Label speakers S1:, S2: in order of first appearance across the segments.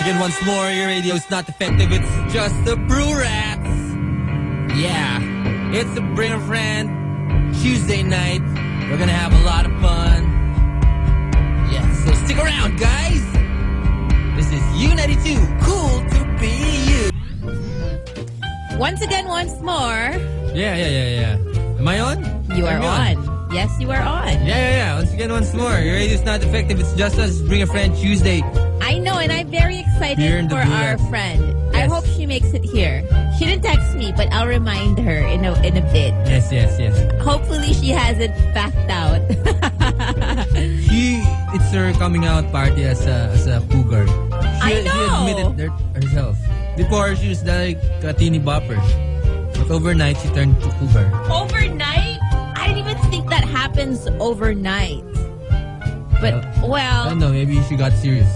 S1: Again, once more, your radio is not effective. It's just the Brew Rats. Yeah, it's the Bring a Friend Tuesday night. We're gonna have a lot of fun. Yeah, so stick around, guys. This is U92. Cool to be you.
S2: Once again, once more,
S1: Yeah, yeah, yeah, yeah. Am I on?
S2: you are
S1: I'm
S2: on. Yes, you are on.
S1: Yeah, yeah, yeah. Once again, once more. Your radio is not effective. It's just us. Bring a friend Tuesday.
S2: I know, and I'm very
S1: Here in
S2: excited
S1: the
S2: for
S1: blue
S2: our
S1: light.
S2: friend.
S1: Yes.
S2: I hope she makes it here. She didn't text me, but I'll remind her in a, in a bit.
S1: Yes, yes, yes.
S2: Hopefully, she hasn't backed out.
S1: She, it's her coming out party as a as a cougar. She,
S2: I know.
S1: She admitted her, herself. Before she was like a teeny bopper, but overnight she turned to cougar.
S2: overnight? I don't even think that happens overnight.
S1: I
S2: But, well,
S1: don't know. Maybe she got serious.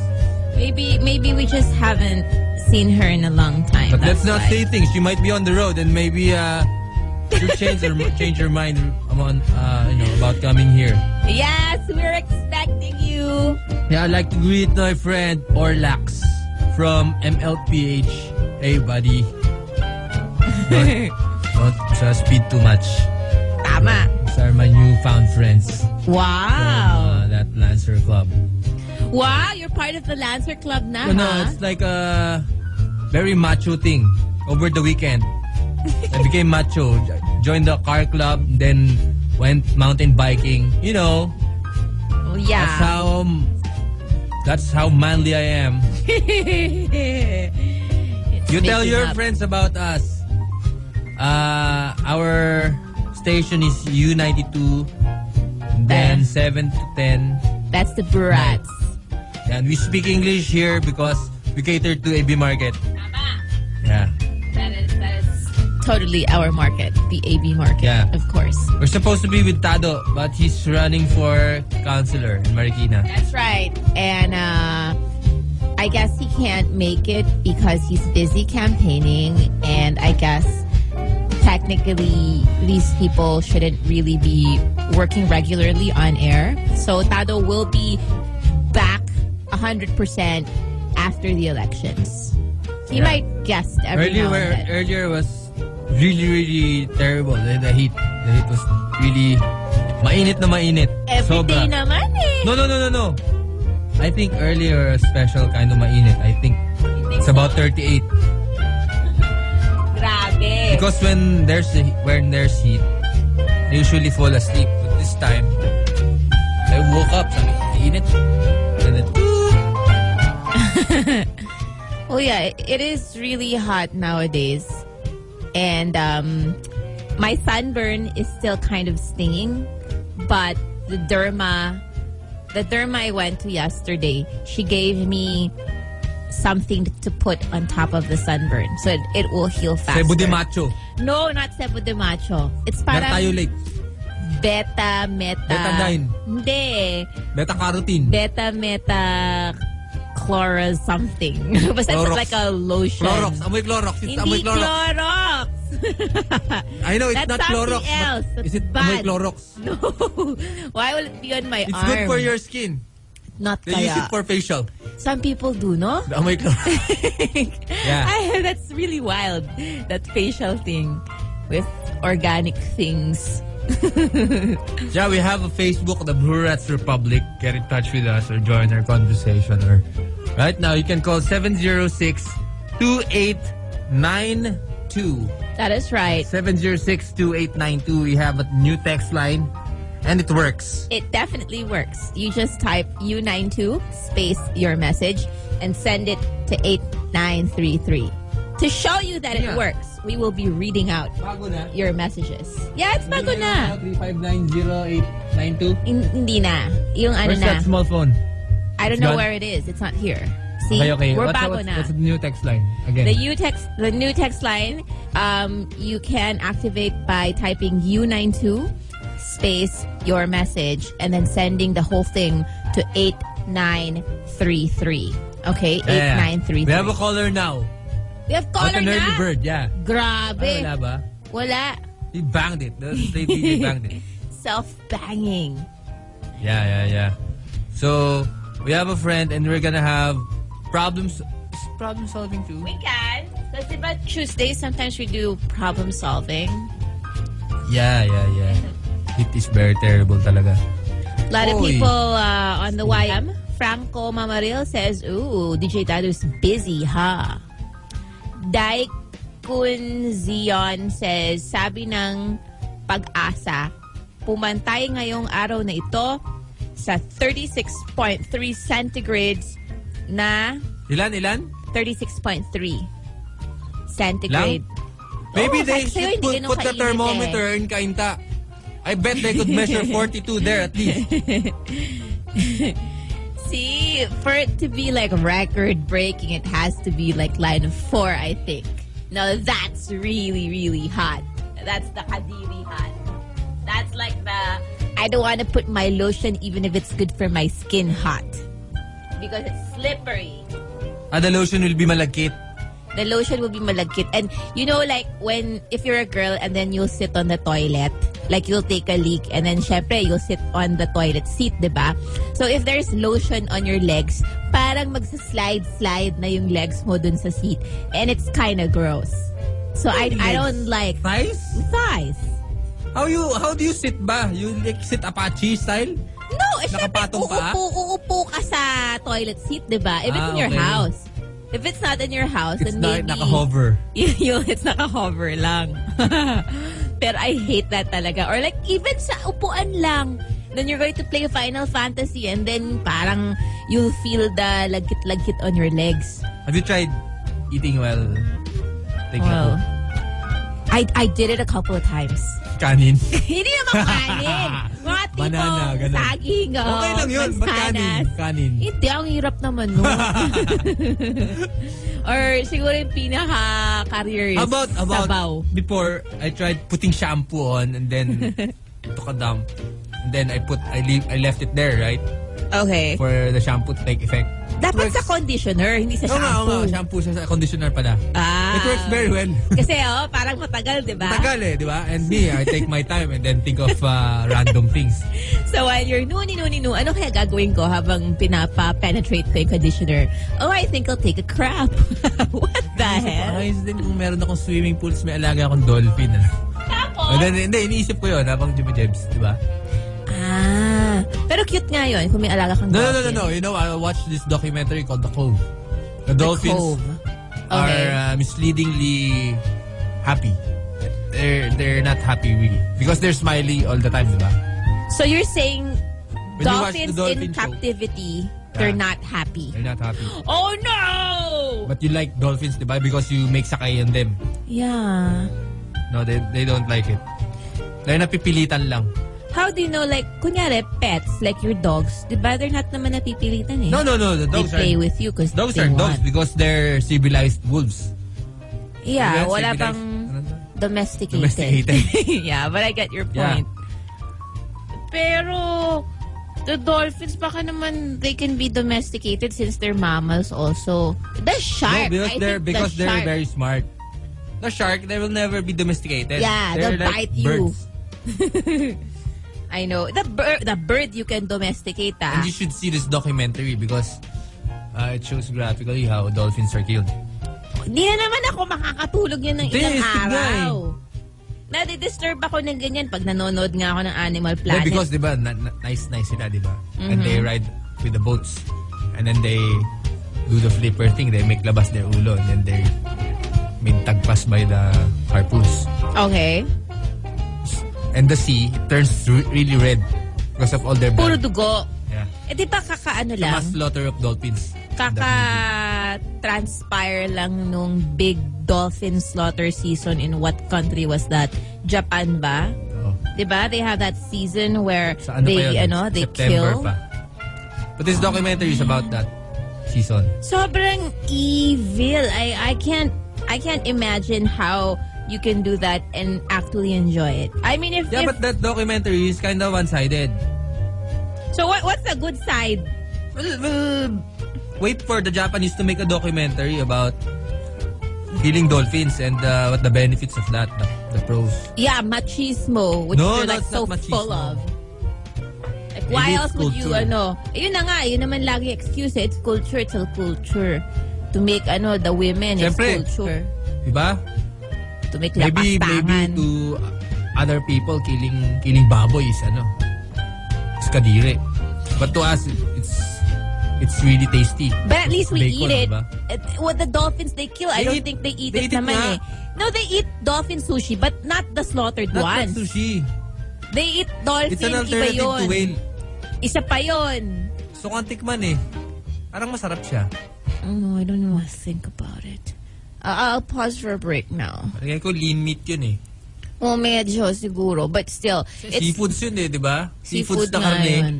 S2: maybe maybe we just haven't seen her in a long time.
S1: But
S2: That's
S1: let's not
S2: why.
S1: say things. She might be on the road and maybe uh, she'll change her change her mind on uh, you know about coming here.
S2: Yes, we're expecting you.
S1: Yeah, I'd like to greet my friend Orlax from MLPH. Hey, buddy. Don't, don't uh, speed too much.
S2: Tama.
S1: These are my newfound friends
S2: Wow.
S1: uh, that Lancer Club.
S2: Uh-huh. Wow, you're part of the Lancer Club now.
S1: No, no,
S2: huh?
S1: it's like a very macho thing over the weekend. I became macho. Joined the car club, then went mountain biking. You know,
S2: Oh, yeah.
S1: that's how that's how manly I am.
S2: It's
S1: You tell
S2: making
S1: your
S2: up.
S1: friends about us. Uh, our station is U92, then
S2: Ten.
S1: 7 to 10.
S2: That's the Burats.
S1: And we speak English here because we cater to AB market. Yeah.
S2: That is, that is totally our market, the AB market,
S1: Yeah.
S2: of course.
S1: We're supposed to be with Tado, but he's running for counselor in Marikina.
S2: That's right. And uh, I guess he can't make it because he's busy campaigning. And I guess technically these people shouldn't really be working regularly on air. So Tado will be back 100% after the elections. He
S1: Yeah.
S2: might guest every
S1: Earlier,
S2: now and then.
S1: earlier was really, really terrible. The, the heat, the heat was really mainit na mainit.
S2: Every
S1: Sobra.
S2: day naman eh.
S1: No, no, no, no, no. I think earlier special kind of mainit. I think it's about 38
S2: Grabe.
S1: because when there's the- when there's heat, I usually fall asleep. But this time, I woke up. Sabi, init. And then,
S2: Oh yeah, it- it is really hot nowadays, and um, my sunburn is still kind of stinging, but the derma, the derma I went to yesterday, she gave me something to put on top of the sunburn, so it, it will heal faster.
S1: Cebu de Macho.
S2: No, not sebo de macho. It's
S1: Parang, tayo
S2: parang
S1: late.
S2: beta meta.
S1: Betadine.
S2: Hindi.
S1: Beta-carotene.
S2: Beta meta chlora something. Basta
S1: Clorox.
S2: it's like a lotion.
S1: Clorox. Amoy Clorox. It's amoy
S2: Hindi
S1: Clorox.
S2: Clorox.
S1: I know, it's
S2: That's
S1: not
S2: something
S1: Clorox. but
S2: else. That's
S1: Is it
S2: bad.
S1: amoy Clorox?
S2: No. Why will it be on my
S1: It's
S2: arm?
S1: good for your skin.
S2: Not
S1: They use
S2: kaya.
S1: it for facial.
S2: Some people do, no?
S1: The amoy Clorox. Yeah.
S2: I- that's really wild. That facial thing with organic things.
S1: Yeah, we have a Facebook, the Blue Rats Republic. Get in touch with us or join our conversation. Or right now, you can call 706-2892.
S2: That is right.
S1: 706-2892. We have a new text line, and it works.
S2: It definitely works. You just type U92 space your message and send it to 8933. To show you that it
S1: Yeah.
S2: works, we will be reading out your messages. Yeah, it's bago na.
S1: 3590
S2: Hin- Hindi na. Yung ano
S1: Where's
S2: na.
S1: that small phone?
S2: I don't
S1: It's
S2: know
S1: gone?
S2: where it is. It's not here. See?
S1: Okay, okay.
S2: We're
S1: what's,
S2: bago
S1: what's,
S2: na.
S1: what's the new text line? Again.
S2: The U text, the new text line, um, you can activate by typing U92 space your message and then sending the whole thing to 8933. Okay,
S1: Yeah, yeah.
S2: 8933.
S1: We have a caller now.
S2: We have
S1: What
S2: caller
S1: an early
S2: na.
S1: bird, yeah.
S2: Grabe.
S1: Ah, wala ba?
S2: Wala.
S1: He banged it. The lady he banged it.
S2: Self-banging.
S1: Yeah, yeah, yeah. So we have a friend, and we're gonna have problems
S3: problem solving too?
S2: We can. Kasi ba Tuesday, sometimes we do problem solving.
S1: Yeah, yeah, yeah. It is very terrible talaga.
S2: A lot of
S1: Oy.
S2: people uh, on the YM. Franco Mamaril says, Ooh, DJ Tado's busy, ha? Daikun Zion says, Sabi ng pag-asa, pumantay ngayong araw na ito sa 36.3 centigrades na
S1: Ilan, ilan?
S2: 36.3 centigrade.
S1: Maybe
S2: Oo,
S1: they
S2: kahit sa'yo,
S1: should
S2: hindi
S1: put,
S2: ganun
S1: put the
S2: kainit
S1: thermometer in kainta. I bet they could measure 42 there at least.
S2: See, for it to be like record breaking, it has to be like line four, I think. Now that's really, really hot. That's the Hadiri hot. That's like the I don't want to put my lotion even if it's good for my skin hot. Because it's slippery.
S1: Ah, the lotion will be malagkit.
S2: The lotion will be malagkit. And you know, like when if you're a girl and then you'll sit on the toilet, like you'll take a leak and then syempre you'll sit on the toilet seat, 'di ba? So if there's lotion on your legs, parang magsa-slide-slide na yung legs mo dun sa seat. And it's kind of gross. So I I don't like
S1: Nice?
S2: thighs.
S1: How you how do you sit ba? You like sit Apache style?
S2: No, eh, syempre,
S1: Nakapatong pa?
S2: uupo, uupo ka sa toilet seat, 'di ba? If it's
S1: Ah,
S2: in your
S1: okay.
S2: house. If it's not in your house,
S1: It's
S2: then
S1: not
S2: maybe...
S1: naka-hover.
S2: yung it's naka-hover lang. Pero I hate that talaga. Or like, even sa upuan lang. Then you're going to play Final Fantasy and then parang you'll feel the lagkit-lagkit on your legs.
S1: Have you tried eating while taking a
S2: Wow. I, I did it a couple of times.
S1: kanin?
S2: Hindi naman kanin. Mga tipong
S1: Banana, ganun.
S2: saging. oh,
S1: Okay lang yun. Ba't kanin?
S2: mansanas.
S1: Kanin.
S2: Hindi, ang hirap naman nun. Or siguro yung pinaka-career is
S1: How about, how about,
S2: sabaw.
S1: before I tried putting shampoo on and then took a dump. And then I put, I leave, I left it there, right?
S2: Okay.
S1: For the shampoo to take effect.
S2: Dapat
S1: It
S2: sa
S1: works-
S2: conditioner, hindi sa
S1: Oo nga, oo
S2: shampoo.
S1: nga. Shampoo siya sa conditioner pala.
S2: Ah. Diba?
S1: It works very well.
S2: Kasi oh, parang matagal, di ba?
S1: Tagal eh, di ba? And me, I take my time and then think of uh, random things.
S2: So while you're nuni nuni nu, ano kaya gagawin ko habang pinapa-penetrate ko yung conditioner? Oh, I think I'll take a crap. What the hell?
S1: Ayos din kung meron akong swimming pools, may alaga akong dolphin. ah. And
S2: Tapos?
S1: then, hindi, iniisip ko yun habang diba? jumajebs, di ba?
S2: Ah, pero cute nga yun kung may alaga kang
S1: No, no, no, no,
S2: dolphin.
S1: no. You know, I watched this documentary called The Cove. The,
S2: The
S1: dolphins
S2: cove. Okay.
S1: are uh, misleadingly happy. They're they're not happy really because they're smiley all the time, di ba?
S2: So you're saying
S1: When you watch the
S2: dolphins
S1: dolphin
S2: in
S1: show.
S2: captivity, they're
S1: Yeah.
S2: not happy.
S1: They're not happy.
S2: Oh no!
S1: But you like dolphins, di ba? Because you make sakay on them.
S2: Yeah.
S1: No, they they don't like it. They're napipilitan lang.
S2: How do you know, like, kunyari, pets, like your dogs, di ba, they're not naman napipilitan eh.
S1: No, no, no. The
S2: They
S1: dogs
S2: play
S1: are
S2: with you because
S1: dogs are
S2: they
S1: dogs
S2: want.
S1: because they're civilized wolves.
S2: Yeah,
S1: They're
S2: wala
S1: civilized-
S2: pang
S1: Ano na?
S2: domesticated.
S1: Domesticated.
S2: yeah, but I get your
S1: Yeah.
S2: point. Pero, the dolphins, baka naman they can be domesticated since they're mammals also. The
S1: No,
S2: shark,
S1: because
S2: I
S1: they're
S2: think
S1: because
S2: the
S1: they're
S2: shark.
S1: very smart. The shark, they will never be domesticated.
S2: Yeah,
S1: they're
S2: they'll
S1: like
S2: bite you.
S1: birds.
S2: I know. The bird, the bird you can domesticate, ah.
S1: And you should see this documentary because uh, it shows graphically how dolphins are killed.
S2: Hindi na naman ako makakatulog yan ng
S1: Hindi, eh.
S2: ilang
S1: tignan.
S2: araw. Nadidisturb ako ng ganyan pag nanonood nga ako ng Animal
S1: Yeah,
S2: Planet. Mm-hmm.
S1: because di ba na, na- nice nice sila di ba? And they ride with the boats, and then they do the flipper thing. They make labas their ulo, and then they mintagpas by the harpoons.
S2: okay.
S1: And the sea it turns re- really red because of all their
S2: Puro
S1: blood.
S2: dugo.
S1: Yeah.
S2: Eh di ba kakaano
S1: The
S2: lang?
S1: mass slaughter of dolphins.
S2: Kaka-transpire lang nung big dolphin slaughter season in what country was that? Japan ba?
S1: Oh.
S2: 'Di ba? They have that season where
S1: Sa ano pa
S2: they
S1: yun?
S2: ano, they
S1: September
S2: kill.
S1: pa. But this documentary is about that season.
S2: sobrang evil. I I can't I can't imagine how you can do that and actually enjoy it. I mean, if,
S1: Yeah,
S2: if
S1: but that documentary is kind of one-sided.
S2: so, what what's the good side?
S1: Well, well, wait for the Japanese to make a documentary about killing dolphins and uh, what the benefits of that, the, the pros.
S2: Yeah, machismo, which
S1: No,
S2: they're
S1: no,
S2: like
S1: it's
S2: so
S1: not machismo.
S2: full of. Like, why
S1: Maybe it's
S2: else would you
S1: culture.
S2: ano? Ayun na nga, yun naman lagi excuse eh. It's culture, it's a culture. to make ano the women is
S1: Siyempre.
S2: culture.
S1: Diba?
S2: To make
S1: Maybe, maybe
S2: lapastangan.
S1: to other people, killing killing baboy is ano, is kadiri. But to us, it's it's really tasty.
S2: But at least we
S1: Bacon,
S2: eat it.
S1: diba?
S2: It- What the dolphins they kill,
S1: They
S2: I don't
S1: eat-
S2: think they eat
S1: they eat
S2: it
S1: it
S2: naman
S1: nga.
S2: eh. No, they eat dolphin sushi, but not the slaughtered
S1: Not like
S2: ones.
S1: sushi.
S2: They eat dolphin,
S1: It's an
S2: iba
S1: alternative
S2: yun.
S1: to whale.
S2: Isa pa yun.
S1: So, kantik man eh. Parang masarap siya.
S2: Oh no, I don't want to think about it. Uh, I'll pause for a break now.
S1: Parang ko lean meat yun eh.
S2: Well, medyo siguro, but still, it's
S1: seafoods yun eh, di ba?
S2: seafood
S1: na
S2: nga
S1: karne.
S2: yun.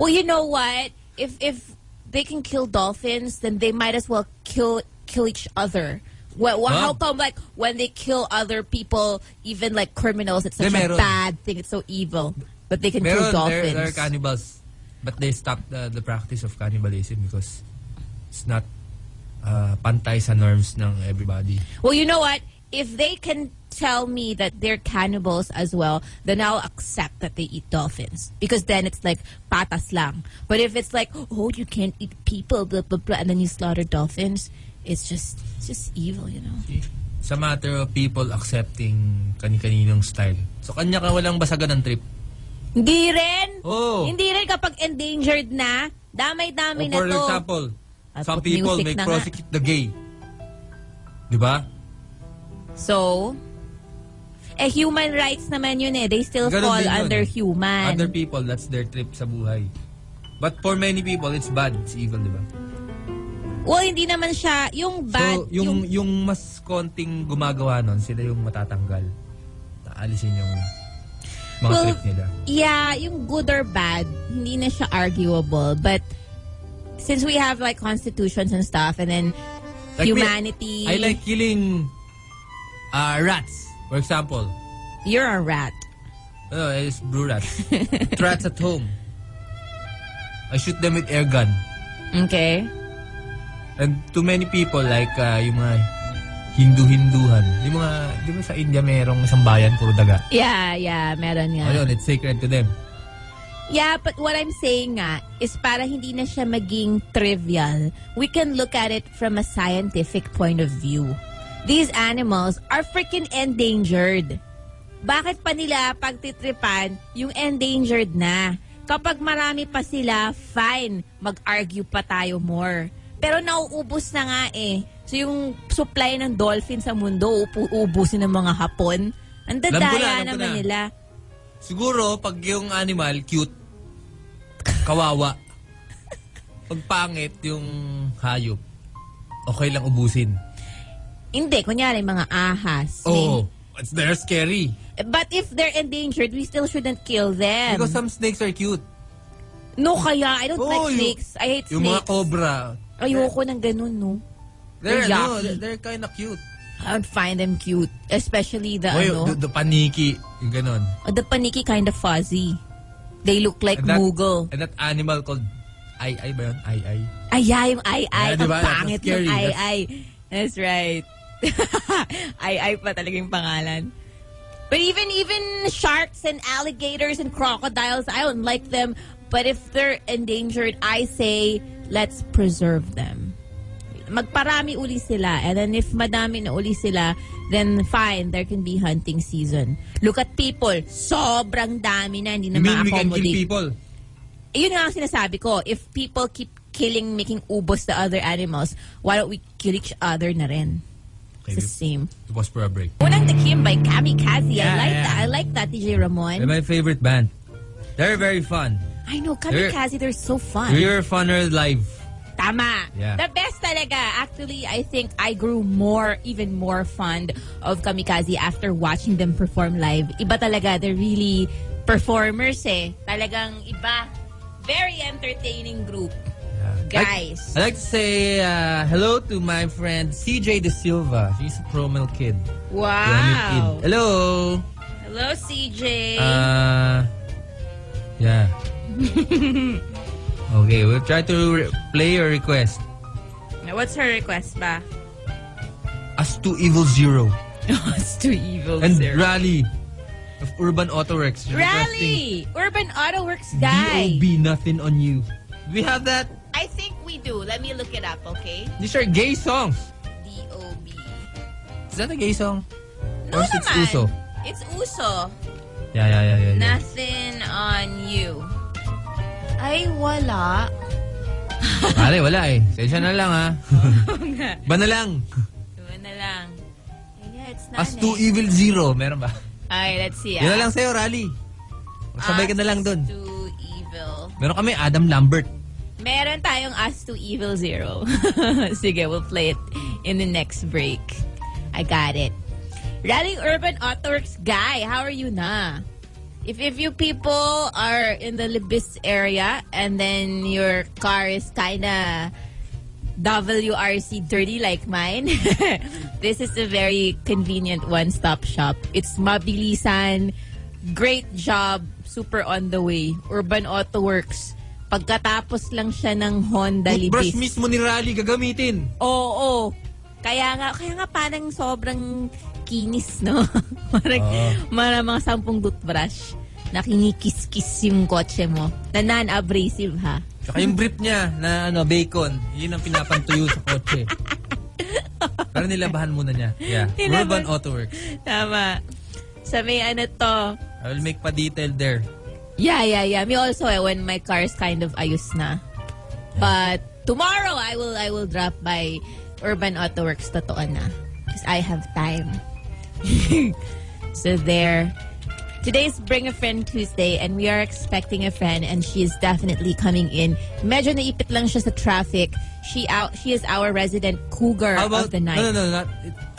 S2: Well, you know what? If if they can kill dolphins, then they might as well kill kill each other. Well, well,
S1: Wow.
S2: how come like when they kill other people, even like criminals, it's such
S1: They
S2: a
S1: meron.
S2: bad thing. It's so evil, but they can kill
S1: Meron,
S2: dolphins.
S1: there, there are cannibals. But they stopped the, the practice of cannibalism because it's not uh, pantay sa norms ng everybody.
S2: Well, you know what? If they can tell me that they're cannibals as well, then I'll accept that they eat dolphins because then it's like patas lang. But if it's like, oh, you can't eat people, blah blah blah, and then you slaughter dolphins, it's just it's just evil, you know.
S1: It's a matter of people accepting kani-kaninong style. So, kanya ka walang basagan ng trip.
S2: Hindi rin.
S1: Oh.
S2: Hindi rin kapag endangered na, damay-damay
S1: Or for
S2: na to.
S1: example,
S2: Ah,
S1: some
S2: put
S1: people may
S2: music na nga.
S1: prosecute the gay. Di ba?
S2: So, eh human rights naman yun eh. They still
S1: Ganun
S2: fall
S1: din yun.
S2: under human.
S1: Other people, that's their trip sa buhay. But for many people, it's bad. It's evil, di ba?
S2: well, hindi naman siya yung bad,
S1: So, yung, yung, mas konting gumagawa nun, sila yung matatanggal. Taalisin yung mga
S2: Well,
S1: trip nila.
S2: Yeah, yung good or bad, hindi na siya arguable. But since we have like constitutions and stuff, and then
S1: Like me,
S2: humanity,
S1: I like killing uh, rats, for example.
S2: you're a rat.
S1: No, it's blue rats. rats at home. I shoot them with air gun.
S2: Okay?
S1: And to many people, like uh, yung mga Hindu-Hinduhan. Yung mga, di ba sa India merong isang bayan puro daga?
S2: Yeah, yeah, meron nga.
S1: Ayun, it's sacred to them.
S2: Yeah, but what I'm saying nga is para hindi na siya maging trivial, we can look at it from a scientific point of view. These animals are freaking endangered. Bakit pa nila pagtitripan yung endangered na? Kapag marami pa sila, fine, mag-argue pa tayo more. Pero nauubos na nga eh. So yung supply ng dolphin sa mundo, upu- ubusin ng mga Hapon. Ang
S1: ko na,
S2: dadaya
S1: alam ko
S2: naman
S1: na.
S2: nila.
S1: Siguro, pag yung animal, cute. Kawawa. Pag pangit yung hayop, okay lang ubusin.
S2: Hindi, kunyari mga ahas. may
S1: Oo. Oh, it's, they're scary.
S2: But if they're endangered, we still shouldn't kill them.
S1: Because some snakes are cute.
S2: no, kaya. I don't
S1: Oo,
S2: like
S1: yung-
S2: snakes. I hate
S1: Yung mga
S2: snakes.
S1: cobra,
S2: Ayoko ng ganun, no?
S1: they're,
S2: They're
S1: no,
S2: yucky.
S1: they're, they're kind of cute.
S2: I don't find them cute. Especially the,
S1: Oy,
S2: ano,
S1: the, the paniki, yung ganon.
S2: the, paniki kind of fuzzy. They look like
S1: And that-
S2: Moogle.
S1: And that animal called ay-ay ba yun? Ay-ay.
S2: Ay, yeah, yung ay-ay.
S1: Yeah, diba?
S2: Ang pangit
S1: That's scary.
S2: ng
S1: That's-
S2: ay-ay. That's right. ay-ay pa talaga yung pangalan. But even even sharks and alligators and crocodiles, I don't like them. But if they're endangered, I say let's preserve them. Magparami uli sila. And then if madami na uli sila, then fine, there can be hunting season. Look at people. Sobrang dami na. Hindi na
S1: You mean we can kill
S2: ma-accommodate.
S1: people?
S2: Eh, yun nga ang sinasabi ko. If people keep killing, making ubos the other animals, why don't we kill each other na rin?
S1: Okay,
S2: It's the same.
S1: it was for a break.
S2: Unang The Kim by Kamikaze. I
S1: Yeah,
S2: like
S1: yeah.
S2: that. I like that, DJ Ramon.
S1: They're my favorite band. They're very fun.
S2: I know,
S1: They're-
S2: Kamikaze, they're so fun.
S1: We're funner live.
S2: Tama.
S1: Yeah.
S2: The best talaga. Actually, I think I grew more, even more fond of Kamikaze after watching them perform live. Iba talaga. They're really performers eh. Talagang iba. Very entertaining group. Guys.
S1: I'd like to say uh, hello to my friend CJ De Silva. She's a promel kid.
S2: Wow. Eh?
S1: Promel kid. Hello.
S2: Hello, CJ.
S1: Uh, yeah. okay, we'll try to re- play your request.
S2: What's her request ba?
S1: As to Evil Zero
S2: it's too evil.
S1: and Rally of Urban Autoworks.
S2: Rally! Urban Auto Works guy.
S1: DOB nothing on you. We have that.
S2: I think we do. do? Let me look it up, okay?
S1: These are gay songs.
S2: D.O.B.
S1: Is that a gay song?
S2: No
S1: Or is it
S2: Ano naman.
S1: uso?
S2: It's Uso.
S1: Yeah, yeah, yeah, yeah. yeah.
S2: Nothing on you. Ay, wala.
S1: Pare, wala eh. Sensya na lang ha. ba na lang?
S2: Doon na lang. Yeah, it's not
S1: As 2 evil zero. Meron ba?
S2: Ay, let's see. ah.
S1: Yun na lang sa'yo, Rally. Sabay ka na lang dun.
S2: Us to evil.
S1: Meron kami Adam Lambert.
S2: Meron tayong us to evil zero. Sige, we'll play it in the next break. I got it. Rally Urban Autoworks guy, how are you na? If if you people are in the Libis area and then your car is kinda WRC dirty like mine. this is a very convenient one-stop shop. It's mabilisan. Great job. Super on the way. Urban Auto Works. Pagkatapos lang siya ng Honda
S1: Toothbrush
S2: Libis.
S1: mismo ni Rally gagamitin.
S2: Oo. Kaya nga, kaya nga parang sobrang kinis, no? parang,
S1: Ah.
S2: parang mga sampung toothbrush na kinikis-kis yung kotse mo. Na non-abrasive, ha?
S1: Tsaka yung brief niya na ano, bacon. Yun ang pinapantuyo sa kotse. Pero nilabahan muna niya. Yeah. Urban
S2: Nilaban.
S1: Autoworks.
S2: Tama. Sa may ano to,
S1: I will make pa detail there.
S2: Yeah, yeah, yeah. Me also eh, when my car is kind of ayos na. But tomorrow I will I will drop by Urban Auto Works totoo na. Because I have time. so there. Today's Bring a Friend Tuesday and we are expecting a friend and she is definitely coming in. Medyo naipit lang siya sa traffic. She out she is our resident cougar
S1: How about,
S2: of the night.
S1: no, no, no, not,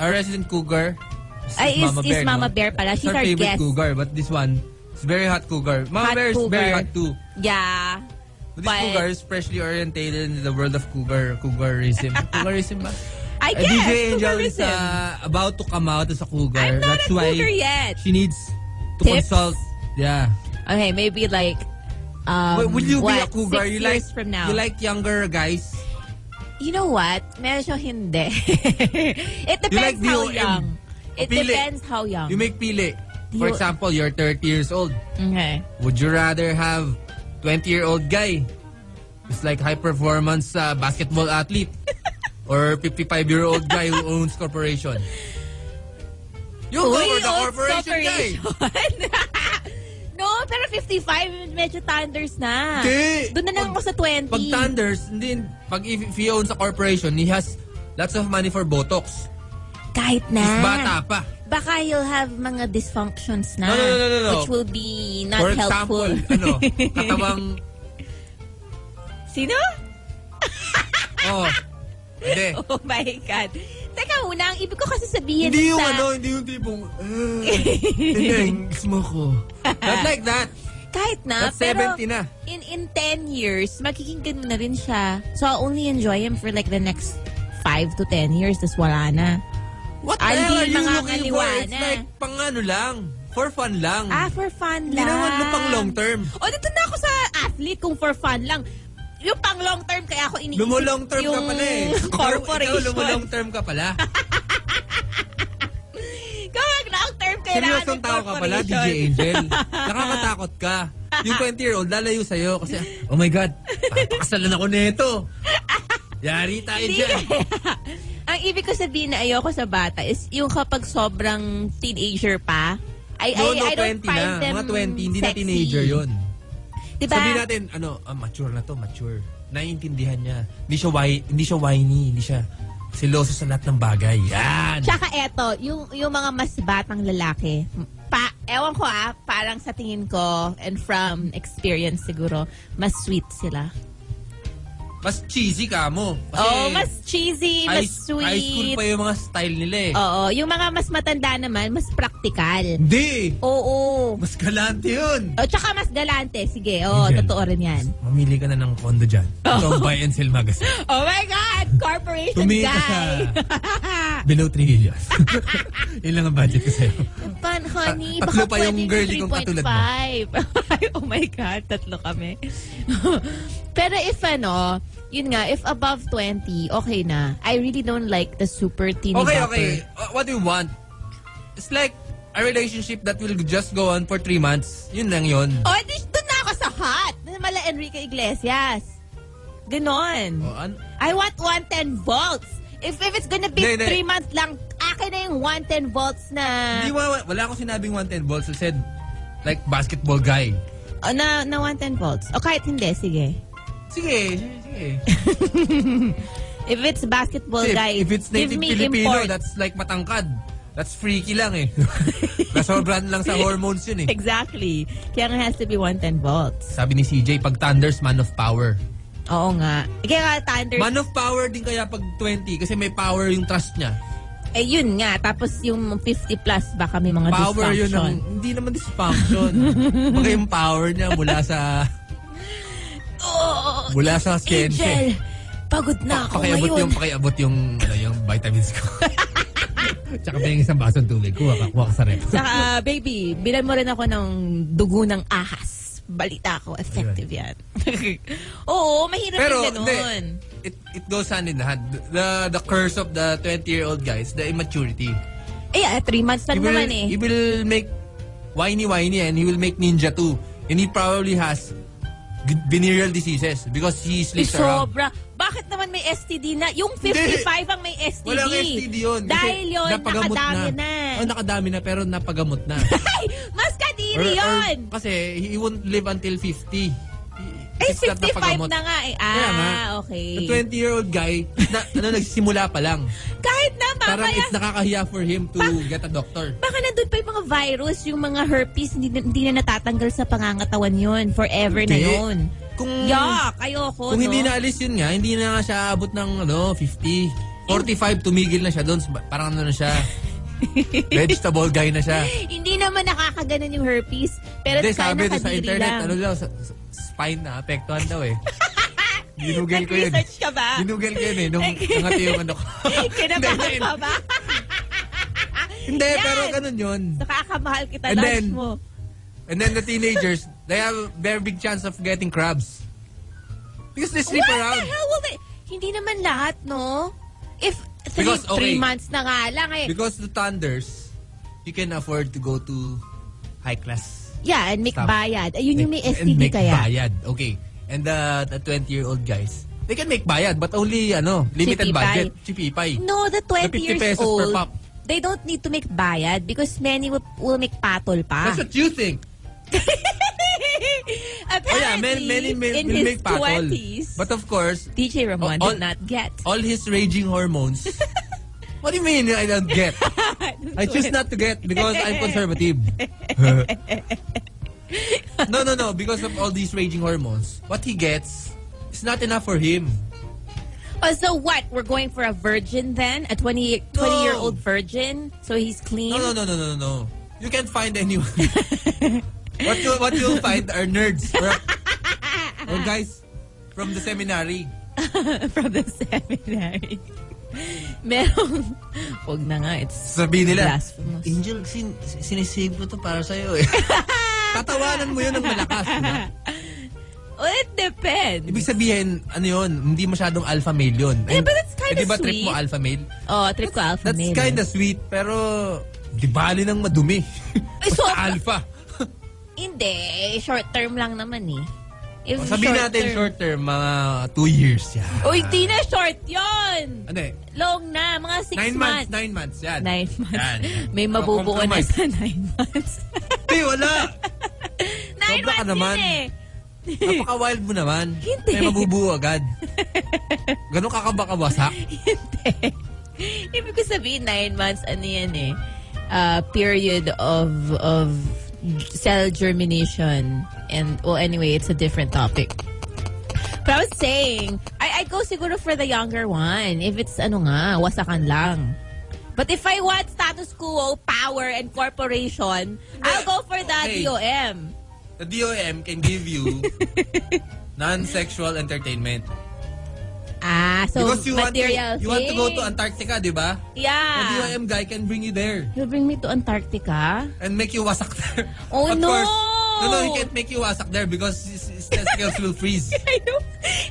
S1: our resident cougar is,
S2: Ay, is- is
S1: no?
S2: Mama Bear pala.
S1: It's
S2: She's our
S1: favorite
S2: guest.
S1: cougar, but this one, it's very hot cougar. Mama
S2: Hot
S1: Bear is very
S2: cougar.
S1: hot too.
S2: Yeah.
S1: But this
S2: But-
S1: cougar is freshly orientated in the world of cougar, cougarism. cougarism ba?
S2: I
S1: Eh, DJ
S2: guess.
S1: Angel
S2: cougarism.
S1: is uh, about to come out as a cougar.
S2: I'm not
S1: That's
S2: a
S1: why
S2: cougar yet.
S1: she needs to
S2: Tips?
S1: consult. Yeah.
S2: Okay, maybe like. Um,
S1: Wait, will you be
S2: what,
S1: a cougar?
S2: Six
S1: you like
S2: years from now.
S1: you like younger guys?
S2: You know what? Medyo hindi. it depends
S1: like
S2: how
S1: DOM.
S2: young. It
S1: Pili.
S2: depends how young.
S1: You make pili.
S2: You-
S1: For example, you're 30 years old.
S2: okay.
S1: Would you rather have 20-year-old guy who's like high-performance uh, basketball athlete or 55-year-old guy who owns corporation? You go
S2: Uy,
S1: for the
S2: old
S1: corporation, guy.
S2: corporation. no, pero 55, medyo thunders na.
S1: Hindi.
S2: Doon na lang ako sa 20.
S1: Pag Thunders, hindi, pag if, if he owns a corporation, he has lots of money for Botox.
S2: Kahit na.
S1: He's bata pa.
S2: Baka you'll have mga dysfunctions na.
S1: No, no, no, no, no.
S2: Which will be not
S1: for
S2: helpful.
S1: example, ano, katawang,
S2: Sino?
S1: oh, hindi.
S2: Oh my God. Teka muna, ang ibig ko kasi sabihin
S1: Hindi yung
S2: sa...
S1: ano, hindi yung tipong, ah, hindi, gusto mo ko. Not like that.
S2: Kahit na,
S1: That's
S2: pero
S1: 70 na.
S2: in in 10 years, magiging ganun na rin siya. So, I'll only enjoy him for like the next 5 to 10 years, tapos wala na.
S1: What the
S2: Ah,
S1: hell are
S2: hindi
S1: you looking for?
S2: makakaliwanag.
S1: It's like pang ano lang. For fun lang.
S2: Ah, for fun
S1: Hindi
S2: lang.
S1: naman mo pang long term.
S2: O, dito na ako sa athlete kung for fun lang. Yung pang long term, kaya ako iniisip
S1: Lumulong term ka
S2: yung
S1: pala eh. Ikaw-
S2: corporation.
S1: Ikaw lumulong term ka pala.
S2: Kaya long term, kailangan
S1: Seryosong
S2: ng
S1: tao ka pala,
S2: corporation.
S1: DJ Angel. Nakakatakot ka. Yung 20-year-old, lalayo sa'yo kasi, oh my God, papakasalan ako nito. Yari tayo
S2: Hindi
S1: dyan.
S2: kaya. Ang ibig ko sabihin na ayoko sa bata is yung kapag sobrang teenager pa, I,
S1: No,
S2: I,
S1: no,
S2: I don't
S1: 20
S2: find
S1: na.
S2: them
S1: Mga 20, hindi na
S2: sexy.
S1: teenager yun.
S2: Diba?
S1: Sabihin natin, ano, ah, mature na to, mature. Naiintindihan niya. Hindi siya, whi- hindi siya whiny, hindi siya siloso sa lahat ng bagay. Yan!
S2: Tsaka eto, yung, yung mga mas batang lalaki, pa, ewan ko ah, parang sa tingin ko and from experience siguro, mas sweet sila.
S1: Mas cheesy ka mo. Kasi
S2: oh, mas cheesy,
S1: high-
S2: mas sweet. Oh.
S1: High school pa yung mga style nila eh.
S2: Oo, yung mga mas matanda naman, mas practical.
S1: Hindi!
S2: Oo.
S1: Mas galante yun!
S2: O, tsaka mas galante. Sige, oo,
S1: Angel.
S2: totoo rin yan.
S1: Mamili ka na ng condo dyan. Ito ang buy and sell magazine.
S2: Oh my God! Corporation
S1: Tumingin ka sa
S2: guy!
S1: below 3 million. Yun lang ang budget ko sa'yo.
S2: Pan, honey,
S1: Ta- Ah,
S2: baka
S1: tatlo pa yung
S2: pwede
S1: girly kong katulad mo.
S2: 3.5. oh my God, tatlo kami. Pero if ano, yun nga, if above 20, okay na. I really don't like the super teeny
S1: Okay,
S2: bopper.
S1: okay. Uh, What do you want? It's like a relationship that will just go on for 3 months. Yun lang yun.
S2: O, oh, di, doon na ako sa hot. Doon na Mala Enrique Iglesias. Ganon.
S1: Oh, an-
S2: I want 110 volts. If, if it's gonna be
S1: Hindi, hindi.
S2: three months lang, akin na yung 110 volts na,
S1: Hindi, wala, wala akong sinabing 110 volts. I said, like, basketball guy.
S2: oh, na, na 110 volts. O kahit hindi, sige.
S1: Sige, sige.
S2: If it's basketball,
S1: Kasi
S2: guys,
S1: if it's
S2: give
S1: native
S2: me
S1: Filipino,
S2: import.
S1: that's like matangkad. That's freaky lang eh. Nasobran lang sa hormones yun eh.
S2: Exactly. Kaya nga has to be 110 volts.
S1: Sabi ni CJ, pag thunders, man of power.
S2: Oo nga. Kaya nga, thunder,
S1: Man of power din kaya pag 20 kasi may power yung trust niya.
S2: eh yun nga. Tapos yung 50 plus, baka may mga
S1: Power yun
S2: dysfunction.
S1: ang, hindi naman dysfunction. Baka yung power niya mula sa,
S2: Oo.
S1: mula sa eh. skense.
S2: Angel, pagod na ako
S1: Pakiabot
S2: ngayon.
S1: yung, pakiabot yung, ano, yung vitamins ko. Tsaka may isang basong tubig. Kuha ka, kuha ka sa rep.
S2: Saka, baby, bilan mo rin ako ng dugo ng ahas. Balita ko, effective yan. Oo, mahirap
S1: Pero,
S2: yung ganun.
S1: hindi. It, it goes hand in hand. The, the curse of the 20-year-old guys, the immaturity.
S2: Eh, ah, three months lang
S1: he will,
S2: naman eh.
S1: He will make whiny-whiny and he will make ninja too. And he probably has g- venereal diseases because he
S2: Eh,
S1: sleeps around.
S2: sobra. Bakit naman may STD na? Yung 55 ang may STD.
S1: Walang STD yun. Kasi
S2: Dahil yun,
S1: napagamot
S2: nakadami na.
S1: Oh, nakadami na pero napagamot na.
S2: Ay, mas
S1: Or-
S2: kadiri
S1: or-
S2: yun.
S1: kasi he won't live until 50.
S2: Eh,
S1: It's not
S2: 55
S1: napagamot.
S2: na nga eh.
S1: Kaya nga,
S2: Ah, okay.
S1: The 20-year-old guy, na, ano, nagsisimula pa lang.
S2: Kahit na,
S1: Parang
S2: mamaya.
S1: it's nakakahiya for him to get a doctor.
S2: Baka nandun pa yung mga virus, yung mga herpes, hindi, na- hindi na natatanggal sa pangangatawan yun. Forever na
S1: Hindi.
S2: yun.
S1: Kung,
S2: Yuck, ayoko,
S1: kung
S2: no?
S1: hindi naalis yun nga, hindi na nga siya abot ng ano, 50. 45, tumigil na siya doon. Parang ano na siya. vegetable guy na siya.
S2: Hindi naman nakakaganan yung herpes. Pero
S1: Hindi,
S2: kaya
S1: sabi doon sa
S2: nakadiri
S1: internet,
S2: lang.
S1: ano daw, sa, sa- spine na, apektuhan daw eh. Ginugel ko yun.
S2: Nag-research ka ba?
S1: Ginugel ko yun eh, nung nangati yung ano ko.
S2: Kinabahan
S1: Hindi,
S2: ka ba?
S1: Hindi,
S2: Yan!
S1: pero ganun yun.
S2: Nakakamahal kita,
S1: And
S2: lunch
S1: then,
S2: mo.
S1: And then the teenagers, they have a very big chance of getting crabs. Because they sleep
S2: What
S1: around.
S2: the hell will they... Hindi naman lahat, no? If three,
S1: Because, okay.
S2: three months na nga lang eh.
S1: Because the Thunders, you can afford to go to high class.
S2: yeah, and make
S1: Stop.
S2: bayad. Ayun yung may
S1: And
S2: STD
S1: make
S2: kaya.
S1: bayad. Okay. And the, the 20-year-old guys, they can make bayad but only ano, limited
S2: Chipipay.
S1: budget. Chipipay.
S2: No, the 20
S1: The 50
S2: years
S1: pesos per
S2: old,
S1: pop.
S2: they don't need to make bayad because many will, will make patol pa.
S1: That's what you think.
S2: Apparently,
S1: Oh yeah, many, many, many
S2: in
S1: will
S2: his
S1: make patol.
S2: 20s,
S1: But of course,
S2: DJ Ramon
S1: Oh, all-
S2: did not get.
S1: all his raging hormones. what do you mean I don't get? I choose not to get because I'm conservative. no, no, no. Because of all these raging hormones, what he gets is not enough for him.
S2: Oh, so what? We're going for a virgin then? A 20, 20
S1: No.
S2: year old virgin? So he's clean?
S1: No, no, no, no, no, no, no. You can't find anyone. what you what you'll find are nerds or, or guys from the seminary.
S2: From the seminary. Merong, huwag na nga, it's
S1: Sabi nila,
S2: Blasphemous.
S1: Angel, sin sinisave ko to para sa'yo eh. Tatawanan mo yun ng malakas. Diba?
S2: Well, Oh, it depends.
S1: Ibig sabihin, ano yun, hindi masyadong alpha male yun.
S2: Yeah, but that's kinda
S1: Eh, di ba trip mo
S2: sweet.
S1: alpha male?
S2: oh, trip ko alpha
S1: That's
S2: male.
S1: kinda sweet, pero di bali ng madumi.
S2: Eh,
S1: Basta
S2: sobra.
S1: alpha.
S2: Hindi, short term lang naman eh. If
S1: O, Oh, sabihin natin short term, mga two years. Yeah.
S2: Uy, di na short yon.
S1: Ano eh?
S2: Long na, mga six
S1: Nine months.
S2: months.
S1: Nine months, yan.
S2: Nine months.
S1: Yan.
S2: May
S1: Mga
S2: mabubuo na
S1: compromise.
S2: sa nine months.
S1: Di, wala.
S2: nine
S1: Sobra ka
S2: months
S1: naman.
S2: yun eh.
S1: Napaka-wild mo naman.
S2: Hindi.
S1: May mabubuo agad. Ganun kakabakawasak.
S2: Ibig ko sabihin, nine months, ano yan eh. Uh, period of of cell germination. And, well, anyway, it's a different topic. But I was saying, I, I go siguro for the younger one. If it's, ano nga, wasakan lang. But if I want status quo, power, and corporation, I'll go for the
S1: Okay.
S2: DOM.
S1: The DOM can give you non-sexual entertainment.
S2: Ah, so
S1: Because you want, to,
S2: material Ah.
S1: you want to go to
S2: things.
S1: Antarctica, di ba? The
S2: Yeah.
S1: DOM guy can bring you there
S2: You'll bring me to Antarctica?
S1: and make you wasak there.
S2: Oh,
S1: of
S2: no!
S1: Course, no, no, he can't make you wasak there because his, his testicles will freeze.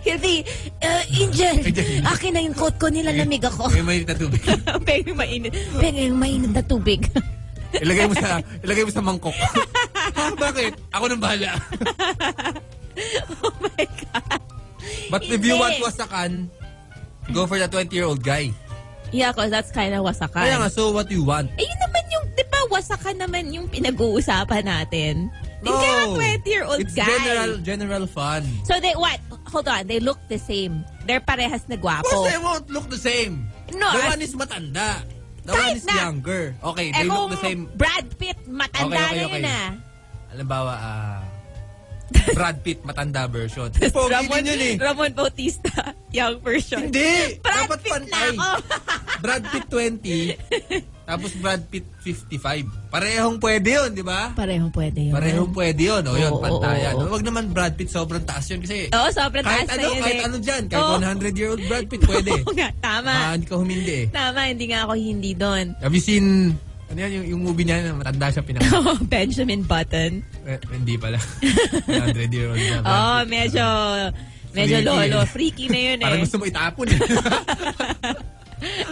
S2: Hindi. Uh, Angel,
S1: Angel.
S2: akin na yung coat ko, nilalamig ako.
S1: May mainit na tubig.
S2: Pengen mainit. Pengen mainit na tubig.
S1: Ilagay mo sa, ilagay mo sa mangkok. Ah, Bakit? Ako nang bahala.
S2: oh my God.
S1: But if you
S2: Hindi.
S1: want wasakan, go for the 20-year-old guy.
S2: Yeah, cause that's kind of wasakan.
S1: Kaya nga, so what you want?
S2: Eh, yun naman yung, di ba, wasakan naman yung pinag-uusapan natin.
S1: No.
S2: Yung kaya 20-year-old
S1: It's
S2: guy.
S1: general general fun.
S2: So they, what? Hold on, they look the same. They're parehas na
S1: Of
S2: gwapo.
S1: course, they won't look the same.
S2: No,
S1: the
S2: as-
S1: one is matanda. The
S2: Kahit
S1: one is
S2: na.
S1: younger. Okay,
S2: Eh
S1: they
S2: kung
S1: look the same.
S2: Brad Pitt, matanda
S1: Okay, okay,
S2: na yun
S1: okay.
S2: ah.
S1: Alimbawa, ah... Brad Pitt, matanda version.
S2: Tas
S1: Pogi
S2: Ramon,
S1: din yun eh.
S2: Ramon Bautista, young version.
S1: Hindi!
S2: Brad
S1: Dapat
S2: Pitt na
S1: pantay.
S2: ako.
S1: Brad Pitt 20, tapos Brad Pitt 55. Parehong pwede yun, di ba?
S4: Parehong pwede yun.
S1: Parehong pwede yun. O yun,
S2: Oo,
S1: pantayan.
S2: oo, oo.
S1: Huwag naman Brad Pitt sobrang taas yun kasi
S2: Oo, sobrang
S1: kahit
S2: taas
S1: ano,
S2: na yun
S1: kahit
S2: eh.
S1: ano dyan. Kahit
S2: Oo.
S1: 100-year-old Brad Pitt pwede.
S2: Oo nga, tama.
S1: Ah, hindi ka humindi eh.
S2: Tama, hindi nga ako hindi doon.
S1: Have you seen, ano yan, yung, yung movie niya na matanda siya pinaka.
S2: Benjamin Button.
S1: eh, hindi pala. 100-year-old na Brad
S2: Oh,
S1: Pitt.
S2: medyo, medyo
S1: Freaky.
S2: lolo. Freaky na yun
S1: Parang
S2: eh.
S1: gusto mo itapon eh.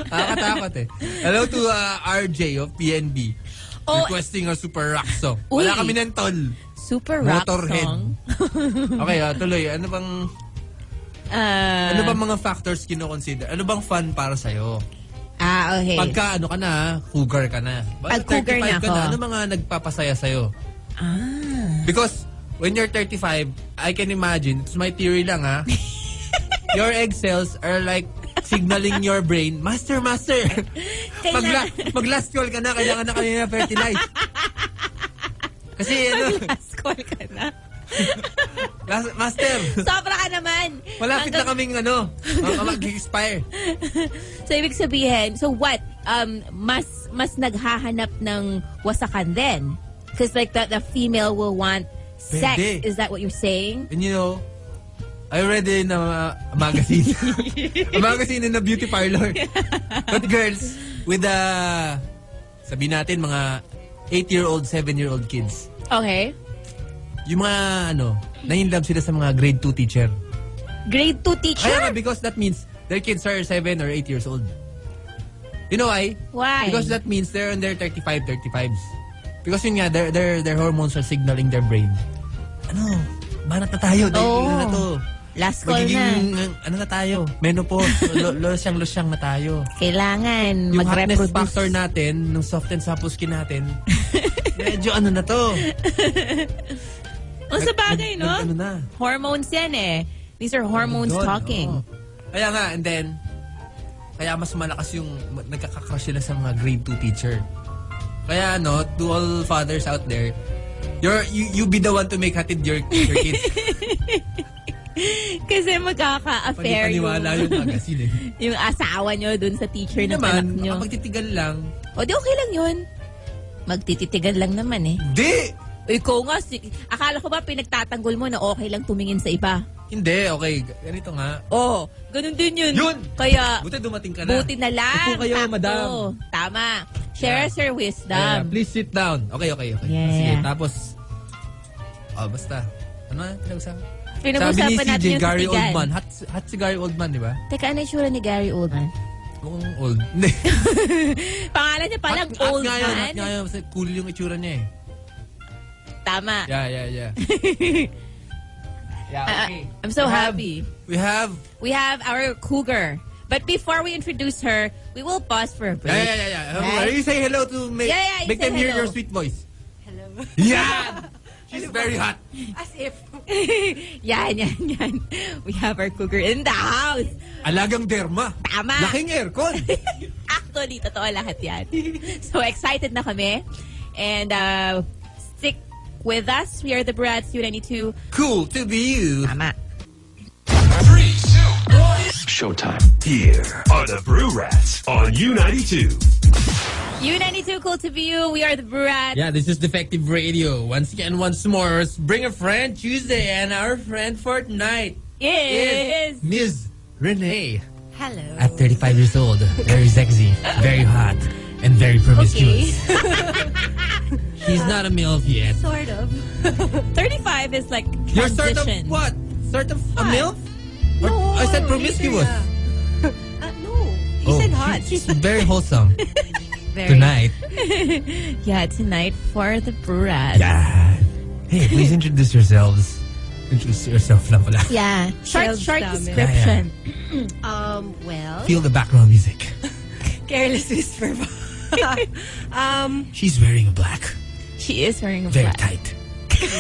S1: Nakakatakot eh. Hello to uh, RJ of PNB.
S2: Oh.
S1: Requesting a super rock song.
S2: Uy.
S1: Wala kami ng tol.
S2: Super rock
S1: Motorhead.
S2: song.
S1: Okay, uh, tuloy. Ano bang
S2: Ah,
S1: ano bang mga factors kino-consider? Ano bang fun para sa
S4: Ah, okay.
S1: Pagka ano ka na, cougar ka na.
S2: eh. Pag
S1: 35
S2: cougar na
S1: ka
S2: ako.
S1: na, ano mga nagpapasaya sa
S2: ah.
S1: Because when you're 35, I can imagine, it's my theory lang ha, your egg cells are like signaling your brain, Master, Master! Magla
S2: Kailangan-
S1: mag last call ka na, kailangan na kayo na fertilize. Kasi ano,
S2: Last call ka na.
S1: last- Master,
S2: Sobra ka naman.
S1: malapit na
S2: Hanggang-
S1: kaming ano, mag- mag-expire.
S2: So, ibig sabihin, so what? Um, mas mas naghahanap ng wasakan then? Because like the, the female will want sex.
S1: Pwede.
S2: Is that what you're saying?
S1: And you know, I read in a, a magazine. a magazine in a beauty parlor. But girls, with a, sabi natin mga 8-year-old, 7-year-old kids.
S2: Okay.
S1: Yung mga ano, nahindam sila sa mga grade 2 teacher.
S2: Grade 2 teacher?
S1: Kaya nga, because that means their kids are 7 or 8 years old. You know why?
S2: Why?
S1: Because that means they're on their 35, 35s. Because yun nga, their, their, their hormones are signaling their brain. Ano, banat na tayo. Dahil
S2: Oo.
S1: ano na to.
S2: Last call na.
S1: Magiging, ano na tayo? Menopause. Lo- Losyang-losyang na tayo.
S2: Kailangan
S1: Yung hotness
S2: mag-reproduce.
S1: factor natin, nung soft and supple skin natin, medyo ano na to.
S2: Oh, sa bagay,
S1: Nag-
S2: no?
S1: nag- Ano na.
S2: Hormones yan eh. These are hormones
S1: Yun,
S2: talking.
S1: oo. oh. Kaya nga, and then, kaya mas malakas yung ma- nagkakakrush sila sa mga grade 2 teacher. Kaya ano, to all fathers out there, you're, you, you be the one to make hatid your, your kids.
S2: Kasi magkaka-affair yung,
S1: Paniwala yung magazine eh.
S2: yung asawa nyo dun sa teacher
S1: Hindi
S2: ng anak
S1: naman,
S2: nyo.
S1: baka magtitigan lang.
S2: O di okay lang yun. Magtititigan lang naman eh.
S1: Hindi!
S2: Uy, ko nga, si- akala ko ba pinagtatanggol mo na okay lang tumingin sa iba?
S1: Hindi, okay. Ganito nga.
S2: Oo, oh, ganun din yun.
S1: Yun!
S2: Kaya,
S1: Buti dumating ka na.
S2: buti na lang.
S1: Upo kayo,
S2: Sakto.
S1: madam.
S2: Tama. Share
S1: Yeah.
S2: us your
S1: Yeah,
S2: wisdom.
S1: please sit down. Okay, okay, okay.
S2: Yeah,
S1: Sige,
S2: yeah.
S1: tapos, oh, basta. Ano na? Pinag-usapan? Sabi ni
S2: Pinag-usapan
S1: CJ,
S2: natin yung
S1: Gary
S2: titigan.
S1: Oldman. Hot, hot si Gary Oldman, di ba?
S2: Teka, ano yung tsura ni Gary Oldman?
S1: Mukhang old. Hindi.
S2: Pangalan niya pala,
S1: Hot- hot nga yun, hot
S2: Oldman.
S1: nga yun. Kasi cool yung itsura niya eh.
S2: Tama. Uh,
S1: Yeah, yeah, yeah. yeah,
S2: Ah,
S1: okay.
S2: I'm so
S1: We have-
S2: happy.
S1: We have,
S2: We have our cougar. But before we introduce her, we will pause for a break.
S1: yeah, yeah, yeah. yeah.
S2: Right?
S1: You say hello to make,
S2: Yeah, yeah, you
S1: make
S2: say
S1: them hear
S2: hello.
S1: your sweet voice.
S5: Hello.
S1: Yeah! She's very hot.
S5: As if.
S2: yan, yan, yan. We have our cougar in the house.
S1: Alagang derma.
S2: Tama.
S1: Laking aircon.
S2: Actually, totoo lahat yan. So excited na kami. And uh, stick with us. We are the Brats U92.
S1: cool to be you.
S2: Tama.
S6: Showtime. Here are the Brew Rats on U92.
S2: U92, cool to be you. We are the Brats.
S1: Yeah, this is Defective Radio. Once again, once more, it's Bring a Friend Tuesday, and our friend for tonight
S2: Yes.
S1: is Ms. Renee.
S5: Hello.
S1: At 35 years old, very sexy, very hot, and very promiscuous. She's not a MILF yet.
S5: Sort of.
S2: 35 is like
S1: You're sort of
S2: transition.
S1: what? Sort of a MILF? Or-
S5: No,
S1: I said
S5: later
S1: promiscuous. Oh.
S5: na. Ah, no. You said hot.
S1: She's very wholesome
S5: very.
S1: tonight.
S2: Yeah, tonight for the Brats.
S1: Hey, please introduce yourselves. Introduce yourself lang pala.
S7: Yeah. Short,
S8: Shelves
S7: short
S8: namin.
S7: description.
S8: Um, well,
S1: Feel the background music.
S8: careless whisper ba? um,
S1: She's wearing a black.
S2: She is wearing a
S1: very
S2: black.
S1: tight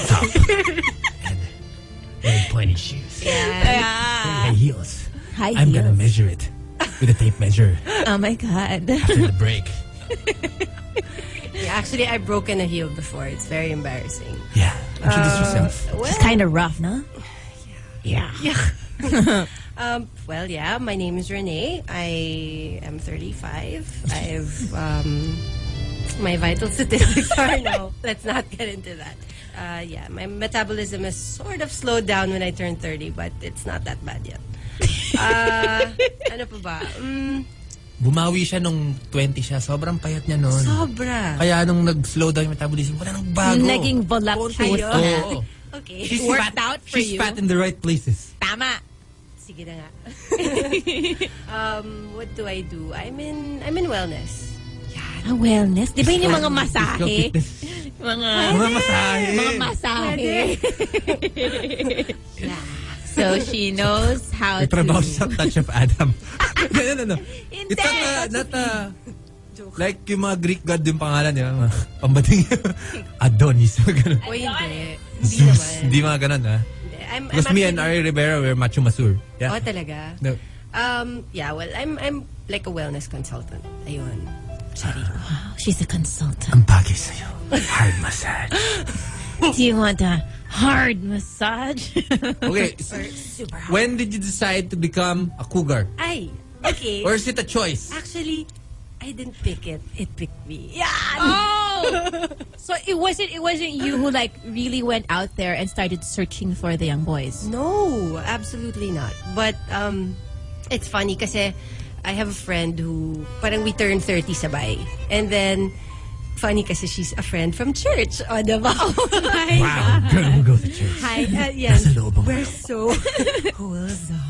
S1: top and very pointed shoes. High heels.
S2: High
S1: I'm gonna
S2: heels.
S1: measure it with a tape measure
S2: Oh my God.
S1: after the break.
S8: yeah, actually, I've broken a heel before. It's very embarrassing.
S1: Yeah, introduce
S2: Uh,
S1: yourself.
S2: It's kind of rough, no? Yeah.
S8: Um, well, yeah, my name is Renee. I am 35. I've, um, my vital statistics are, no, let's not get into that. Uh, yeah, my metabolism is sort of slowed down when I turned 30, but it's not that bad yet. Uh, ano pa ba? Mm,
S1: Bumawi siya nung 20 siya. Sobrang payat niya noon.
S8: sobra.
S1: Kaya nung nag-slow down yung metabolism, wala nang bago.
S2: Naging voluptuous
S1: Oo.
S2: na.
S8: Okay.
S1: She's
S2: Worked
S1: fat.
S2: out for
S1: She's
S2: you.
S1: fat in the right places.
S2: Tama.
S8: Sige na nga. um, what do I do? I'm in, I'm in wellness.
S2: Ah, wellness. Di ba yun yung
S1: Physical
S2: mga masahe?
S1: fitness.
S2: Mga,
S1: Mga masahe.
S2: mga masahe. so she knows how
S1: May trabaho
S2: to...
S1: siya sa Touch of Adam. no, no, no, no.
S2: Hindi.
S1: It's not a, not a, like yung mga Greek god yung pangalan, di ba? Mga Pambating Adonis. mga ganun.
S8: O hindi. Hindi
S1: Zeus.
S8: naman.
S1: Hindi mga ganun, ha?
S8: Hindi. I'm, I'm
S1: Because me and Ari
S8: actually-
S1: Rivera, we're macho masur. Yeah.
S8: Oh, talaga?
S1: No.
S8: Um, yeah, well, I'm I'm like a wellness consultant. Ayun. Sorry.
S1: Ah.
S2: She's a consultant.
S1: Ang bagay sa'yo. Hard massage.
S2: Do you want a hard massage?
S1: Okay. s-
S8: Super hot.
S1: When did you decide to become a cougar?
S8: Ay, okay.
S1: Or is it a choice?
S8: Actually, I didn't pick it. It picked me. Yeah.
S2: oh! So it wasn't it wasn't you who like really went out there and started searching for the young boys.
S8: No, absolutely not. But um, it's funny kasi I have a friend who parang we turned 30 sabay. And then, funny kasi she's a friend from church. O, diba?
S1: Wow. Girl, we'll go to church.
S8: Hi, uh,
S1: Nasa loob ang
S8: We're so wholesome.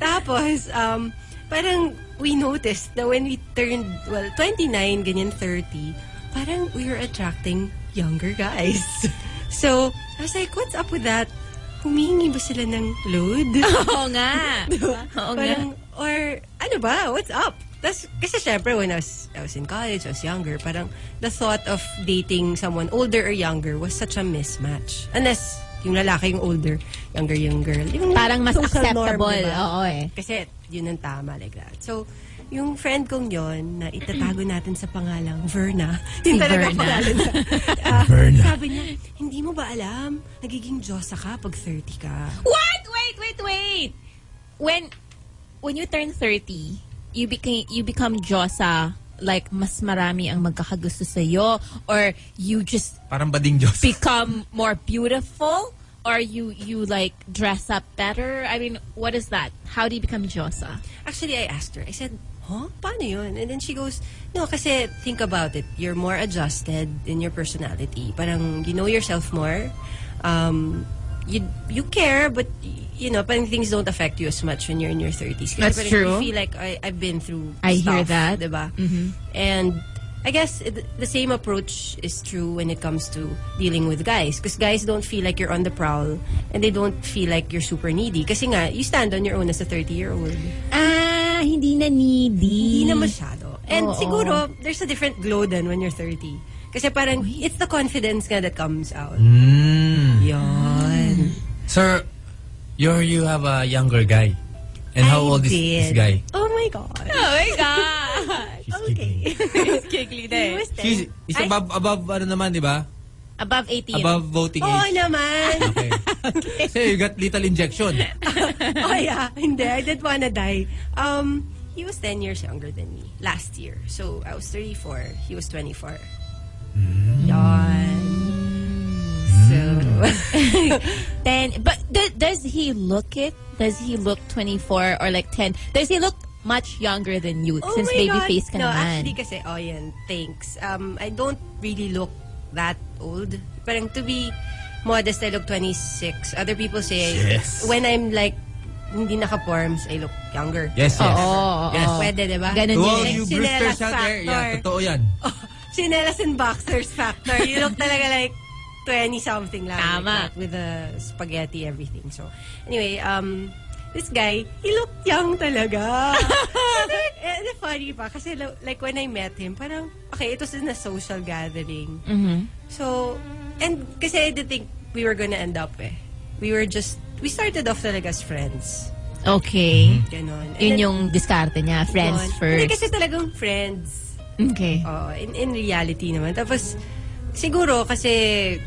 S8: Tapos, um, parang we noticed that when we turned, well, 29, ganyan 30, parang we were attracting younger guys. So, I was like, what's up with that? Humingi ba sila ng load?
S2: Oo nga. Oo nga.
S8: parang, or, ano ba? What's up? Tas, kasi syempre, when I was, I was in college, I was younger, parang the thought of dating someone older or younger was such a mismatch. Unless, yung lalaki yung older, younger yung girl. Yung
S7: Parang mas
S8: social norm,
S7: acceptable.
S8: diba?
S7: Oo eh.
S8: Kasi yun ang tama like that. So, yung friend kong yon na itatago natin sa pangalang Verna. Yun talaga ang
S2: Verna.
S8: pangalan niya. Ah,
S1: Verna.
S8: Sabi niya, hindi mo ba alam? Nagiging Diyosa ka pag 30 ka.
S2: What? Wait, wait, wait. When when you turn 30, you became you become Josa like mas marami ang magkakagusto sa or you just
S1: Parang bading Diyos.
S2: become more beautiful or you you like dress up better? I mean, what is that? How do you become Josa?
S8: Actually, I asked her. I said, huh? Paano yun? And then she goes, no, kasi think about it. You're more adjusted in your personality. Parang you know yourself more. Um, you you care, but y- you know, parang things don't affect you as much when you're in your 30s. Kasi
S2: That's
S8: parang
S2: true.
S8: You feel like I, I've been through
S2: I hear
S8: stuff,
S2: that. Mm-hmm.
S8: diba? And I guess it, the same approach is true when it comes to dealing with guys. Because guys don't feel like you're on the prowl and they don't feel like you're super needy. Kasi nga, you stand on your own as a 30-year-old.
S2: Ah, hindi na needy.
S8: Hindi na masyado. And
S2: Oo.
S8: siguro, there's a different glow than when you're 30. Kasi parang, it's the confidence nga that comes out.
S1: Mm.
S8: Yun.
S1: Sir, you're, you have a younger guy. And how
S8: I
S1: old is this
S8: did.
S1: guy?
S8: Oh my God.
S2: Oh my God.
S1: She's okay.
S2: Giggly day.
S1: She's, he's
S8: Ay.
S1: above, above ano naman, di ba?
S2: Above 18.
S1: Above voting
S8: Oo
S1: age.
S8: naman.
S1: Okay. Kasi you got little injection.
S8: oh yeah. Hindi, I didn't wanna die. Um, he was 10 years younger than me last year. So, I was 34. He was 24. Yun. So,
S2: Then, but do, does he look it? Does he look 24 or like 10? Does he look much younger than you? since
S8: Oh my
S2: baby
S8: God.
S2: face ka
S8: No,
S2: naman.
S8: actually kasi, oh yan, thanks. Um, I don't really look that old. Parang to be modest, I look 26. Other people say,
S1: Yes.
S8: when I'm like, hindi naka-forms, I look younger.
S1: Yes, yes.
S2: Oo, oo,
S1: Yes.
S2: oo.
S8: Pwede, diba?
S2: Ganun
S1: To
S2: yun.
S1: all
S2: eh.
S1: you
S8: Chinelas
S1: Brewsters out there,
S8: factor.
S1: yeah, totoo yan.
S8: Chinelas and boxers factor. You look talaga like, 20 something lang.
S3: Tama.
S8: that, with the spaghetti, everything. So, anyway, um, this guy, he looked young talaga. so, then, eh, the funny pa, kasi lo- like when I met him, parang, okay, it was in a social gathering.
S2: Mm-hmm.
S8: So, and kasi I didn't think we were gonna end up eh. We were just, we started off talaga as friends.
S2: Okay.
S8: Ganon. And
S2: Yun
S8: then-
S2: yung diskarte niya. Friends
S8: Ganon. Hindi,
S2: first.
S8: kasi talagang friends.
S2: Okay.
S8: Oo, in, in reality naman. Tapos, siguro kasi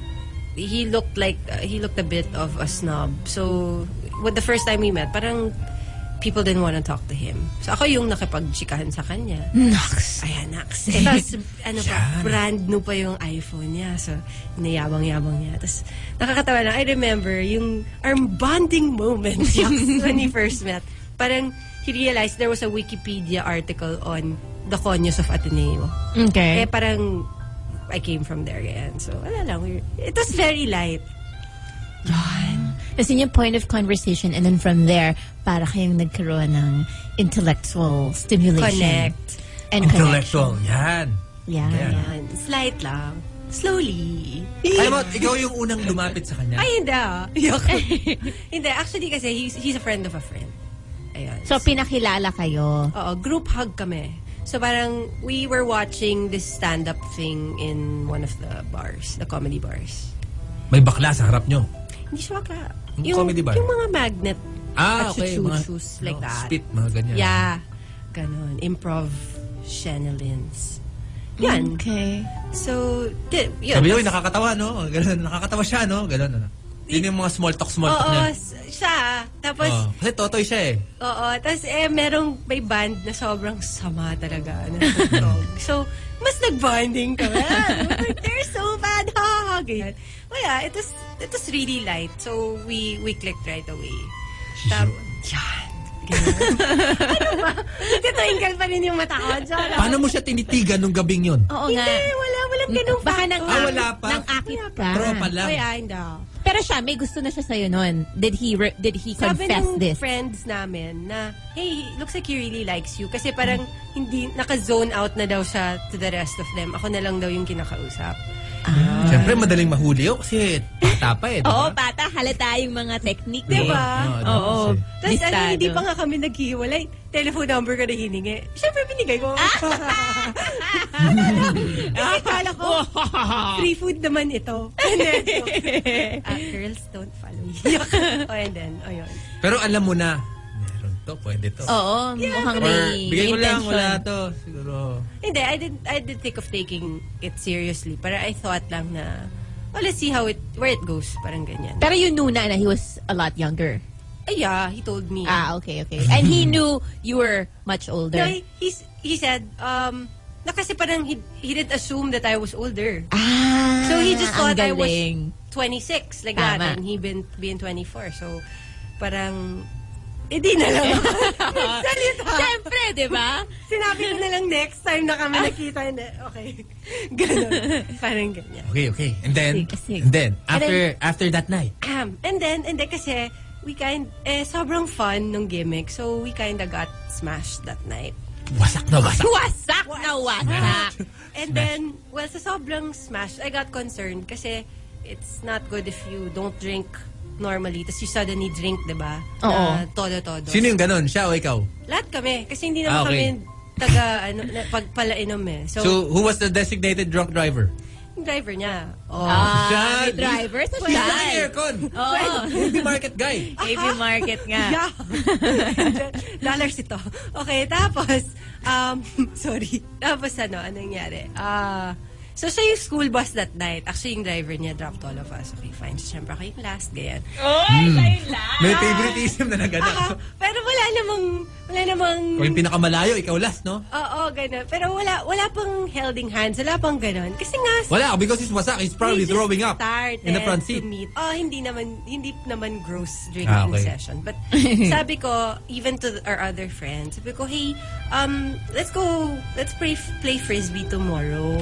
S8: he looked like, uh, he looked a bit of a snob. So, what the first time we met, parang people didn't want to talk to him. So, ako yung nakipag-chikahan sa kanya.
S2: Nox.
S8: Ayan, Nax. Eh, Tapos, ano pa, brand new pa yung iPhone niya. So, niyabang-yabang niya. Tapos, nakakatawa lang. I remember yung our bonding moment Yax, when we first met. Parang, he realized there was a Wikipedia article on the Conyos of Ateneo. Eh,
S2: Okay.
S8: parang, I came from there again. So, wala lang. We- It was very light.
S2: Tapos yun yung point of conversation and then from there, para kayong nagkaroon ng intellectual stimulation.
S8: Connect.
S2: And connection.
S1: Intellectual. Yan.
S2: Yeah. yeah.
S8: Ayan. Slight lang. Slowly.
S1: Alam mo, ikaw yung unang lumapit sa kanya.
S8: Ay, hindi ah. hindi. Actually, kasi he's, he's a friend of a friend. Ayan.
S2: So, pinakilala kayo.
S8: Oo, group hug kami. So parang we were watching this stand-up thing in one of the bars, the comedy bars.
S1: May bakla sa harap nyo.
S8: Hindi siya bakla.
S1: Yung comedy bar?
S8: Yung mga magnet.
S1: Ah,
S8: at
S1: okay.
S8: chuchuchus, like
S1: no,
S8: that.
S1: Spit, mga ganyan.
S8: Yeah. Ganon. Improv channelings. Yan.
S2: Okay.
S8: So, di, yun.
S1: Sabi niya, "Uy, nakakatawa, no? Ganun, nakakatawa siya, no? Ganun, ano. Yun yung mga small talk, small talk
S8: Oo,
S1: niya.
S8: s- siya. Tapos,
S1: Oo. Kasi totoy siya eh.
S8: Oo, tapos eh, merong may band na sobrang sama talaga ng tutog. so, mas nag-bonding kami. Like, They're so bad, ha, ha, ganyan. Well, yeah, it was, it was really light. So, we we clicked right away. Tam, yan. Ganyan. ano ba? Titwinkle pa rin yung mata ko. Diyan.
S1: Paano mo siya tinitigan nung gabing yun?
S2: Oo
S8: Hindi,
S2: nga.
S8: wala, walang ganun
S2: Baka nang
S1: Ah, wala pa.
S2: Nang akit ka.
S1: Tropa lang.
S8: Oh, yeah, hindi.
S2: Pero siya, may gusto na siya sa'yo noon. Did he re- did he
S8: Sabi
S2: confess
S8: ng
S2: this?
S8: friends namin na, hey, looks like he really likes you. Kasi parang hindi, naka-zone out na daw siya to the rest of them. Ako na lang daw yung kinakausap.
S1: Siyempre, madaling mahuli yun kasi bata pa eh.
S2: Oo, bata, halata yung mga technique.
S8: Diba?
S2: Oo.
S8: Tapos ano,
S2: Listado.
S8: hindi pa nga kami naghihiwalay. Telephone number ko na hiningi. Siyempre, binigay ko.
S2: Ah! eh.
S8: Kasi kala ko, free food naman ito. And then, so, ah, girls, don't follow me. oh, and then, oh, yun.
S1: Pero alam mo na, meron to, pwede to.
S2: Oo, mukhang
S1: Or,
S2: Oh, may,
S1: bigay
S2: may
S1: mo lang,
S2: intention.
S1: wala to. Siguro.
S8: Hindi, I did, I did think of taking it seriously. Para I thought lang na, well, let's see how it, where it goes. Parang ganyan.
S2: Pero you knew na na he was a lot younger.
S8: Ay, yeah, he told me.
S2: Ah, okay, okay. And he knew you were much older.
S8: No, he, he's, he said, um, na kasi parang he, he did assume that I was older.
S2: ah,
S8: So he
S2: ang
S8: just thought I was
S2: galing.
S8: 26 like
S2: Tama.
S8: that and he been been 24. So parang hindi na lang ako. Nagsalita.
S2: Siyempre, di ba?
S8: Sinabi ko na lang next time na kami nakita. Hindi, okay. Ganun. parang ganyan.
S1: Okay, okay. And then,
S2: Sige, sige.
S1: and then,
S8: And
S1: after after that night,
S8: Um, and then, and then kasi we kind, eh, sobrang fun nung gimmick. So we kinda got smashed that night.
S1: wasak na wasak.
S2: Wasak na wasak.
S8: And then, well, sa sobrang smash, I got concerned kasi it's not good if you don't drink normally. Tapos you suddenly drink, di ba?
S2: Oo.
S8: Na todo-todo.
S1: Sino yung ganun? Siya o ikaw?
S8: Lahat kami. Kasi hindi
S1: Ah,
S8: naman
S1: okay.
S8: kami taga, ano, na, pagpalainom eh. So,
S1: So, who was the designated drunk driver?
S8: yung driver niya. Oh.
S1: Siya.
S2: Ah, may driver sa
S1: Pwede sa
S2: siya.
S1: aircon.
S2: Oo. Ah.
S1: Hindi market guy.
S2: AV market nga.
S8: Yeah. Dollars ito. Okay, tapos, um, sorry. Tapos ano, ano nangyari? Ah, so siya yung school bus that night. Actually, yung driver niya dropped all of us. Okay, fine. So, syempre ako yung last, ganyan.
S1: May favoritism na naganap.
S8: Ah, pero wala namang, wala namang,
S1: Kung yung pinakamalayo, ikaw last, no?
S8: oo, ganun. Pero wala, wala pang holding hands, wala pang ganun. Kasi nga,
S1: Wala, because he's wasak. He's probably
S8: we just
S1: throwing up
S8: started
S1: in the front seat.
S8: to meet. Oh, hindi naman, hindi naman gross drinking
S1: Ah, okay.
S8: session. But sabi ko, even to our other friends, sabi ko, hey, um, let's go, let's play, play frisbee tomorrow.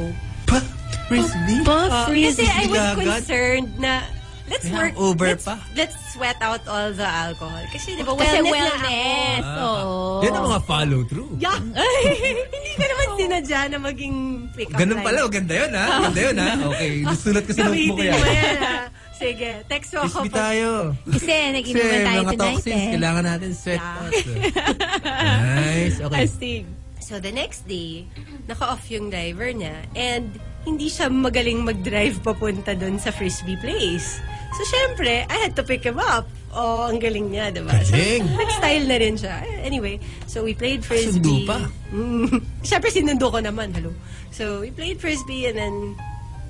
S1: Pa? Frisbee?
S8: Oh,
S2: Frisbee.
S8: Kasi I was
S1: Ah, agad?
S8: concerned na let's
S1: May
S8: work,
S1: hangover
S8: let's,
S1: pa.
S8: let's sweat out all the alcohol. Kasi, di ba,
S2: Kasi
S8: wellness, na ako.
S2: wellness. Oo.
S1: Yan ang mga follow-through.
S8: Yeah. Hindi Hindi ko naman sinadya na maging pick-up
S1: Ganun
S8: line.
S1: pala, oh, ganda yun ha. Ganda yun ha. Okay, sulat ko sa notebook ko
S8: Gamitin
S1: yan.
S8: mo yan, ha? Sige, text mo ako.
S1: Crispy
S8: pag-
S1: tayo.
S2: Kasi
S1: Kasi
S2: nag-inuman tayo
S1: mga
S2: tonight
S1: toxins,
S2: eh.
S1: kailangan natin sweat
S8: Yeah.
S1: out. nice, okay.
S3: Astig.
S8: So the next day, naka-off yung driver niya and hindi siya magaling mag-drive papunta doon sa frisbee place. So syempre, I had to pick him up. Oh, ang galing niya, diba? So,
S1: Galing.
S8: nag-style na rin siya. Anyway, so we played
S1: Sundo
S8: frisbee.
S1: pa.
S8: Mm, syempre, sinundo ko naman. Hello. So we played frisbee and then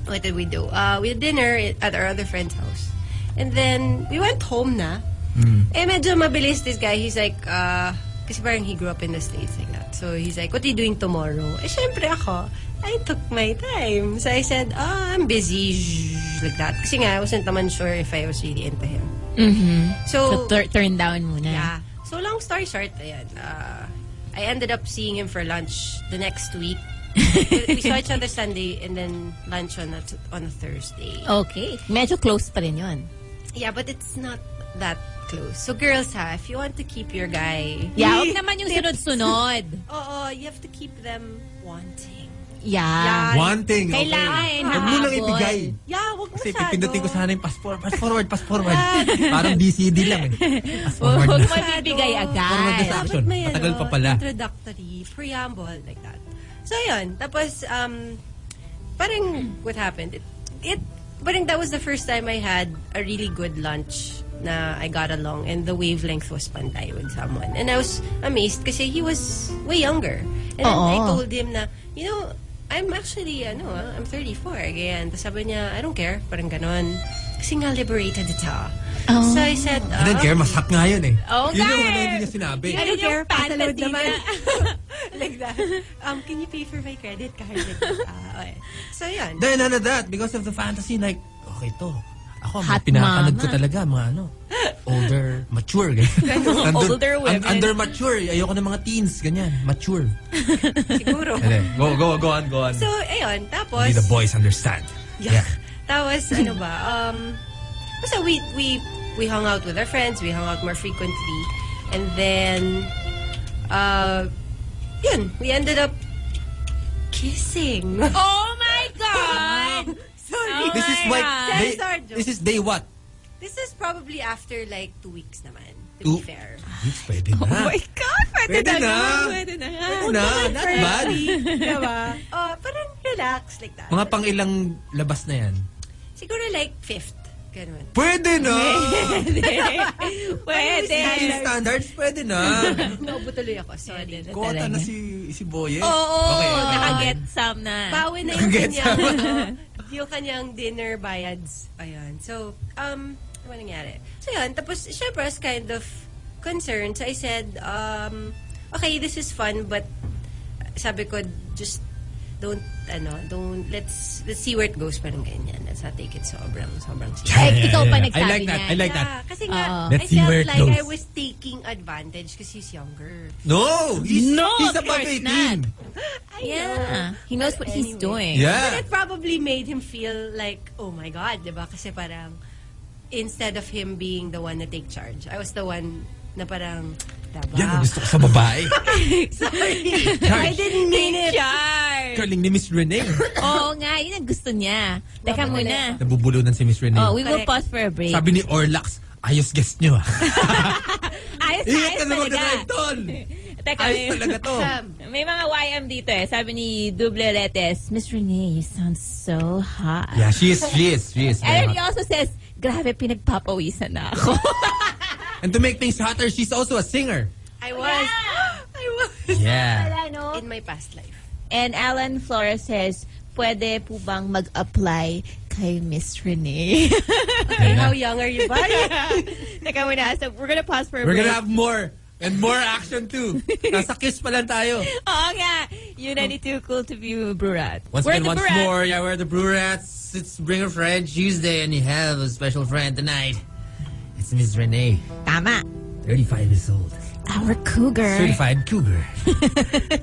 S8: what did we do? Uh, we had dinner at our other friend's house. And then we went home na. Eh, medyo mabilis this guy. He's like, uh, kasi parang he grew up in the States like that. So he's like, what are you doing tomorrow? Eh, syempre ako, I took my time. So I said, oh, I'm busy. zzz, Like that. Kasi nga, I wasn't naman sure if I was really into him.
S2: So,
S8: So,
S2: tur- turn down
S1: Mm.
S2: muna.
S8: yeah. So long story short, ayan, uh, I ended up seeing him for lunch the next week. we saw each other Sunday and then lunch on a, on a Thursday.
S1: Oh.
S2: Okay. Medyo close pa rin yun.
S8: Yeah, but it's not that close. So girls ha, if you want to keep your guy,
S2: Yeah, huwag naman yung sunod-sunod.
S8: oo, you have to keep them wanting.
S2: Yeah.
S1: One thing, okay.
S2: Kailangan,
S1: Huwag mo lang
S2: habol.
S1: ibigay.
S8: Yeah, wag
S1: Kasi
S8: masyado.
S1: pipindutin ko sana yung pass forward, pass forward, pass forward. Parang DCD lang eh. Pass forward.
S2: Huwag mo ibigay
S1: Forward na
S2: agad.
S1: sa-
S8: Dapat may
S1: Matagal
S8: ano,
S1: pa pala.
S8: introductory, preamble, like that. So yun, tapos, um, parang what happened, it, it parang that was the first time I had a really good lunch na I got along and the wavelength was pantay with someone. And I was amazed kasi he was way younger. And then
S2: Oo.
S8: I told him na, you know, I'm actually, ano, ah, I'm 34, ganyan. Tapos sabi niya, I don't care, parang ganon. Kasi nga liberated ita. So I said,
S1: Oh. I don't care,
S8: "Ah,
S1: masak nga yun eh.
S8: Oh,
S3: Okay.
S1: Yun yung ano hindi niya sinabi.
S8: I don't
S3: Yun yung
S8: care, pasa load
S3: fantasy
S8: naman.
S3: na.
S8: like that. Um, can you pay for my credit card? Like, ah, okay. So, yun.
S1: Then none of that because of the fantasy like okay to. Ako mga
S2: Hot
S1: pinapanood
S2: mama.
S1: ko talaga mga ano older mature ganyan. under,
S3: Older women.
S1: un- under mature ayoko ng mga teens ganyan mature.
S8: Siguro.
S1: Ade, go go go on go on.
S8: So, ayun. Tapos,
S1: Only the boys understand.
S8: Yeah. Tapos, ano ba, um, basta we, we, we hung out with our friends, we hung out more frequently, and then, uh, yun, we ended up kissing.
S3: Oh my God!
S8: Sorry.
S1: This is like
S3: God.
S1: day,
S8: Oh Sorry, sorry.
S1: this is day what?
S8: This is probably after like two weeks naman, to
S1: Two-
S8: be fair.
S1: Weeks pwede na.
S3: Oh my God! Pwede,
S1: Pwede
S3: na.
S1: na.
S3: Pwede na.
S1: Pwede na, not bad.
S8: diba? Oh, parang relax, like that.
S1: Mga pang ilang labas na yan.
S8: Siguro like fifth. Ganun.
S1: Pwede na!
S3: Pwede.
S1: Beauty standards, pwede na.
S8: Naubutuloy ako, sorry.
S1: Kota na si, si Boyet.
S3: Oo,
S1: Okay, okay.
S3: nakaget some na.
S8: Bawi na yung
S1: Gets
S8: kanyang,
S1: ako.
S8: ano, yung kanyang dinner bayads. Ayan. So, um, ano nangyari? So, yun. Tapos, syempre, I was kind of concerned. So, I said, um, okay, this is fun, but sabi ko, just don't, ano, don't, let's, let's see where it goes. Parang ganyan. Let's not take it sobrang, sobrang serious.
S2: Eh, ikaw pa nagsabi
S1: I like that.
S2: niyan.
S1: I like that. Uh,
S8: Yeah, Kasi nga,
S2: Oo.
S1: Let's
S8: I
S1: see where
S8: felt
S1: it
S8: like
S1: goes.
S8: I was taking advantage kasi he's younger.
S1: No! He's,
S2: No,
S1: he's
S2: of
S1: above
S2: course
S1: 18.
S2: not.
S8: Yeah.
S2: Yeah. He knows what he's
S8: Anyway.
S2: doing.
S1: Yeah.
S8: But it probably made him feel like, oh my God, di ba? Kasi parang, instead of him being the one to take charge, I was the one na parang, diba?
S1: Yan ang gusto ko sa babae.
S8: Sorry. I didn't mean it.
S3: Char!
S1: Curling ni Miss Renee.
S2: Oo nga, yun ang gusto niya. Teka muna.
S1: Nabubulunan si Miss Renee.
S2: Oh, we will
S8: Correct.
S2: pause for a break.
S1: Sabi ni Orlax, ayos guest nyo ah.
S3: Ayos na,
S1: Ingat
S3: ayos
S1: ka na
S3: talaga.
S1: mag-drive, tol.
S3: Teka,
S1: Ayos
S3: may,
S1: talaga to.
S8: Um,
S3: may mga YM dito eh. Sabi ni
S2: Yes,
S3: Dubleletes.
S2: Miss Renee, you sound so hot.
S1: Yeah, she is, she is, she is. very
S3: And he
S1: hot.
S3: also says, grabe, pinagpapawisan na ako.
S1: And to make things hotter, she's also a singer.
S8: I was. Ano? I was.
S1: Yeah.
S8: In my past life.
S2: And Alan Flores says, pwede po bang mag-apply kay Miss Renee?
S8: Okay, how young are you, buddy?
S2: Teka muna, so we're gonna pause for a
S1: We're
S2: break.
S1: gonna have more. And more action too. Nasa kiss pa lang tayo.
S2: Oo Oh, nga, U92 Cool to View Brurat.
S1: Once
S2: We're
S1: again,
S2: the
S1: once
S2: Brurat.
S1: more, yeah, we're the Brew Rats. It's Bring a Friend Tuesday, and you have a special friend tonight. It's Miss Renee,
S2: Tama,
S1: 35 years old.
S2: our cougar.
S1: Certified cougar.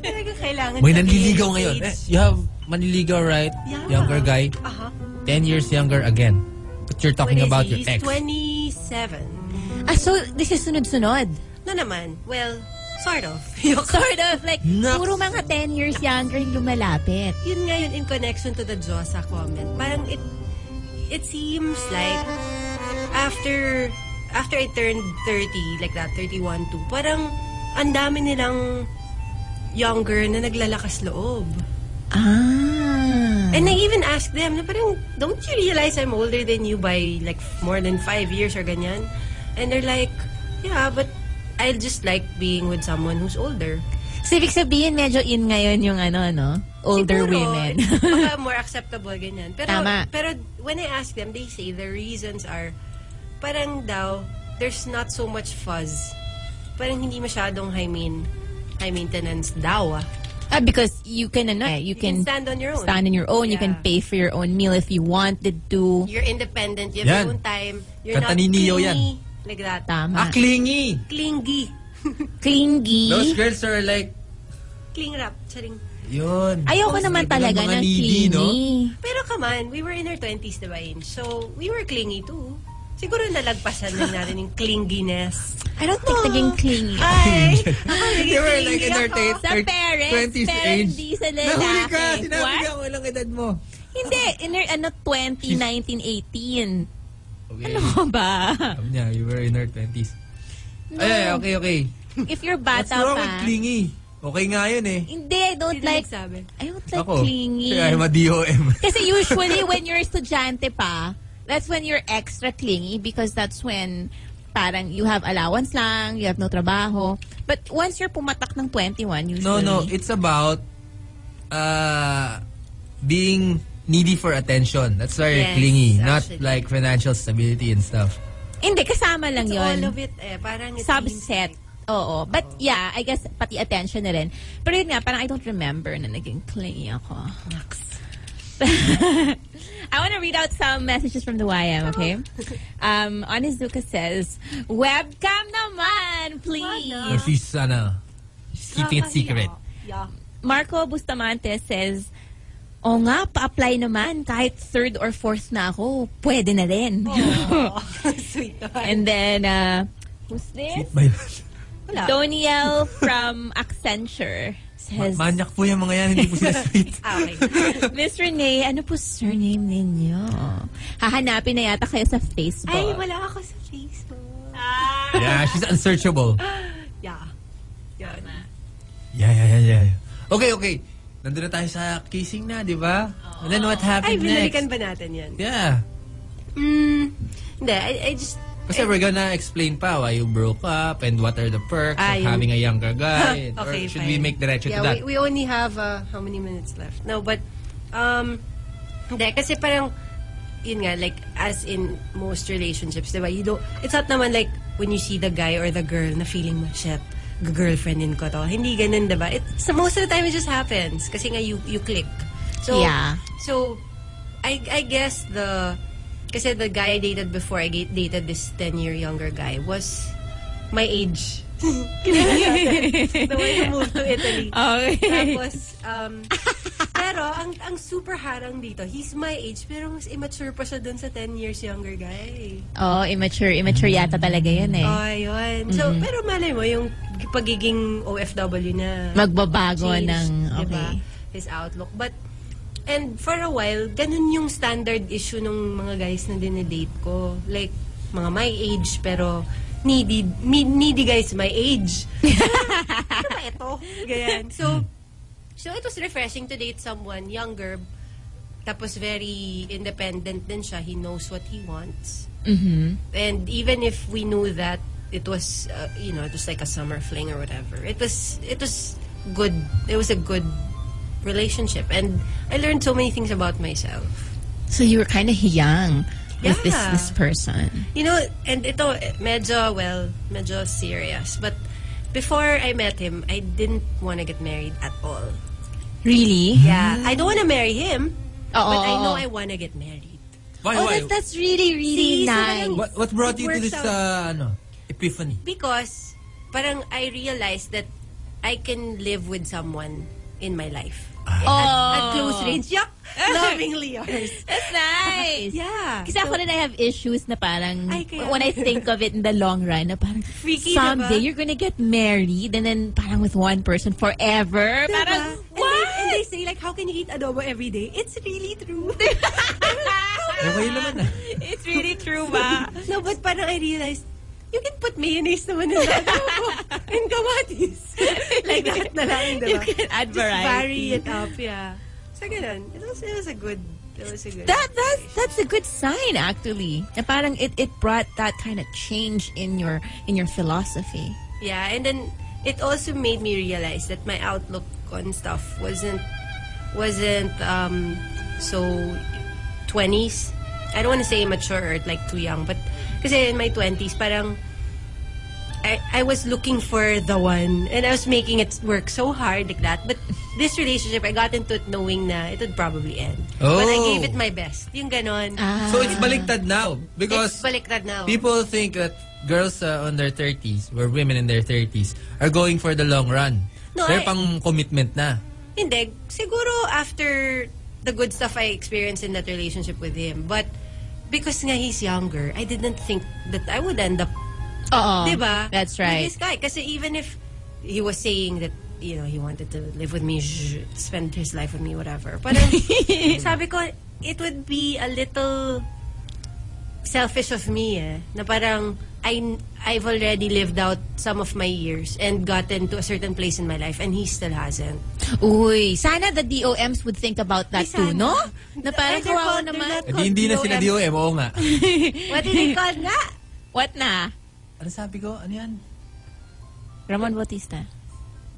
S8: Talaga kailangan
S1: May
S8: sabihin
S1: nanliligaw
S8: yung
S1: ngayon. Eh,
S8: age.
S1: you have manliligaw, right?
S8: Yeah.
S1: Younger guy.
S3: Uh-huh.
S8: Aha.
S1: 10 years younger again. But you're
S8: What
S1: talking
S8: is
S1: about your
S8: he?
S1: ex.
S8: He's 27.
S2: Ah, so this is sunod-sunod.
S8: No naman. Well, Sort of. Yung-
S3: Sort of, like,
S1: Nuts.
S3: puro mga 10 years younger yung lumalapit.
S8: yun nga yun in connection to the Josa comment. Parang it it seems like after after I turned 30, like that, 31 to, parang ang dami nilang younger na naglalakas loob.
S3: Ah.
S2: Eh.
S8: And I even asked them, na parang, don't you realize I'm older than you by like more than five years or ganyan? And they're like, yeah, but I just like being with someone who's older.
S3: So, ibig sabihin, medyo in ngayon yung ano, no? Older
S8: Siguro,
S3: women.
S8: baka more acceptable, ganyan. Pero,
S2: Tama.
S8: pero when I ask them, they say the reasons are, parang daw, there's not so much fuzz. Parang hindi masyadong high, main, high maintenance daw. ah.
S3: ah, because you can, ano, eh, you
S8: You can
S3: can
S8: stand on your own.
S3: stand on your own. You can
S8: Yeah.
S3: pay for your own meal if you wanted to.
S8: You're independent. You have
S1: Yan.
S8: your own time. You're
S1: Kanta
S8: not
S1: ni Neo
S8: clingy.
S1: yan.
S8: Like that.
S1: Ah,
S3: Tama.
S1: clingy.
S8: Clingy.
S3: Clingy.
S1: Those girls are like,
S8: Cling wrap. Charing.
S1: yun.
S3: Ayoko naman
S1: Sweet
S3: talaga
S1: mga
S3: ng
S1: needy, no?
S3: clingy.
S8: Pero come on, we were in our 20s, diba, Ange? So, we were clingy too. Siguro nalagpasan lang natin yung clinginess.
S3: I don't think naging clingy.
S8: Ay!
S1: They were like in their
S8: ako.
S1: tate-
S3: Sa
S1: their
S3: parents,
S1: 20s
S3: pero
S1: age.
S3: hindi sa lalaki.
S1: Nahuli ka! Sinabi
S3: eh, What?
S1: ka kung ilang edad mo.
S3: Hindi, in your, ano, 20, 19, 18.
S1: Okay.
S3: Ano ka ba?
S1: Sabi niya, you were in her 20s. Eh, okay, okay.
S3: If you're
S1: What's
S3: bata
S1: wrong
S3: pa.
S1: with clingy? Okay nga yun eh.
S3: Hindi, I don't
S8: Sino
S3: like,
S8: nagsabi?
S3: I don't like
S1: Ako.
S3: clingy.
S1: Sure, I'm a DOM.
S2: Kasi usually when you're estudyante pa, that's when you're extra clingy because that's when parang you have allowance lang, you have no trabaho. But once you're pumatak ng 21, usually.
S1: No, no. It's about uh, being needy for attention. That's why you're
S8: Yes,
S1: clingy. Not
S8: actually.
S1: like financial stability and stuff.
S2: Hindi, kasama lang
S8: It's
S2: yon
S8: all of it eh. Parang it
S2: Subset.
S8: seems
S2: Oo. But yeah, I guess pati attention na rin. Pero yun nga, parang I don't remember na naging clingy ako.
S3: I want to read out some messages from the YM, okay? Um, Onizuka says, Webcam naman,
S1: Or
S8: Uh-huh.
S3: please.
S1: she's sana she's keeping it secret.
S3: Marco Bustamante says, O nga, pa-apply naman. Kahit third or fourth na ako, pwede na rin.
S8: like- Sweet naman.
S3: And then, uh, who's this?
S1: May-
S8: Wala.
S3: Doniel from Accenture says,
S1: Manyak po yung mga yan. Hindi po sila sweet.
S8: Ah, okay.
S3: Miss Renee, ano po surname ninyo? Hahanapin na yata kayo sa Facebook.
S8: Ay, wala ako sa Facebook. Ah.
S1: yeah, she's unsearchable.
S8: Yeah. Yun.
S1: Yeah, yeah, yeah, yeah. yeah. Okay, okay. Nandun na tayo sa kissing na, di ba? And then what
S8: Ay,
S1: happened
S8: binalikan
S1: next?
S8: ba natin yan?
S1: Yeah.
S8: Mm, hindi, I, I just...
S1: Kasi we're gonna explain pa why you broke up and what are the perks
S8: Ah,
S1: of
S8: yun.
S1: having a younger guy.
S8: Huh, okay,
S1: or should we
S8: fine.
S1: make diretso to
S8: Yeah,
S1: that?
S8: we, we only have uh, how many minutes left? No, but... Um, hindi, kasi parang... Yun nga, like, as in most relationships, diba? You don't... It's not naman like when you see the guy or the girl na feeling mo, shit, girlfriendin ko to. Hindi ganun, diba? It's, most of the time, it just happens. Kasi nga, you, you click. So,
S2: Yeah.
S8: So, I, I guess the... Kasi the guy I dated before, I ga- dated this 10-year younger guy, was my age. the one who moved to Italy.
S3: Okay.
S8: Tapos, um, pero ang, ang super harang dito, he's my age, pero mas immature pa siya dun sa 10 years younger guy.
S3: Oh,
S2: Oo, immature. Immature yata talaga yun eh.
S8: Oh, yun. So, pero malay mo, yung pagiging OFW na
S2: Magbabago
S8: change,
S2: ng... Okay.
S8: diba? His outlook. But, and for a while, ganun yung standard issue ng mga guys na dinedate ko. Like, mga my age, pero needy, me- needy guys my age. ano ba ito? Ganyan. So, so it was refreshing to date someone younger, tapos very independent din siya. He knows what he wants. And even if we knew that it was, uh, you know, it was like a summer fling or whatever. It was, it was good. It was a good relationship, and I learned so many things about myself.
S2: So you were kind of young with this
S8: Yeah.
S2: this person.
S8: You know, and ito eh, medyo well, medyo serious. But before I met him, I didn't want to get married at all.
S2: Really?
S8: Yeah, I don't want to marry him,
S2: Oo,
S8: but I
S2: oo,
S8: know
S2: oo.
S8: I want to get married.
S1: Why,
S2: Oh,
S1: why?
S2: that's, that's really, really
S8: See, so
S2: nice.
S8: ganun-
S1: What, what brought
S8: It
S1: you to
S8: works
S1: this uh, ano, epiphany?
S8: because parang I realized that I can live with someone in my life.
S3: Oh.
S8: At close range. Yuck! Lovingly yours.
S3: That's nice.
S8: Yeah.
S2: Kasi ako rin, I have issues na parang,
S8: Ay, kaya-
S2: when I think of it in the long run, na parang,
S8: Freaky,
S2: someday
S8: diba?
S2: you're gonna get married and then parang with one person forever.
S8: Diba?
S2: Parang,
S8: And
S2: what?
S8: they, and they say like, how can you eat adobo every day? It's really true.
S1: Ewan yun naman ah.
S3: It's really true ba?
S8: no, but parang I realized, you can put mayonnaise naman in the adobo and kamatis. like that na lang, diba?
S3: you can add variety.
S8: Vary it up, yeah. So, ganun. It was, it was a good, it was a good.
S2: That that's that's a good sign actually. Na parang it it brought that kind of change in your in your philosophy.
S8: Yeah, and then it also made me realize that my outlook on stuff wasn't wasn't um, so twenties. I don't want to say immature or like too young, but because in my twenties, parang I, I was looking for the one, and I was making it work so hard like that. But this relationship, I got into it knowing na it would probably end. But I
S1: Oh.
S8: gave it my best. Yung ganon.
S1: So it's baliktad now because
S8: Ah. It's baliktad now.
S1: people think that girls uh, on their 30s or women in their 30s are going for the long run.
S8: No,
S1: They're
S8: I-
S1: pang commitment na.
S8: Hindi. Siguro after the good stuff I experienced in that relationship with him. But because nga he's younger, I didn't think that I would end up,
S2: Oh,
S8: diba?
S2: That's right.
S8: With this guy. Kasi even if he was saying that, you know, he wanted to live with me, sh- spend his life with me, whatever. But sabi ko, it would be a little selfish of me eh. Na parang, I, I've already lived out some of my years and gotten to a certain place in my life and he still hasn't.
S2: Uy, sana the DOMs would think about that
S8: Ay,
S2: too,
S8: sana.
S2: no? Na parang
S8: They're
S2: kawawa
S8: called-
S2: naman.
S8: they're not
S1: Eh, di hindi na sila
S8: DOM.
S1: DOM. Oo nga.
S8: What is it called nga?
S2: What na?
S1: ano sabi ko? Ano yan?
S2: Ramon Bautista.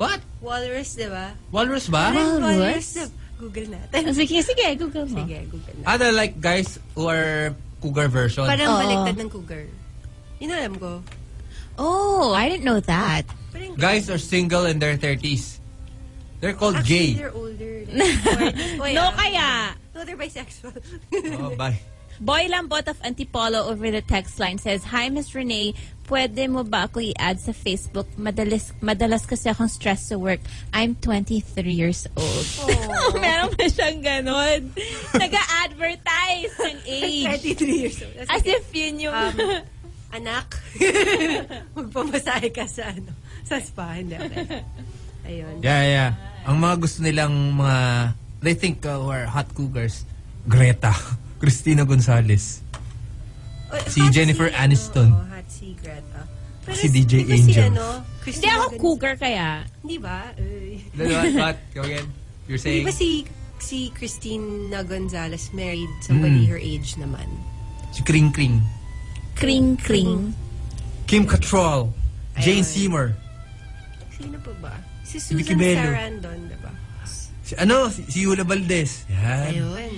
S1: What?
S8: Walrus, di ba?
S1: Walrus
S3: Ah,
S8: Ano?
S1: ba?
S2: Walrus?
S8: Walrus. Google natin.
S2: Sige, sige, Google
S3: Ah.
S2: mo.
S8: Sige, Google natin.
S1: Other like guys who are cougar version.
S8: Parang
S2: Oo.
S8: baliktad ng cougar. Yun ang alam ko.
S2: Oh, I didn't know that.
S8: Parang
S1: guys are single in their 30s. They're called
S8: actually,
S1: J.
S8: they're older. Like, or- oh, yeah.
S3: No kaya.
S8: No, they're bisexual.
S1: Oh, bye.
S3: Boy Lambot of Antipolo over the text line says, Hi, Miss Renee. Pwede mo ba ako i-add sa Facebook? Madalas, madalas kasi akong stress sa work. I'm 23 years old.
S2: Oh.
S3: Meron pa siyang ganon. Nag-advertise ng age. Ah,
S8: 23 years old. That's
S3: As if yun yung...
S8: Um, anak, magpamasahe ka sa ano, sa spa. Hindi, okay. Ayun.
S1: Yeah, yeah. Ang mga gusto nilang mga... They think uh, who are hot cougars. Greta. Christina Gonzalez.
S8: Oh,
S1: Si
S8: hot
S1: Jennifer
S8: ano,
S1: Aniston.
S8: oh, hot si Greta. Pero
S1: Si DJ
S8: di ba Si,
S1: Angel.
S8: ano,
S3: Hindi
S8: Christina
S3: ako
S8: Gonz-
S3: cougar kaya.
S8: Di ba? Uy.
S1: What? what? Go again. You're
S8: Di
S1: saying...
S8: ba si, si Christina Gonzalez married somebody her age naman?
S1: Si Kring Kring.
S2: Kring, kring.
S1: Kim Cattrall. Jane
S8: Ayun.
S1: Seymour.
S8: Sino pa ba? Si
S1: Si Vicky
S8: Susan
S1: Bello.
S8: Sarandon, di ba?
S1: Si, ano? Si, si Yula Valdez. Yan.
S8: Ayun.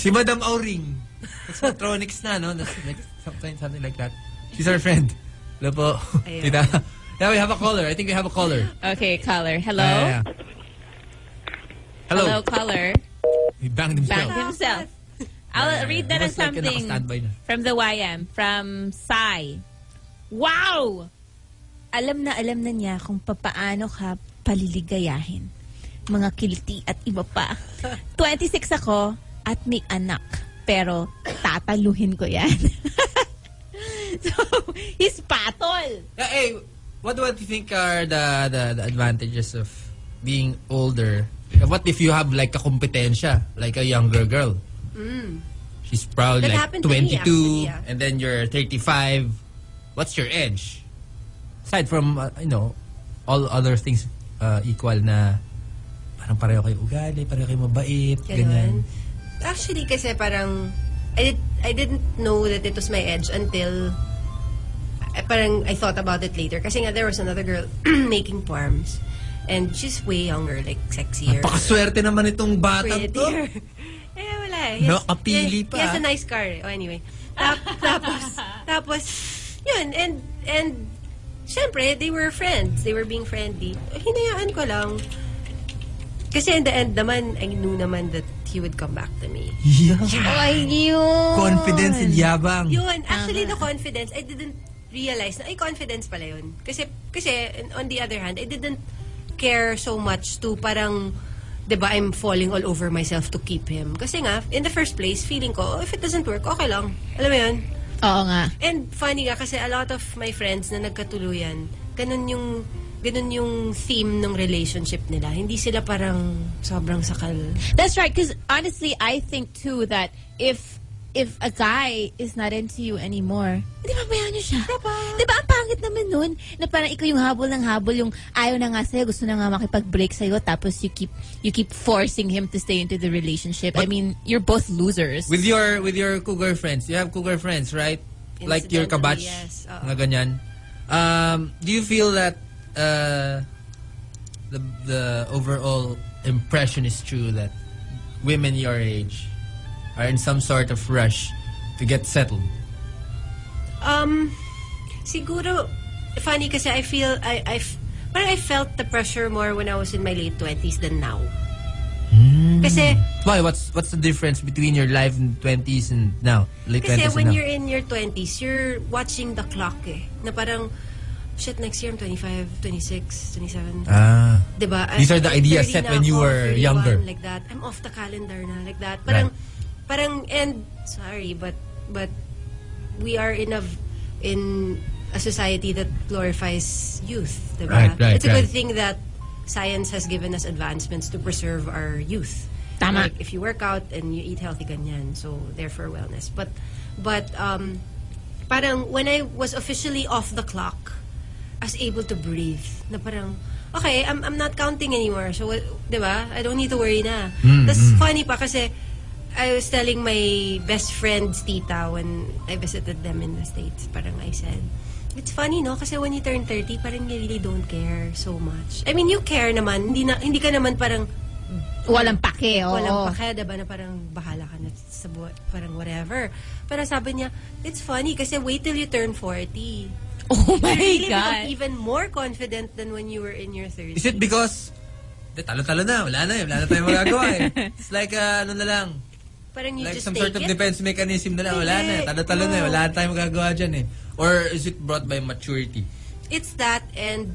S1: Si Madam Auring. That's Matronics na, no? That's like, something, something like that. She's our friend. Hello po.
S8: Ayun.
S1: Tita. Yeah, we have a caller. I think we have a caller.
S3: Okay, caller. Hello?
S1: Yeah, yeah. Hello.
S3: Hello, caller.
S1: He banged himself.
S3: Bang himself. I'll read that
S1: He
S3: as
S1: was like a
S3: something
S1: nakastandby na.
S3: from the YM, from Sai. Wow! Alam na alam na niya kung papaano ka paliligayahin. Mga kiliti at iba pa. 26 ako at may anak. Pero tataluhin ko yan. so, he's patol.
S1: Uh, hey, what do you think are the, the, the advantages of being older? What if you have like a competensya, like a younger girl? She's probably
S8: Mm. That
S1: like
S8: happened to
S1: 22,
S8: me, actually, yeah.
S1: and then you're 35. What's your edge? Aside from, uh, you know, all other things uh, equal na parang pareho kayo ugali, pareho kayo mabait, ganyan.
S8: Ganun. Actually, kasi parang, I, did, I didn't know that it was my edge until, I, parang I thought about it later. Kasi nga, there was another girl making forms. And she's way younger, like sexier.
S1: Napakaswerte naman itong batang to.
S8: prettier. eh, wala. eh. Yes,
S1: Nakapili
S8: eh,
S1: pa.
S8: He has a nice car. eh. Oh, anyway. Tap, tapos, tapos, yun, and, and, syempre, they were friends. They were being friendly. Hinayaan ko lang. Kasi in the end naman, I knew naman that he would come back to me. Oh,
S1: Yeah.
S2: Ay, yun.
S1: Confidence and yabang.
S8: Yun, actually, the confidence, I didn't realize na, ay, confidence pala yun. Kasi, kasi, on the other hand, I didn't care so much to parang 'di ba, I'm falling all over myself to keep him. Kasi nga, in the first place, feeling ko, oh, if it doesn't work, okay lang. Alam mo yun?
S2: Oo nga.
S8: And funny nga, kasi a lot of my friends na nagkatuluyan, ganun yung, ganun yung theme ng relationship nila. Hindi sila parang sobrang sakal.
S2: That's right. Because honestly, I think too that if if a guy is not into you anymore, di ba bayaan niyo siya? Diba? Diba ang pangit naman nun? Na parang ikaw yung habol ng habol, yung ayaw na nga sa'yo, gusto na nga makipag-break sa'yo, tapos you keep you keep forcing him to stay into the relationship. I mean, you're both losers.
S1: With your with your cougar friends, you have cougar friends, right? Like your kabatch,
S8: Incidentally, yes. Oo.
S1: mga ganyan. Um, do you feel that uh, the the overall impression is true that women your age are in some sort of rush to get settled?
S8: Um, siguro, funny kasi I feel, I, I, f- parang I felt the pressure more when I was in my late 20s than now.
S1: Hmm.
S8: Kasi,
S1: Why? What's what's the difference between your life in twenties and now? Late
S8: kasi
S1: twenties
S8: when
S1: and now.
S8: you're in your 20s, you're watching the clock eh. Na parang, shit, next year I'm 25, 26, 27.
S1: ah,
S8: Diba?
S1: These are the ideas
S8: 30
S1: set
S8: na
S1: when you
S8: ako,
S1: were
S8: 31,
S1: younger.
S8: Like that. I'm off the calendar na. Like that. Parang, parang, and, sorry, but, but, we are in a, v- in a society that glorifies youth. Diba?
S1: Right, right,
S8: It's a good
S1: right.
S8: thing that science has given us advancements to preserve our youth.
S2: Tama.
S8: Like, if you work out and you eat healthy ganyan, so therefore wellness. But, but, um, parang when I was officially off the clock, I was able to breathe. Na parang, okay, I'm, I'm not counting anymore. So, wal- di ba? I don't need to worry na. That's funny pa kasi I was telling my best friend's tita when I visited them in the States. Parang I said, It's funny, no? Kasi when you turn 30, parang you really don't care so much. I mean, you care naman. Hindi, na, hindi ka naman parang
S2: Walang pake, oo.
S8: walang pake, diba, na parang bahala ka na sa buhay, parang whatever. Pero sabi niya, it's funny kasi wait till you turn 40.
S2: Oh my
S8: Really become
S2: God.
S8: even more confident than when you were in your
S1: Is
S8: 30s.
S1: it because "Hindi, talo-talo na, wala na eh, wala na tayong magagawa eh. It's like uh, ano na lang,
S8: parang you
S1: like
S8: just
S1: some
S8: take
S1: sort of
S8: it?
S1: defense mechanism na lang, wala na, eh,
S8: Hindi,
S1: talo-talo na eh,
S8: no.
S1: wala na tayong magagawa dyan eh. Or is it brought by maturity?
S8: It's that and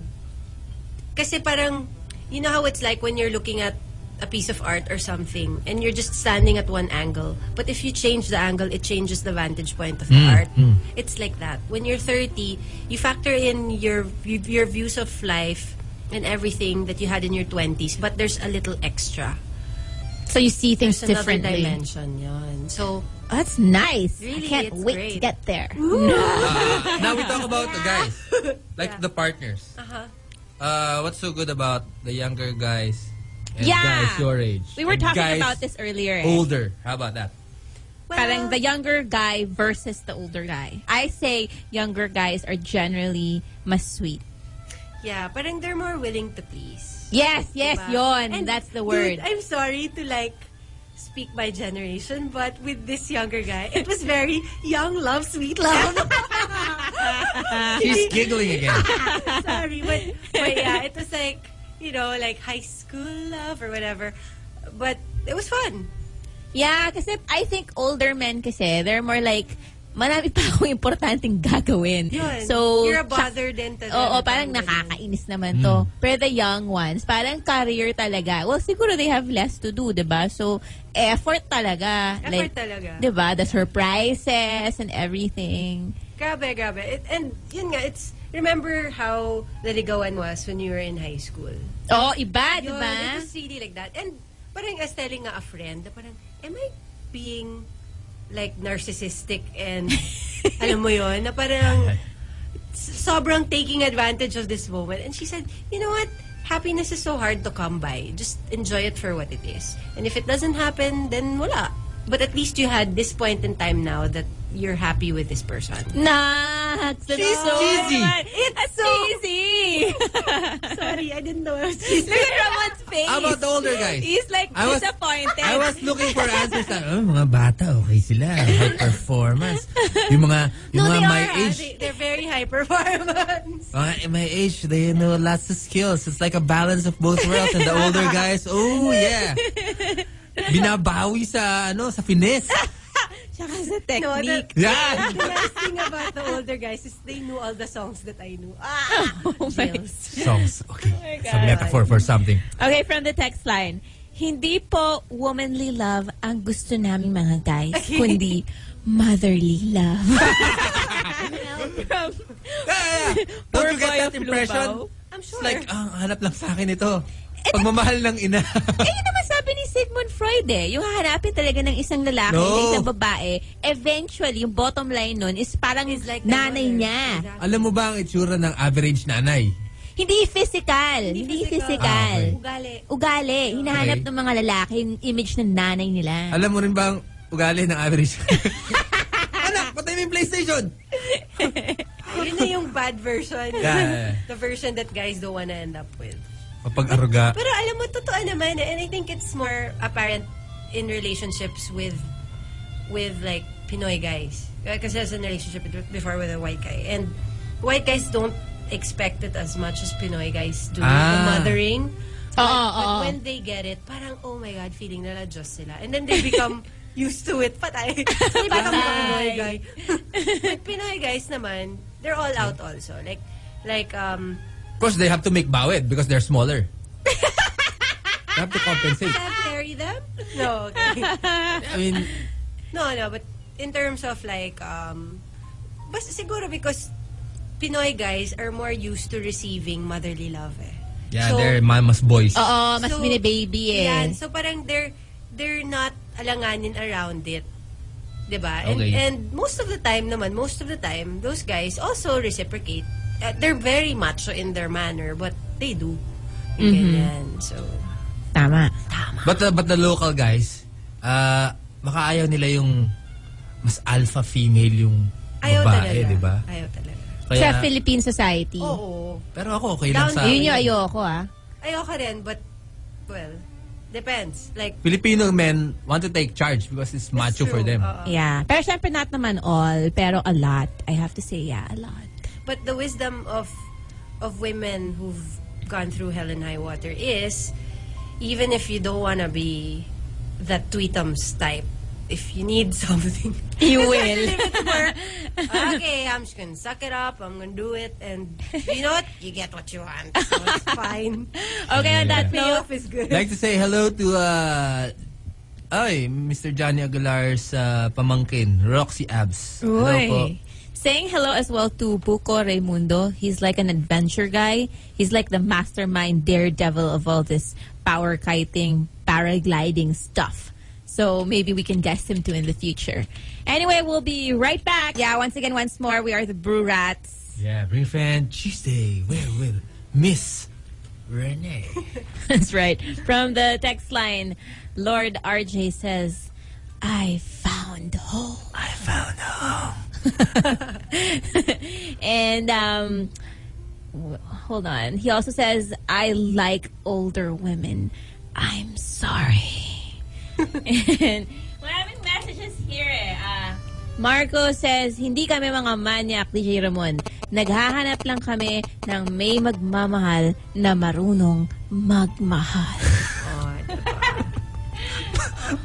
S8: kasi parang you know how it's like when you're looking at a piece of art or something and you're just standing at one angle but if you change the angle it changes the vantage point of the art it's like that when you're 30 you factor in your your views of life and everything that you had in your 20s but there's a little extra
S2: So you see things
S8: It's another
S2: differently.
S8: dimension yun. so
S2: Oh, that's nice. I
S8: Really,
S2: can't
S8: it's
S2: wait to
S8: great.
S2: get there.
S1: Uh, now we talk about the guys, like the partners.
S8: uh-huh.
S1: Uh, what's so good about the younger guys and
S3: Yeah.
S1: guys your age?
S3: We were
S1: and
S3: talking
S1: guys
S3: about this earlier. Eh.
S1: Older. How about that?
S3: Parang the younger guy versus the older guy. I say younger guys are generally mas sweet.
S8: yeah parang they're more willing to please
S3: Yes, yes,
S8: Diba?
S3: yon.
S8: And,
S3: That's the word.
S8: Dude, I'm sorry to like speak my generation, but with this younger guy, it was very young love, sweet love.
S1: She's giggling again.
S8: sorry, but but yeah, it was like you know like high school love or whatever. But it was fun.
S3: yeah, kasi I think older men kasi, they're more like, marami pa akong importanteng gagawin.
S8: Yun.
S3: So,
S8: you're a
S3: siya-
S8: bother din to them.
S2: Oo, parang nakakainis naman to. Pero the young ones, parang career talaga. Well, siguro they have less to do, 'di ba? So, effort talaga.
S8: Effort
S2: like,
S8: talaga.
S2: 'di ba? The surprises and everything.
S8: Grabe, grabe. It, and yun nga, it's remember how Laligawan was when you were in high school.
S2: Oh, iba, 'di
S8: Yun,
S2: ba?
S8: It was really like that. And parang as telling nga a friend, na parang, am I being like narcissistic and alam mo yon na parang s- sobrang taking advantage of this moment. And she said, you know what? Happiness is so hard to come by. Just enjoy it for what it is. And if it doesn't happen, then wala. But at least you had this point in time now that you're happy with this person.
S2: Nah, that's
S1: She's
S2: so
S1: cheesy.
S2: It's so cheesy.
S8: Sorry, I didn't know I was
S3: Look at Ramon's face.
S1: How about the older guys?
S3: He's like
S1: I was-
S3: disappointed.
S1: I was looking for answers na, oh, mga bata, okay sila. High performance. Yung mga, yung mga my age,
S8: They, are very high performance.
S1: mga Ah, my age, they know lots of skills. It's like a balance of both worlds. And the older guys, oh yeah. Binabawi sa, ano, sa finesse.
S3: Tsaka sa
S8: No,
S3: technique.
S8: the,
S1: Yan.
S8: the best thing about the older guys is they knew all the songs that I knew. Ah,
S3: Oh my
S8: Jills.
S2: Oh
S1: Songs. Okay. It's a metaphor for something.
S3: Okay, from the text line.
S2: Hindi po womanly love ang gusto namin mga guys, kundi motherly love.
S1: Ah, Don't you get
S2: Boy
S1: that
S2: of
S1: impression?
S2: Lubao.
S8: I'm
S1: It's
S8: sure.
S1: like, ah, ang hanap lang sa akin ito. Pagmamahal ng ina.
S2: eh, yun naman sabi ni Sigmund Freud eh. Yung hahanapin talaga ng isang lalaki
S1: No.
S2: na isang babae, eventually, yung bottom line nun is parang
S8: like the
S2: nanay
S8: mother.
S2: niya.
S1: Alam mo ba ang itsura ng average nanay?
S2: Hindi physical. Hindi
S8: physical.
S2: physical.
S8: Ugali.
S2: Ugali. Hinahanap
S1: Ah, Okay.
S2: ng mga lalaki yung image ng nanay nila.
S1: Alam mo rin ba ang ugali ng average? Anak, patay mo yung PlayStation!
S8: Yun na yung bad version.
S1: Yeah.
S8: The version that guys don't wanna end up with.
S1: Mapag-aruga.
S8: Pero alam mo, totoo naman. And I think it's more apparent in relationships with, with like, Pinoy guys. Because I was in a relationship with- before with a white guy. And white guys don't expect it as much as Pinoy guys do.
S1: Ah.
S8: The mothering.
S9: Oo,
S8: But
S9: oo.
S8: when they get it, parang, oh my God, feeling nila Diyos sila. And then they become used to it. Patay. they become
S9: Patay.
S8: Pinoy guy. But Pinoy guys naman, they're all out also. Like, like, um,
S1: Of course, they have to make bawid because they're smaller. they have to compensate.
S8: can I marry them? No, okay.
S1: I mean,
S8: No, no, but in terms of like, um, basta siguro because Pinoy guys are more used to receiving motherly love eh.
S1: yeah,
S8: So-
S1: they're mama's boys.
S9: Oo, mas
S8: So,
S9: mini-baby eh.
S8: Yan, so parang they're, they're not alanganin around it. 'Di ba? And,
S1: Okay.
S8: and most of the time naman, most of the time, those guys also reciprocate. Uh, they're very macho in their manner, but they do. Yung Ganyan. So,
S9: Tama.
S1: But the, but the local guys, uh, makaayaw nila yung mas alpha female yung
S8: ayaw
S1: babae,
S8: talaga.
S1: di ba?
S8: Ayaw talaga.
S9: Sa
S1: Kaya,
S9: Philippine society.
S8: Oo.
S1: pero ako okay lang sa...
S8: Down-
S9: Yun yung ayoko ah.
S8: Ayoko rin, but, well, depends. Like,
S1: Filipino men want to take charge because it's macho for
S8: true. uh-uh.
S1: them.
S8: Oo.
S2: Yeah. Pero syempre not naman all, pero a lot. I have to say, yeah, a lot.
S8: But the wisdom of of women who've gone through hell and high water is even if you don't want to be that tweetums type, if you need something,
S9: You
S8: Just
S9: will.
S8: a little bit more, okay, I'm just gonna suck it up. I'm gonna do it, and you know what? You get what you want. So it's fine.
S2: Okay, on that note,
S8: Payoff is good.
S1: like to say hello to uh ay, Mr. Johnny Aguilar's uh, pamangkin, Roxy Abs. Hello po.
S2: Uy. Saying hello as well to Buko Raimundo. He's like an adventure guy. He's like the mastermind daredevil of all this power kiting, paragliding stuff. So maybe we can guest him too in the future. Anyway, we'll be right back. Yeah, once again, once more, we are the Brew Rats.
S1: Yeah, bring fan Tuesday. Where will Miss Renee?
S2: That's right. From the text line, Lord RJ says, I found home.
S1: I found home.
S2: and um, w- hold on. He also says, "I like older women." I'm sorry. and maraming messages here. Eh. Ah, Marco says, hindi kami mga manyak, DJ Ramon. Naghahanap lang kami ng may magmamahal na marunong magmahal.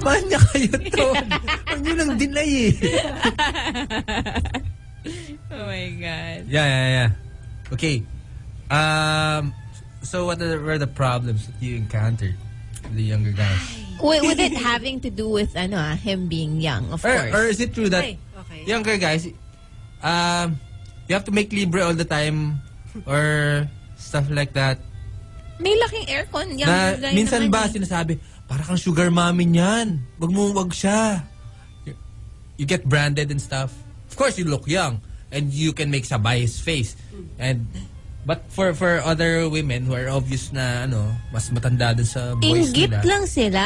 S1: Manya kayo to. Huwag nyo lang dinay eh.
S2: oh my God.
S1: Yeah, yeah, yeah. Okay. Um, so what are- were the problems that you encountered? with The younger guys.
S9: With, with it having to do with ano ah, him being young, of
S1: Or,
S9: course.
S1: or is it true that
S8: Ay, okay.
S1: younger guys, um, you have to make libre all the time or stuff like that.
S9: May laking aircon. Young
S1: na
S9: guy
S1: minsan
S9: naman
S1: ba
S9: eh.
S1: sinasabi, para kang sugar mommy niyan. Wag mo wag siya. You, you get branded and stuff. Of course you look young and you can make sabay his face. And but for for other women who are obvious na ano, mas matanda dun sa boys
S9: Inggit
S1: nila.
S9: lang sila.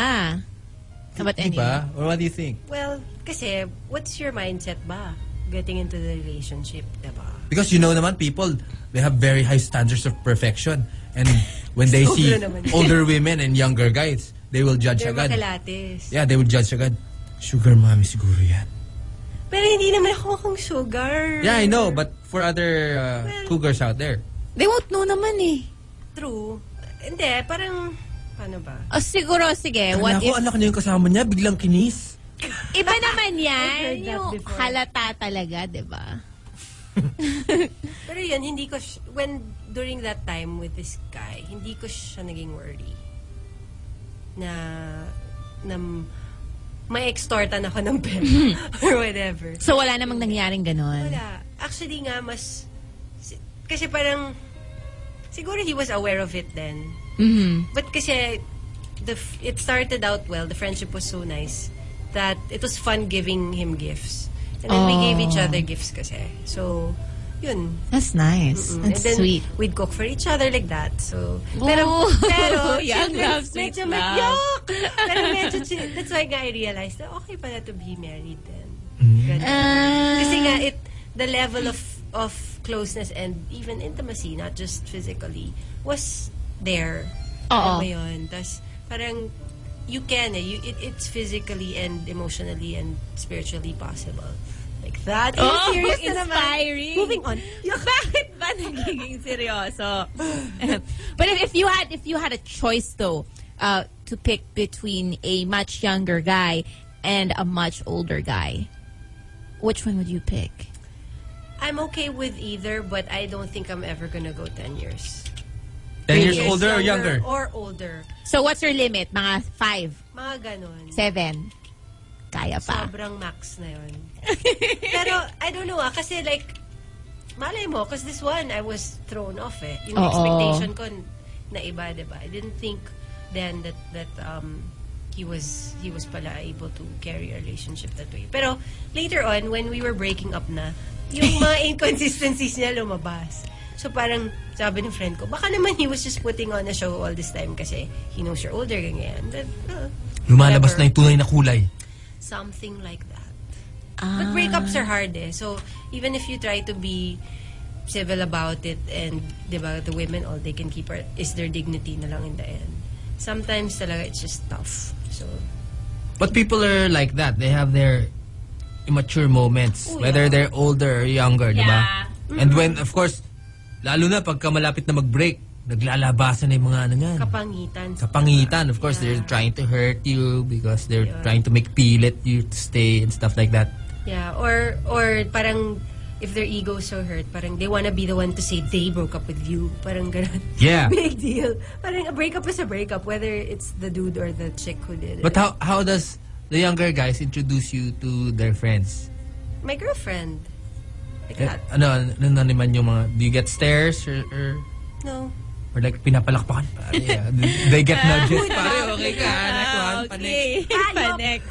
S9: About
S1: Di ba? Or what do you think?
S8: well, kasi, what's your mindset ba? Getting into the relationship, diba?
S1: Because you know naman people, they have very high standards of perfection. And when they
S8: Sobra
S1: see
S8: naman.
S1: older women and younger guys, they will judge
S8: They're
S1: agad.
S8: makalatis.
S1: Yeah, they will judge agad. Sugar mommy siguro yan.
S8: Pero hindi naman ako mukhang sugar.
S1: Yeah, I know, but for other uh, cougars out there.
S9: They won't know naman eh.
S8: True. Hindi, parang... Paano ba?
S9: O Oh, siguro,
S2: eh,
S9: sige, what if...
S1: anak niya yung kasama niya, biglang kinis.
S9: Iba naman yan.
S8: I've heard that
S9: Yung
S8: before.
S9: halata talaga, di ba?
S8: Pero yun, hindi ko... sh- when, during that time with this guy, hindi ko siya naging worry. na, na may extortan ako ng pera or whatever.
S2: So wala namang nangyaring ganon.
S8: Wala. Actually nga, mas... si- Kasi parang... Siguro he was aware of it then.
S9: Mm-hmm.
S2: Mhm.
S8: But kasi... The, f- it started out well. The friendship was so nice that it was fun giving him gifts. And then we gave each
S2: Aw.
S8: other gifts kasi. So, yun.
S2: That's nice.
S8: Mm,
S2: That's
S8: and then
S2: sweet.
S8: we'd cook for each other like that. So,
S2: Ooh.
S8: pero, pero,
S2: Young
S8: children's-
S2: love, sweet
S8: medyo
S2: love.
S8: Yuck! pero medyo, chi- that's why nga I realized na okay pala to be married then. Ganun.
S2: Ah.
S8: Kasi nga, it, the level of, of closeness and even intimacy, not just physically, was there.
S2: Oo.
S8: Alam mo yun? Tas, parang, you can eh. You, it, it's physically and emotionally and spiritually possible. Like that.
S3: Oh,
S8: serious na naman.
S3: inspiring.
S8: Moving on.
S3: Bakit ba nagiging seryoso?
S2: But if, if you had if you had a choice though, uh, to pick between a much younger guy and a much older guy, which one would you pick?
S8: I'm okay with either, but I don't think I'm ever gonna go 10 years.
S1: 10 years older or younger?
S8: Or older.
S2: So what's your limit? Mga five,
S8: Mga ganon.
S2: seven, kaya pa.
S8: Sobrang max na yun. Pero, I don't know ah, kasi like, malay mo, because this one, I was thrown off eh. Yung
S2: Oo.
S8: expectation ko na iba, diba? I didn't think then that, that, um, he was he was pala able to carry a relationship that way. Pero later on, when we were breaking up na, yung mga inconsistencies niya lumabas. So parang sabi ng friend ko, baka naman he was just putting on a show all this time kasi he knows you're older, ganyan. But, uh,
S1: Lumalabas na
S8: whatever.
S1: yung tunay na kulay.
S8: something like that.
S1: Ah.
S8: But breakups are hard eh. So even if you try to be civil about it and 'di ba the women all they can keep are, is their dignity na lang in the end. Sometimes talaga it's just tough. So
S1: But people are like that. They have their immature moments.
S8: Oh,
S1: whether
S8: yeah.
S1: they're older or younger, di ba?
S3: Yeah.
S1: And when, of course, lalo na pagka malapit na mag-break, naglalabasan na yung mga ano nga.
S8: kapangitan.
S1: Kapangitan. Of course,
S8: Yeah.
S1: they're trying to hurt you because they're
S8: Yeah.
S1: trying to make pilit you to stay and stuff like that.
S8: Yeah, or or parang if their ego's so hurt, parang they wanna be the one to say they broke up with you. Parang ganun.
S1: Yeah.
S8: Big deal. Parang a breakup is a breakup whether it's the dude or the chick who did it.
S1: But how how does the younger guys introduce you to their friends?
S8: my girlfriend like
S1: Eh,
S8: that.
S1: ano, ano na naman yung mga, do you get stares or, or,
S8: No.
S1: or like pinapalakpakan? Pare, ah, they get nudges. Pare, okay ka, next one, pa next.
S3: okay.
S8: Ah,
S3: Pa
S8: no.
S3: next.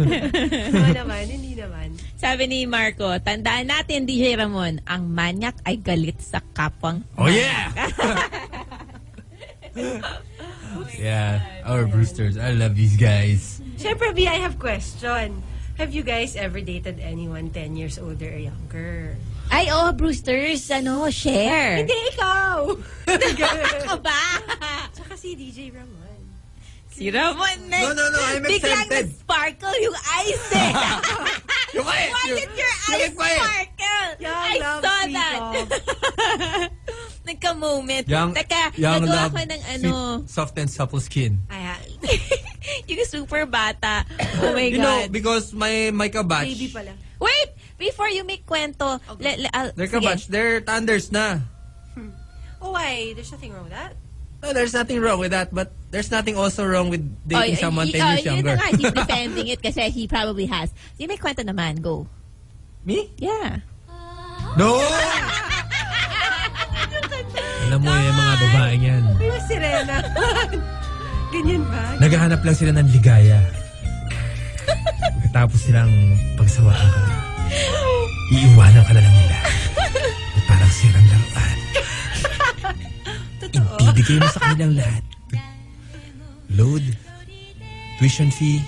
S8: No naman, hindi naman.
S3: Sabi ni Marco, tandaan natin, DJ Ramon, ang manyak ay galit sa kapwang.
S1: Oh yeah! yeah,
S3: Oh
S1: our Brewsters, I love these guys.
S8: Siyempre, B, I have question. Have you guys ever dated anyone 10 years older or younger?
S2: Ay, oh, Brewsters, ano, share.
S8: Hindi, ikaw!
S3: Ako ba?
S8: Tsaka si DJ Ramon.
S3: Si Ramon na.
S1: No, no, no, I'm
S3: Biglang
S1: exempted.
S3: na-sparkle yung eyes eh.
S1: Yung kaya,
S3: Why
S1: yung-
S3: did your
S1: yung
S3: eyes
S1: kaya.
S3: sparkle?
S8: Young
S3: I
S8: love,
S3: saw
S8: sweet
S3: that.
S8: love.
S3: Nagka-moment.
S1: Young,
S3: Teka,
S1: young
S3: nagawa
S1: love,
S3: ko ng
S1: sweet,
S3: ano,
S1: soft and supple skin.
S8: Ayan.
S3: yung super bata. Oh my
S1: you
S3: God.
S1: know, because my, my kabatch,
S8: Baby pala.
S3: Wait! Before you make kwento, le, le, al-
S1: their
S3: sige.
S1: kabatch, they're thunders na.
S8: Oh, why? There's nothing wrong with that.
S1: No, there's nothing wrong with that, but there's nothing also wrong with
S2: Oh,
S1: dating
S2: y-
S1: someone
S2: y-
S1: 10
S2: oh,
S1: years
S2: yun
S1: younger.
S2: na nga, he's defending it kasi he probably has. Sige, may kwento naman. Go.
S1: Me?
S2: Yeah.
S1: No! Alam mo yung mga babaeng yan.
S8: May mas sirena. Ganyan ba?
S1: Naghahanap lang sila ng ligaya. Tapos silang pagsawaan ka. Iiwanan ka na lang nila. At parang sirang lampad. Ibibigay mo sa kanilang lahat. Load, tuition fee,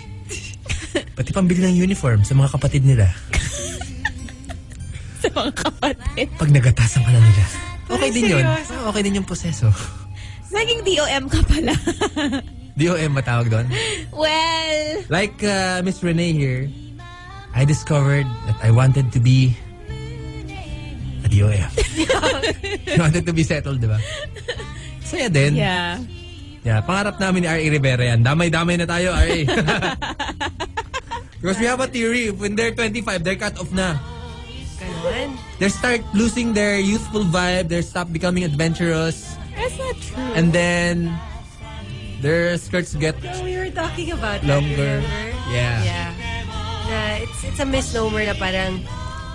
S1: pati pambili ng uniform sa mga kapatid nila.
S3: Sa mga kapatid.
S1: Pag nagatasan ka na nila. Okay din yun.
S8: seryoso.
S1: Okay din yung proseso.
S3: Naging DOM ka pala.
S1: DOM matawag doon?
S3: well,
S1: Like uh, Miss Renee here, I discovered that I wanted to be a DOF. I wanted to be settled, di ba? Saya din.
S3: yeah.
S1: Yeah, pangarap namin ni R.A. Rivera yan. Damay-damay na tayo, R.A. Because we have a theory, when they're 25, they're cut off na.
S8: Ganon.
S1: They start losing their youthful vibe, they stop becoming adventurous,
S3: That's not true.
S1: and then Their skirts get
S8: No, we were talking about that,
S1: longer.
S8: remember?
S1: Yeah.
S8: Yeah. Na it's it's a misnomer na parang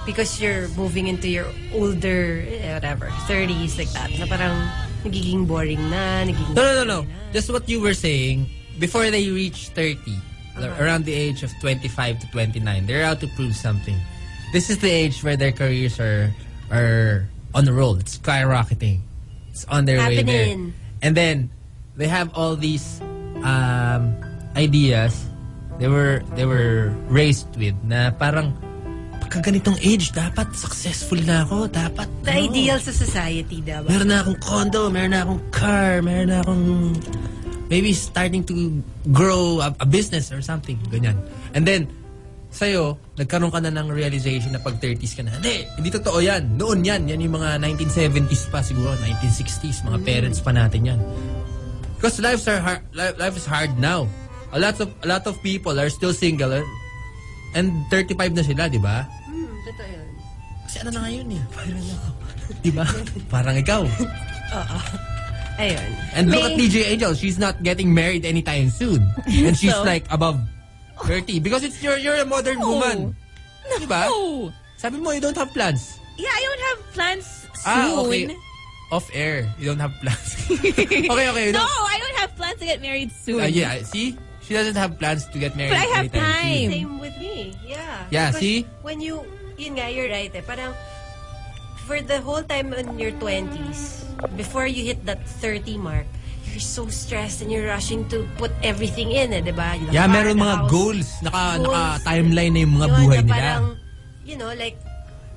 S8: because you're moving into your older eh, whatever, 30s like that. Na parang nagiging boring na, nagiging
S1: No, no, no, no. Just what you were saying, before they reach 30,
S8: Uh-huh.
S1: or around the age of 25 to 29, they're out to prove something. This is the age where their careers are are on the roll. It's skyrocketing. It's on their way there.
S8: Happening.
S1: And then they have all these um, ideas they were they were raised with na parang pagka ganitong age dapat successful na ako dapat
S8: the
S1: ano,
S8: ideal sa society daw.
S1: meron na akong condo, meron na akong car, meron na akong maybe starting to grow a, a business or something. Ganyan. And then, sa'yo, nagkaroon ka na ng realization na pag 30s ka na, hindi, hindi totoo yan. Noon yan. Yan yung mga 1970s pa siguro, 1960s. Mga parents pa natin yan. Because lives are hard, li- life is hard now. A lot of a lot of people are still single eh, and 35 na sila, di ba?
S8: Totoo yun.
S1: Kasi ano na ngayon eh? Parang ako. Di ba? Parang ikaw.
S8: Ayun.
S1: And look at DJ Angel. She's not getting married anytime soon. And she's
S3: So?
S1: like above 30. Because it's you're, you're a modern woman. Diba?
S3: Oh!
S1: Sabi mo, you don't have plans.
S3: Yeah, I don't have plans soon.
S1: Ah, okay. Off air. You don't have plans. okay, okay. you
S3: No,
S1: don't-
S3: I don't have plans to get married soon.
S1: Ah, yeah, see? She doesn't have plans to get married
S3: But I have
S1: anytime soon.
S3: time.
S8: Same with me. Yeah.
S1: Yeah,
S8: Because
S1: see?
S8: When you, yun nga, you're right eh. Parang, for the whole time in your 20s, before you hit that 30 mark, you're so stressed and you're rushing to put everything in eh, di ba? Yung
S1: Yeah,
S8: car,
S1: meron
S8: the
S1: mga
S8: house.
S1: goals. Naka,
S8: Goals.
S1: naka timeline na yung mga
S8: Yun,
S1: buhay
S8: na
S1: nila.
S8: Parang, you know, like,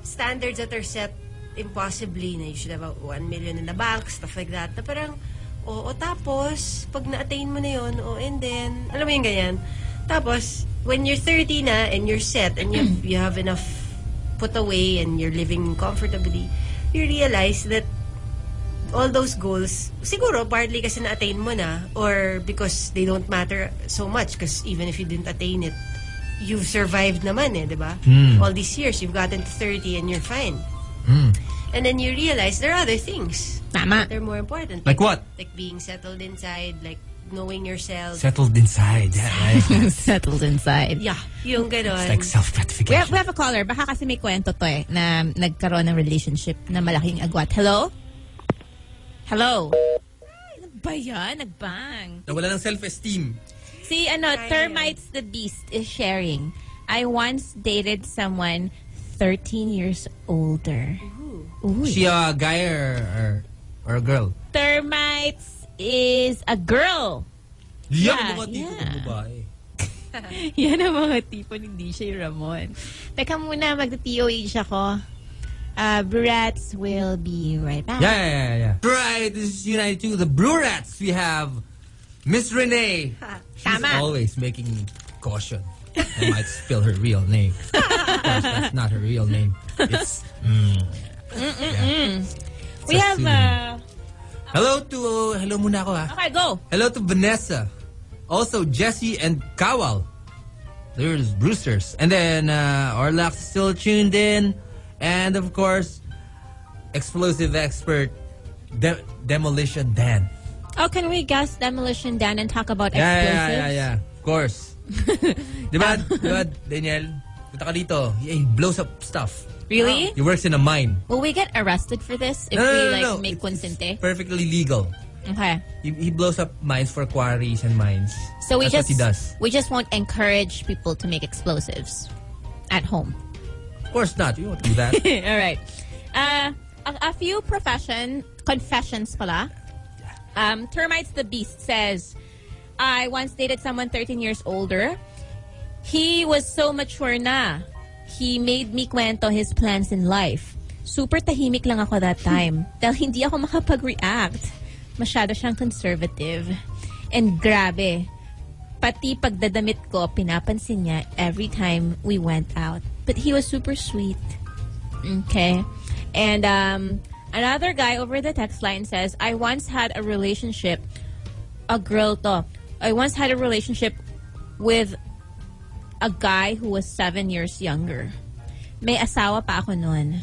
S8: standards that are set impossibly na you should have a 1 million in the bank, stuff like that. Na parang, oo, tapos, pag na-attain mo na yun, oh, and then, alam mo yung ganyan. Tapos, when you're 30 na and you're set and you, you have enough put away and you're living comfortably, you realize that all those goals, siguro partly kasi na-attain mo na or because they don't matter so much because even if you didn't attain it, you've survived naman eh, di ba?
S1: Hmm.
S8: All these years, you've gotten to 30 and you're fine. And then you realize there are other things
S2: Tama.
S8: that are more important.
S1: Like what?
S8: Like being settled inside, like knowing yourself.
S1: Settled inside. Yeah, right.
S2: Settled inside.
S8: yeah, yung ganon.
S1: It's like
S2: We have,
S1: self-gratification.
S2: we have a caller. Baka kasi may kwento to eh, na nagkaroon ng relationship na malaking agwat. Hello? Hello? ano
S3: Ba yan? Nagbang.
S1: Nawala ng self-esteem.
S3: Si ano, Termites the Beast is sharing. I once dated someone 13 years older.
S1: She a guy or, or, or a girl?
S3: Termites is a girl.
S1: Liyak
S3: Yeah,
S1: mga tito
S3: yeah.
S1: ng babae.
S3: Yan ang mga tipo ni DJ Ramon. Teka muna, mag-TOH ako. Uh, Brats will be right back.
S1: Yeah, yeah, yeah, yeah. Right, this is United 2, the Brew Rats. We have Miss Renee. She's
S3: Tama.
S1: always making caution. I might spill her real name. Of course, that's not her real name. It's. Mm, yeah.
S3: We have... Uh,
S1: Hello to. Hello muna ako ha.
S3: okay, go.
S1: Hello to Vanessa. Also, Jesse and Kawal. There's Brewsters. And then, uh, Orlax is still tuned in. And of course, explosive expert, De- Demolition Dan.
S3: Oh, can we guess Demolition Dan and talk about
S1: Yeah, yeah,
S3: explosives?
S1: yeah, yeah. Of course. diba, diba, Daniel? Punta ka dito. He blows up stuff.
S3: Really?
S1: He works in a mine.
S2: Will we get arrested for this if
S1: No, no,
S2: we
S1: no,
S2: like
S1: no.
S2: make
S1: It's- it's
S2: consente?
S1: Perfectly legal.
S2: Okay.
S1: He, he blows up mines for quarries and mines.
S2: So we
S1: That's
S2: just
S1: what he does.
S2: we just won't encourage people to make explosives at home.
S1: Of course not. You won't do that.
S2: All right. Uh, a, a few profession confessions pala. Um, Termites the Beast says, I once dated someone 13 years older. He was so mature na. He made me kwento his plans in life. Super tahimik lang ako that time. Dahil hindi ako makapag-react. Masyado siyang conservative. And grabe, pati pagdadamit ko, pinapansin niya every time we went out. But he was super sweet. Okay. And um, another guy over the text line says, I once had a relationship, a girl to. I once had a relationship with a guy who was seven years younger. May asawa pa ako noon.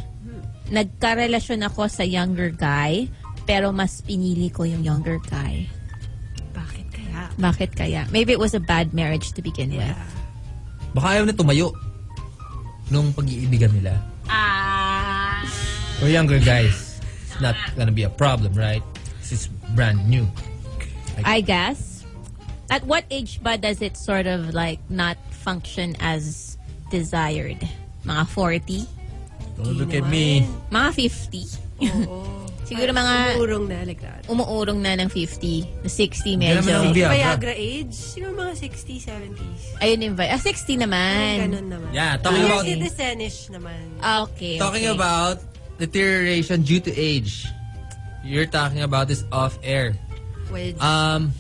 S2: Nagkarelasyon ako sa younger guy, pero mas pinili ko yung younger guy.
S8: Bakit kaya?
S2: Bakit kaya? Maybe it was a bad marriage to begin with.
S1: Baka ayaw na tumayo nung pag-iibigan nila.
S3: Ah.
S1: For younger guys, it's not gonna be a problem, right? 'Cause It's brand new.
S2: I guess. At what age ba does it sort of like not function as desired? Mga 40?
S1: Don't look at me.
S2: Mga 50?
S8: Oh.
S2: Siguro mga
S8: Urong na, like that.
S2: umuurong na ng 50. 60
S1: Hindi naman ako
S2: medyo.
S1: Viagra.
S8: Viagra age, siguro mga 60, 70s.
S2: Ayun yung vibe. Ah, 60 naman.
S8: Ganun naman.
S1: Yeah, talking
S8: Senior
S1: about
S8: citizenish naman.
S2: Ah, Okay.
S1: talking
S2: okay.
S1: about deterioration due to age. You're talking about this off air.
S8: With
S1: Um,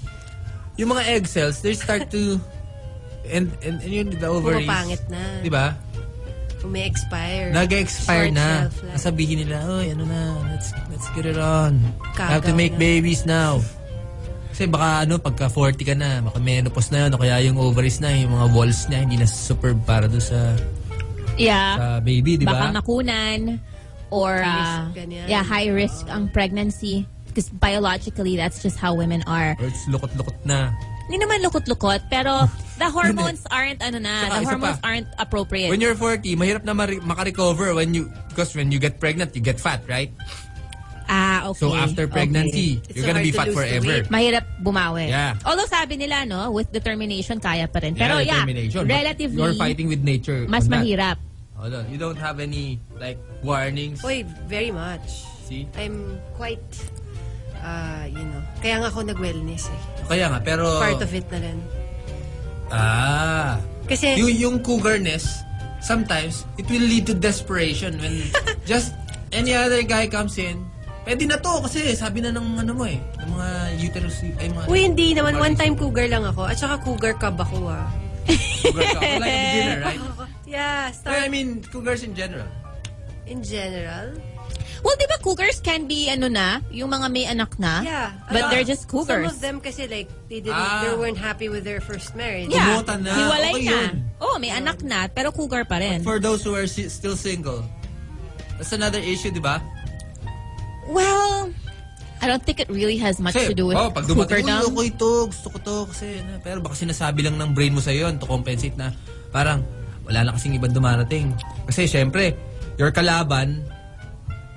S1: yung mga egg cells, they start to and and, and yun the ovaries.
S8: Pumapangit na.
S1: Di ba?
S8: may expire.
S1: Nag-expire
S8: Short
S1: na.
S8: shelf life.
S1: Sabihin nila, oy, ano na, let's let's get it on.
S8: Kagaw
S1: Have to make
S8: na.
S1: babies now. Kasi baka ano, pagka 40 ka na, baka menopause na yun, o kaya yung ovaries na, yung mga walls niya, hindi na super para doon sa,
S2: Yeah.
S1: sa baby, diba? di ba?
S2: Baka nakunan or uh,
S8: Risk, ganyan.
S2: yeah, high risk ang pregnancy because biologically that's just how women are.
S1: Or it's lukot-lukot na.
S2: Hindi naman lukot-lukot pero the hormones aren't ano
S1: Saka
S2: na, the
S1: isa
S2: hormones
S1: pa.
S2: aren't appropriate.
S1: When you're 40, mahirap na mari- makarecover when you, because when you get pregnant, you get fat, right?
S2: ah, okay.
S1: So after
S2: Okay.
S1: pregnancy,
S8: It's
S1: you're
S8: so
S1: gonna
S8: hard
S1: be
S8: to
S1: fat
S8: lose the
S1: forever.
S8: weight.
S2: Mahirap bumawi.
S1: Yeah.
S2: Although sabi nila, no, with determination, kaya pa rin. Pero yeah,
S1: determination. But
S2: relatively,
S1: You're fighting with nature.
S2: mas
S1: on that.
S2: mahirap.
S1: Hold on. You don't have any like warnings.
S8: Uy, very much.
S1: See?
S8: I'm quite, uh, you know, kaya nga ako nag-wellness eh.
S1: Kaya nga, pero...
S8: Part of it na rin.
S1: Ah.
S8: Kasi,
S1: Yung, yung cougarness, sometimes, it will lead to desperation when just any other guy comes in, pwede na to kasi sabi na ng ano mo eh, ng mga uterus, ay mga...
S8: uy, hindi naman.
S1: mga-
S8: One time cougar lang ako. At saka cougar cub ako ah.
S1: Cougar ka. Like a beginner, right?
S8: Yeah,
S1: No, I
S8: start
S1: mean, cougars in general.
S8: in general.
S2: Well, di ba cougars can be ano na, yung mga may anak na,
S8: Yeah.
S2: but
S8: Ano,
S2: they're just cougars.
S8: Some of them kasi like, they didn't,
S1: Ah.
S8: they weren't happy with their first marriage.
S2: yeah.
S1: Kumota na.
S2: Hiwalay
S1: Okay
S2: na.
S1: yun.
S2: Oh, may anak na, pero cougar pa rin.
S1: For those who are si- still single, that's another issue, di ba?
S2: well, I don't think it really has much to do with
S1: oh, pag dumating, uy,
S2: cougardom.
S1: okay ito, gusto ko to, kasi, ano, pero baka sinasabi lang ng brain mo sa'yo yun to compensate na, parang, wala na kasing ibang dumarating. Kasi, syempre, your kalaban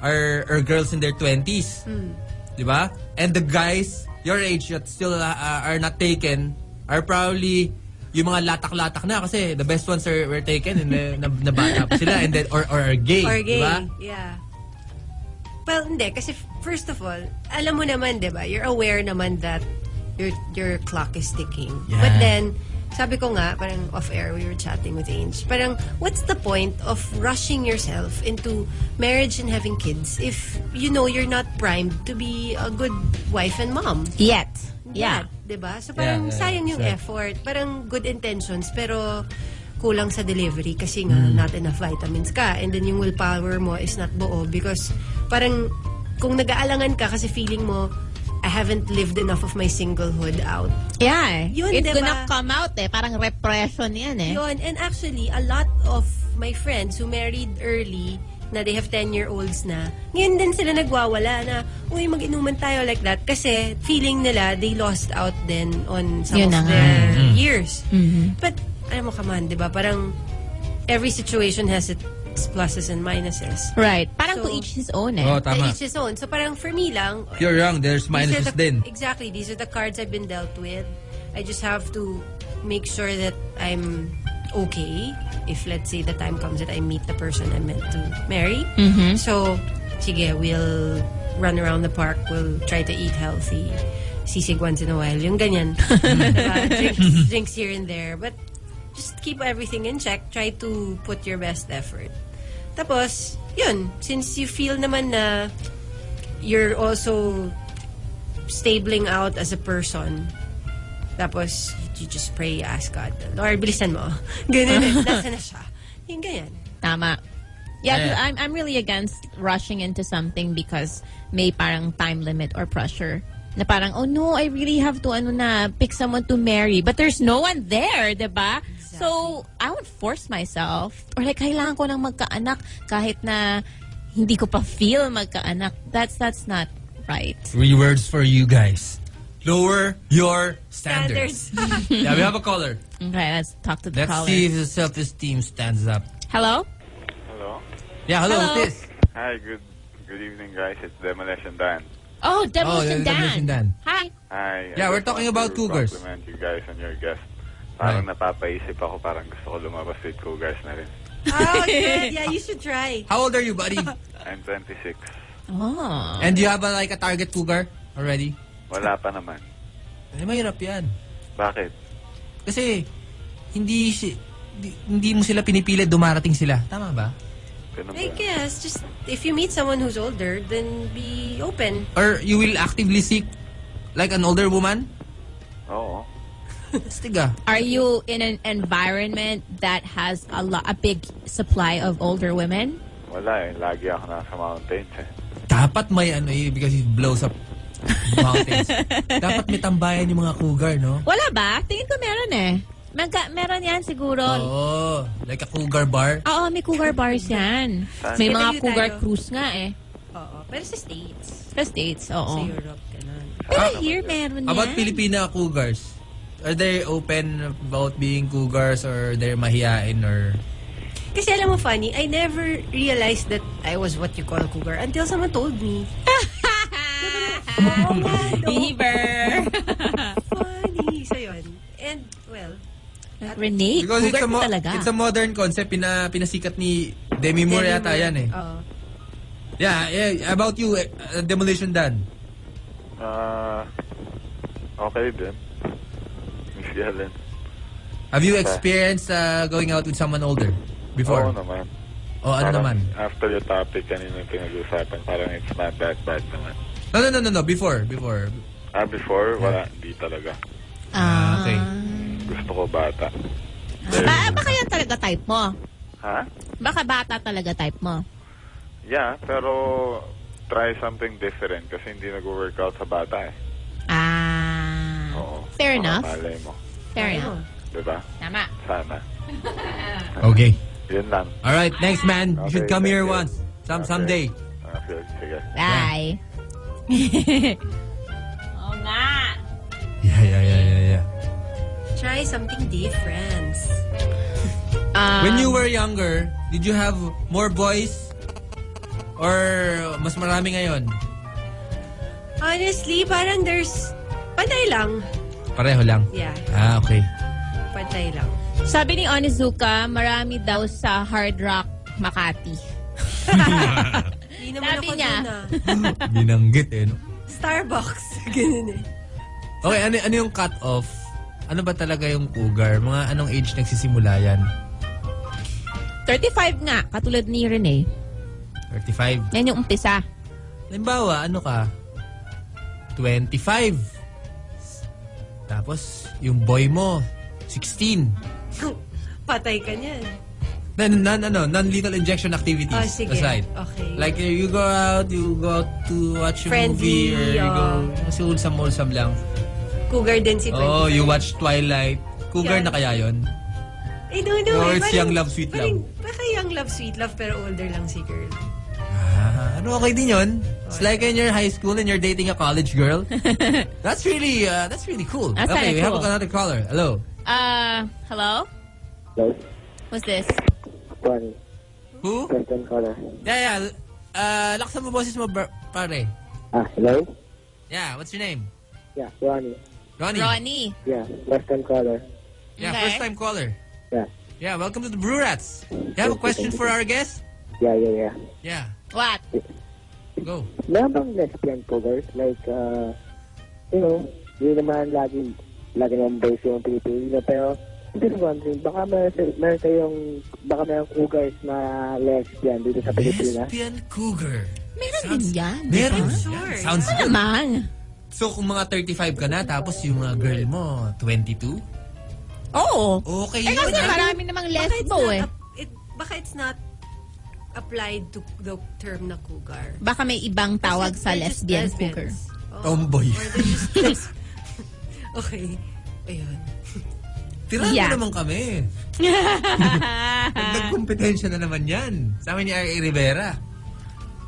S1: are, are girls in their 20s.
S2: Hmm.
S1: Di ba? And the guys, your age, that still uh, uh, are not taken, are probably yung mga latak-latak na kasi the best ones are, were taken and uh, na, nabata pa sila and then, or, or are gay.
S8: Or
S1: Di
S8: gay.
S1: ba?
S8: Yeah. Well, hindi. Kasi f- first of all, alam mo naman, di ba? You're aware naman that your your clock is ticking.
S1: Yeah.
S8: But then, sabi ko nga, parang off-air, we were chatting with Ange. Parang, what's the point of rushing yourself into marriage and having kids if you know you're not primed to be a good wife and mom?
S2: Yet. Yeah.
S8: Yeah. Diba? So parang
S1: yeah,
S8: sayang yung
S1: exactly.
S8: effort. Parang good intentions pero kulang sa delivery kasi nga
S1: Mm.
S8: not enough vitamins ka. And then yung willpower mo is not buo because parang kung nag-aalangan ka kasi feeling mo I haven't lived enough of my singlehood out.
S2: Yeah.
S8: Yun,
S2: It's
S8: diba?
S2: gonna come out eh. Parang repression yan eh.
S8: Yun. And actually, a lot of my friends who married early na they have 10-year-olds na, ngayon din sila nagwawala na, uy, mag-inuman tayo like that. Kasi feeling nila, they lost out then on some
S2: Yun na
S8: of
S2: nga. Mm-hmm.
S8: their
S1: Mm-hmm.
S8: years. But, alam mo, come on, di ba? Parang, every situation has its pluses and minuses.
S2: Right. Parang
S8: So-
S2: to each his own eh.
S1: Oo, Oh, tama.
S8: Each his own. So parang for me lang,
S1: You're wrong, there's
S8: these are
S1: minuses
S8: the-
S1: din.
S8: Exactly. These are the cards I've been dealt with. I just have to make sure that I'm okay if let's say the time comes that I meet the person I'm meant to marry.
S1: Mm-hmm.
S8: So, sige, we'll run around the park. We'll try to eat healthy. Sisig once in a while. Yung ganyan. Diba? drinks, drinks here and there. But just keep everything in check. Try to put your best effort. Tapos, yun. Since you feel naman na you're also stabling out as a person. Tapos, you just pray, ask God, Lord, bilisan mo. Ganun, eh. nasa na siya. Yung ganyan.
S2: Tama. Yeah,
S1: Yeah.
S2: I'm, I'm really against rushing into something because may parang time limit or pressure. Na parang, oh no, I really have to ano na, pick someone to marry. But there's no one there, di ba? So, I won't force myself. Or like, kailangan ko ng magkaanak kahit na hindi ko pa feel magkaanak. That's, that's not right.
S1: Three words for you guys. lower your standards. yeah, we have a caller.
S2: Okay, let's talk to the
S1: Let's
S2: caller.
S1: see if the self-esteem stands up.
S2: Hello?
S10: Hello.
S1: Yeah, hello,
S3: Hello.
S1: who's this?
S10: Hi, good good evening, guys. It's Demolition Dan.
S2: Oh, Demolition
S1: Oh,
S2: Dan.
S1: Demolition Dan.
S2: Hi.
S10: Hi. I
S1: Yeah, we're
S10: just
S1: talking
S10: want
S1: about
S10: to
S1: cougars.
S10: compliment you guys on your guest. Parang
S1: Right.
S10: napapaisip ako, parang gusto ko lumabas with cougars na rin.
S8: Oh, good. Yeah, you should try.
S1: How old are you, buddy?
S10: I'm 26.
S2: Oh.
S1: And do you have a, like a target cougar already?
S10: Wala pa naman.
S1: Eh, mahirap yan.
S10: Bakit?
S1: Kasi, hindi, si- di- hindi mo sila pinipilit, dumarating sila. Tama ba?
S10: Ganun
S8: I
S10: ba?
S8: guess just if you meet someone who's older, then be open.
S1: Or you will actively seek like an older woman?
S10: Oo.
S1: Stiga.
S2: Are you in an environment that has a lot, a big supply of older women?
S10: Wala eh. Lagi ako nasa mountains eh.
S1: Dapat may ano eh, because it blows up mountains. Dapat may tambayan yung mga cougar, no?
S2: Wala ba? Tingin ko meron eh. Magka, meron yan siguro.
S1: Oo. Oh, Like a cougar bar.
S2: Oo, may cougar bars yan.
S10: Saan?
S2: May
S8: Italy
S2: mga cougar
S8: tayo.
S2: cruise nga eh.
S8: Oo. Pero sa States,
S2: Sa States,
S8: sa
S1: Oh.
S2: oo.
S8: Europe, ganun.
S2: Pero here meron yan.
S1: About Filipina cougars, are they open about being cougars or they're mahihain or...
S8: Kasi alam mo, funny, I never realized that I was what you call a cougar until someone told me.
S1: Oh
S8: Oh, Oo nga, no.
S2: Fever.
S8: Funny. So, yun. And, well,
S2: Renee,
S1: Because it's
S2: cougar
S1: a, mo-
S2: ka talaga.
S1: it's a modern concept, pina, pinasikat ni Demi Moore
S8: Demi
S1: yata
S8: Moore. Oh.
S1: yan eh.
S8: Oo.
S1: Yeah, yeah, about you, eh, uh, Demolition Dan.
S10: Ah... okay din. Miss Yellen.
S1: Have you experienced uh, going out with someone older before?
S10: Oo naman.
S1: O ano
S10: Parang
S1: naman?
S10: After your topic kanina yung pinag-usapan, parang it's not that bad naman.
S1: No, no, no, no, no, before, before.
S10: Ah, before, wala. Hindi talaga.
S1: Ah, okay.
S10: Gusto ko bata.
S2: Ah, baka yan talaga type mo.
S10: Ha?
S2: Baka bata talaga type mo.
S10: Yeah, pero try something different kasi hindi nag-workout sa bata eh.
S2: Ah.
S10: Oo.
S2: Fair
S10: Baka
S2: enough.
S10: Malay mo.
S2: Fair enough.
S10: Diba?
S2: Tama.
S10: Sana.
S1: Okay.
S10: Yun lang.
S1: All right, thanks man. You
S10: Okay,
S1: should come
S10: thank
S1: here
S10: you.
S1: once. Some
S10: Okay.
S1: someday.
S10: Okay, Ah, sige.
S2: Bye. Oo nga.
S1: Yeah, yeah, yeah, yeah, yeah.
S8: try something different.
S1: When you were younger, did you have more boys? Or mas marami ngayon?
S8: Honestly, parang there's, pantay lang.
S1: Pareho lang.
S8: Yeah,
S1: Ah, okay.
S8: pantay lang.
S2: Sabi ni Onizuka, marami daw sa Hard Rock Makati.
S8: Hindi naman
S2: Sabi
S8: ako
S2: niya.
S8: dun, ah.
S1: Binanggit eh, no?
S8: Starbucks. Ganun eh.
S1: Okay, ano, ano yung cut-off? Ano ba talaga yung cougar? Mga anong age nagsisimula yan?
S2: 35 nga, katulad ni Renee.
S1: 35?
S2: Yan yung umpisa.
S1: Halimbawa, ano ka? 25. Tapos, yung boy mo, 16.
S8: Patay ka niyan.
S1: Non, non, ano, non-lethal injection activities
S8: Oh, sige.
S1: aside.
S8: Okay.
S1: Like, uh, you go out, you go out to watch a
S8: Friendly,
S1: movie, or you
S8: oh.
S1: go, kasi wholesome-wholesome lang.
S8: Cougar din si 25.
S1: Oh, you watch Twilight. Cougar
S8: Yan.
S1: na kaya yun?
S8: I don't know.
S1: Or
S8: eh,
S1: it's
S8: parang-
S1: Young Love, Sweet
S8: parang, Baka young love, sweet love, pero older lang si girl.
S1: Ah, ano, okay din yun. It's like in your high school and you're dating a college girl. that's really, uh, that's really cool.
S2: That's
S1: okay, we
S2: kinda
S1: have
S2: cool.
S1: another caller. Hello.
S2: Uh, hello?
S11: Hello?
S2: Who's this?
S11: Juan,
S1: Who?
S11: Quentin Color.
S1: Yeah, yeah. Uh, laksan mo boses mo, bro- pare.
S11: Ah, hello?
S1: Yeah, what's your name?
S11: Yeah, Ronnie.
S1: Ronnie.
S2: Ronnie.
S11: Yeah, Western Color.
S1: Yeah,
S2: Okay.
S1: first time caller.
S11: Yeah,
S1: Yeah, welcome to the Brew Rats. You have a question for our guest?
S11: yeah, yeah, yeah.
S1: Yeah,
S2: What?
S1: go.
S11: Meron bang lesbian covers? Like, uh, you know, yun naman lagi, lagi naman boys yung Pilipino, pero I'm just wondering, baka meron, meron kayong, baka meron cougars na lesbian dito sa Pilipinas?
S1: Lesbian Cougar.
S2: Meron
S1: Sounds-
S2: din yan, di
S1: Meron.
S2: ba?
S1: Sure. Sounds
S2: Ano
S1: good.
S2: Namang.
S1: So, kung mga 35 ka na, tapos yung mga girl mo, 22?
S2: Oo.
S1: Okay
S2: Eh,
S1: yun.
S2: kasi
S1: ah.
S2: marami namang
S8: Baka it's
S2: lesbo
S8: not,
S2: eh.
S8: ap- it, baka it's not applied to the term na cougar.
S2: Baka may ibang tawag sa
S8: They're just
S2: lesbian
S8: lesbians.
S2: cougar.
S8: Oo.
S1: Tomboy.
S8: Or they're just lesb- okay. Ayun.
S1: Tirahan
S2: Yeah.
S1: mo
S2: Ah.
S1: naman kami. Nagkompetensya na naman yan. Sa amin ni R.A. Rivera.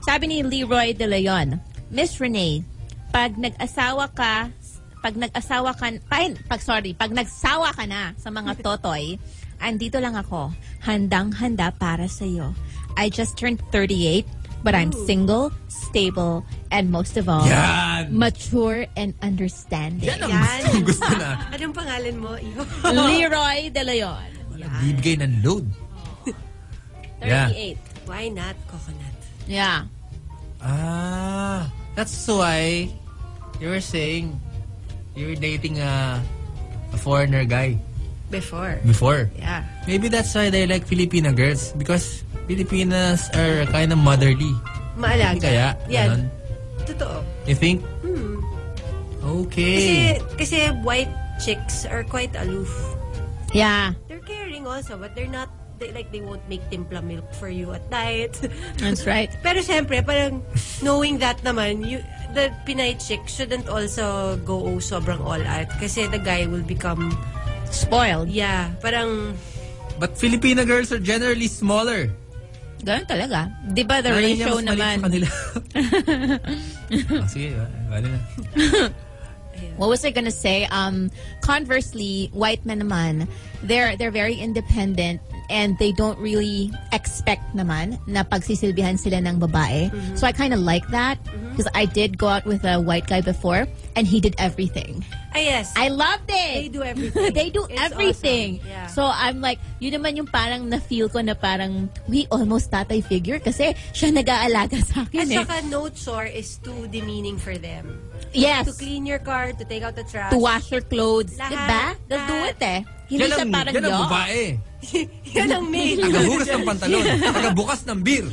S2: Sabi ni Leroy De Leon, Miss Renee, pag nag-asawa ka,
S3: pag nag-asawa ka, pag, pag sorry, pag nagsawa ka na sa mga totoy, andito lang ako, handang-handa para sa iyo. I just turned 38, but I'm single, stable, and most of
S2: Ah.
S3: all,
S1: Yan!
S2: mature and understanding.
S1: Yan ang gusto, gusto na.
S8: Anong Ano pangalan mo, Iho?
S3: Leroy De Leon,
S1: Bibigay ng load.
S3: 38.
S8: Why not coconut?
S2: Yeah.
S1: Ah, that's why you were saying you were dating a, a foreigner guy
S8: Before.
S1: before.
S8: Yeah.
S1: Maybe that's why they like Filipina girls because Filipinas are kind of motherly.
S8: Maalaga.
S1: Kaya,
S8: Yeah.
S1: ganun.
S8: Totoo.
S1: You think?
S2: Hmm.
S1: Eh. Okay.
S8: Kasi, kasi white chicks are quite aloof.
S2: Yeah.
S8: They're caring also, but they're not, they, like, they won't make timpla milk for you at night.
S2: That's right.
S8: Pero syempre, parang knowing that naman, you, the Pinay chick shouldn't also go sobrang all out. Kasi the guy will become,
S2: Spoiled.
S8: yeah, parang,
S1: But Filipina girls are generally smaller.
S2: Ganun talaga. Di ba the
S1: Nanay niya
S2: ratio
S1: mas maliit
S2: naman?
S1: sa kanila. oh, sige, wa- wala na.
S2: What was I gonna say? Um, conversely, white men naman, they're they're very independent and they don't really expect naman na pagsisilbihan sila ng babae.
S8: Mm-hmm.
S2: So I kind of like that because I did go out with a white guy before and he did everything.
S8: ah yes.
S2: I loved it.
S8: They do everything.
S2: they do
S8: It's
S2: everything.
S8: awesome. Yeah.
S2: So I'm like, yun naman yung parang na-feel ko na parang we almost tatay figure kasi siya nag-aalaga sa akin
S8: At
S2: eh.
S8: saka no chore is too demeaning for them.
S2: yes.
S8: To clean your car, to take out the trash.
S2: to wash your clothes.
S8: Lahat,
S2: diba? They'll do it eh. Hindi
S1: Yan
S2: siya
S1: ang,
S2: parang
S1: yan ang
S2: yo.
S1: babae.
S8: Yan ang main.
S1: Tagahugas ng pantalon. Tagabukas ng beer.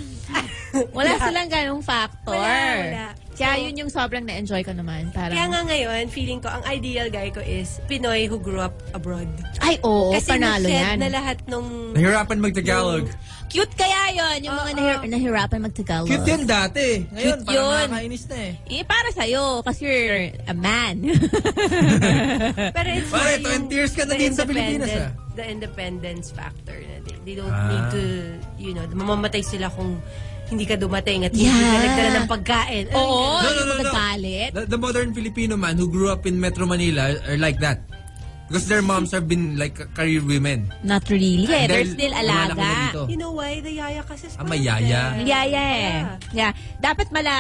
S2: Wala silang ganong factor.
S8: Wala, wala.
S2: Kaya
S8: So-
S2: yun yung sobrang na-enjoy ko naman. Parang,
S8: Kaya nga ngayon, feeling ko, ang ideal guy ko is Pinoy who grew up abroad.
S2: ay oo,
S8: Kasi
S2: Oh, panalo
S8: na-shed
S2: yan.
S8: na lahat nung...
S1: Nahirapan mag-Tagalog.
S2: Cute kaya yun, yung mga
S8: Oo.
S2: nahir- nahirapan mag-Tagalog.
S1: Cute yan dati. Ngayon,
S2: Cute
S1: parang
S2: yun.
S1: nakakainis na eh.
S2: Eh, para sa'yo, kasi you're a man.
S8: Pero it's
S1: Pare,
S8: more yung
S1: 20 years ka na
S8: the
S1: din sa Pilipinas,
S8: independent- The independence factor na din. They don't
S1: Ah.
S8: need to, you know, mamamatay sila kung hindi ka dumating at hindi ka
S2: Yeah.
S8: nagdala ng pagkain. Ay,
S1: No, no,
S2: oo, Oh, yung
S1: no, no.
S2: magagalit.
S1: The, the modern Filipino man who grew up in Metro Manila are like that. Because their moms have been like career women.
S2: Not really. Eh.
S1: And
S2: They're
S1: dahil
S2: still
S1: lumalaki na
S2: alaga.
S1: dito.
S8: You know why? The yaya kasi. is
S1: Ah,
S8: parang
S1: may yaya.
S8: there.
S2: Yeah, yeah. eh. Yeah. Dapat mala,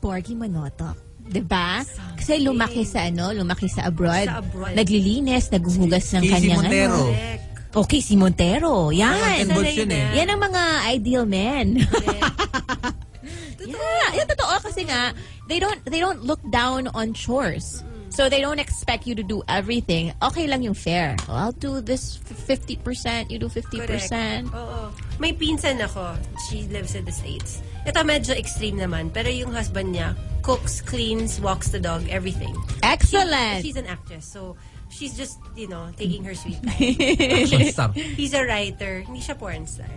S2: Porgy Monotok. 'Di ba? Kasi lumaki sa ano, lumaki sa abroad.
S8: Sa abroad.
S2: Naglilinis, naghuhugas ng
S1: Casey
S2: kanyang
S1: Montero.
S2: ano.
S8: Correct.
S2: Okay, si Montero.
S1: And
S2: Yan.
S8: Sa
S1: both yun eh.
S8: Leyden.
S2: Yan ang mga ideal men.
S8: Totoo.
S2: yeah, yun totoo kasi nga they don't they don't look down on chores. So they don't expect you to do everything. Okay lang yung fair. Oh, I'll do this f- 50%, you do 50%.
S8: Correct. Oo. May pinsan ako. She lives in the States. Ito medyo extreme naman. Pero yung husband niya, cooks, cleans, walks the dog, everything.
S2: Excellent.
S8: She's an actress. So, she's just, you know, taking her sweet time.
S1: Action star.
S8: He's a writer. Hindi siya porn star.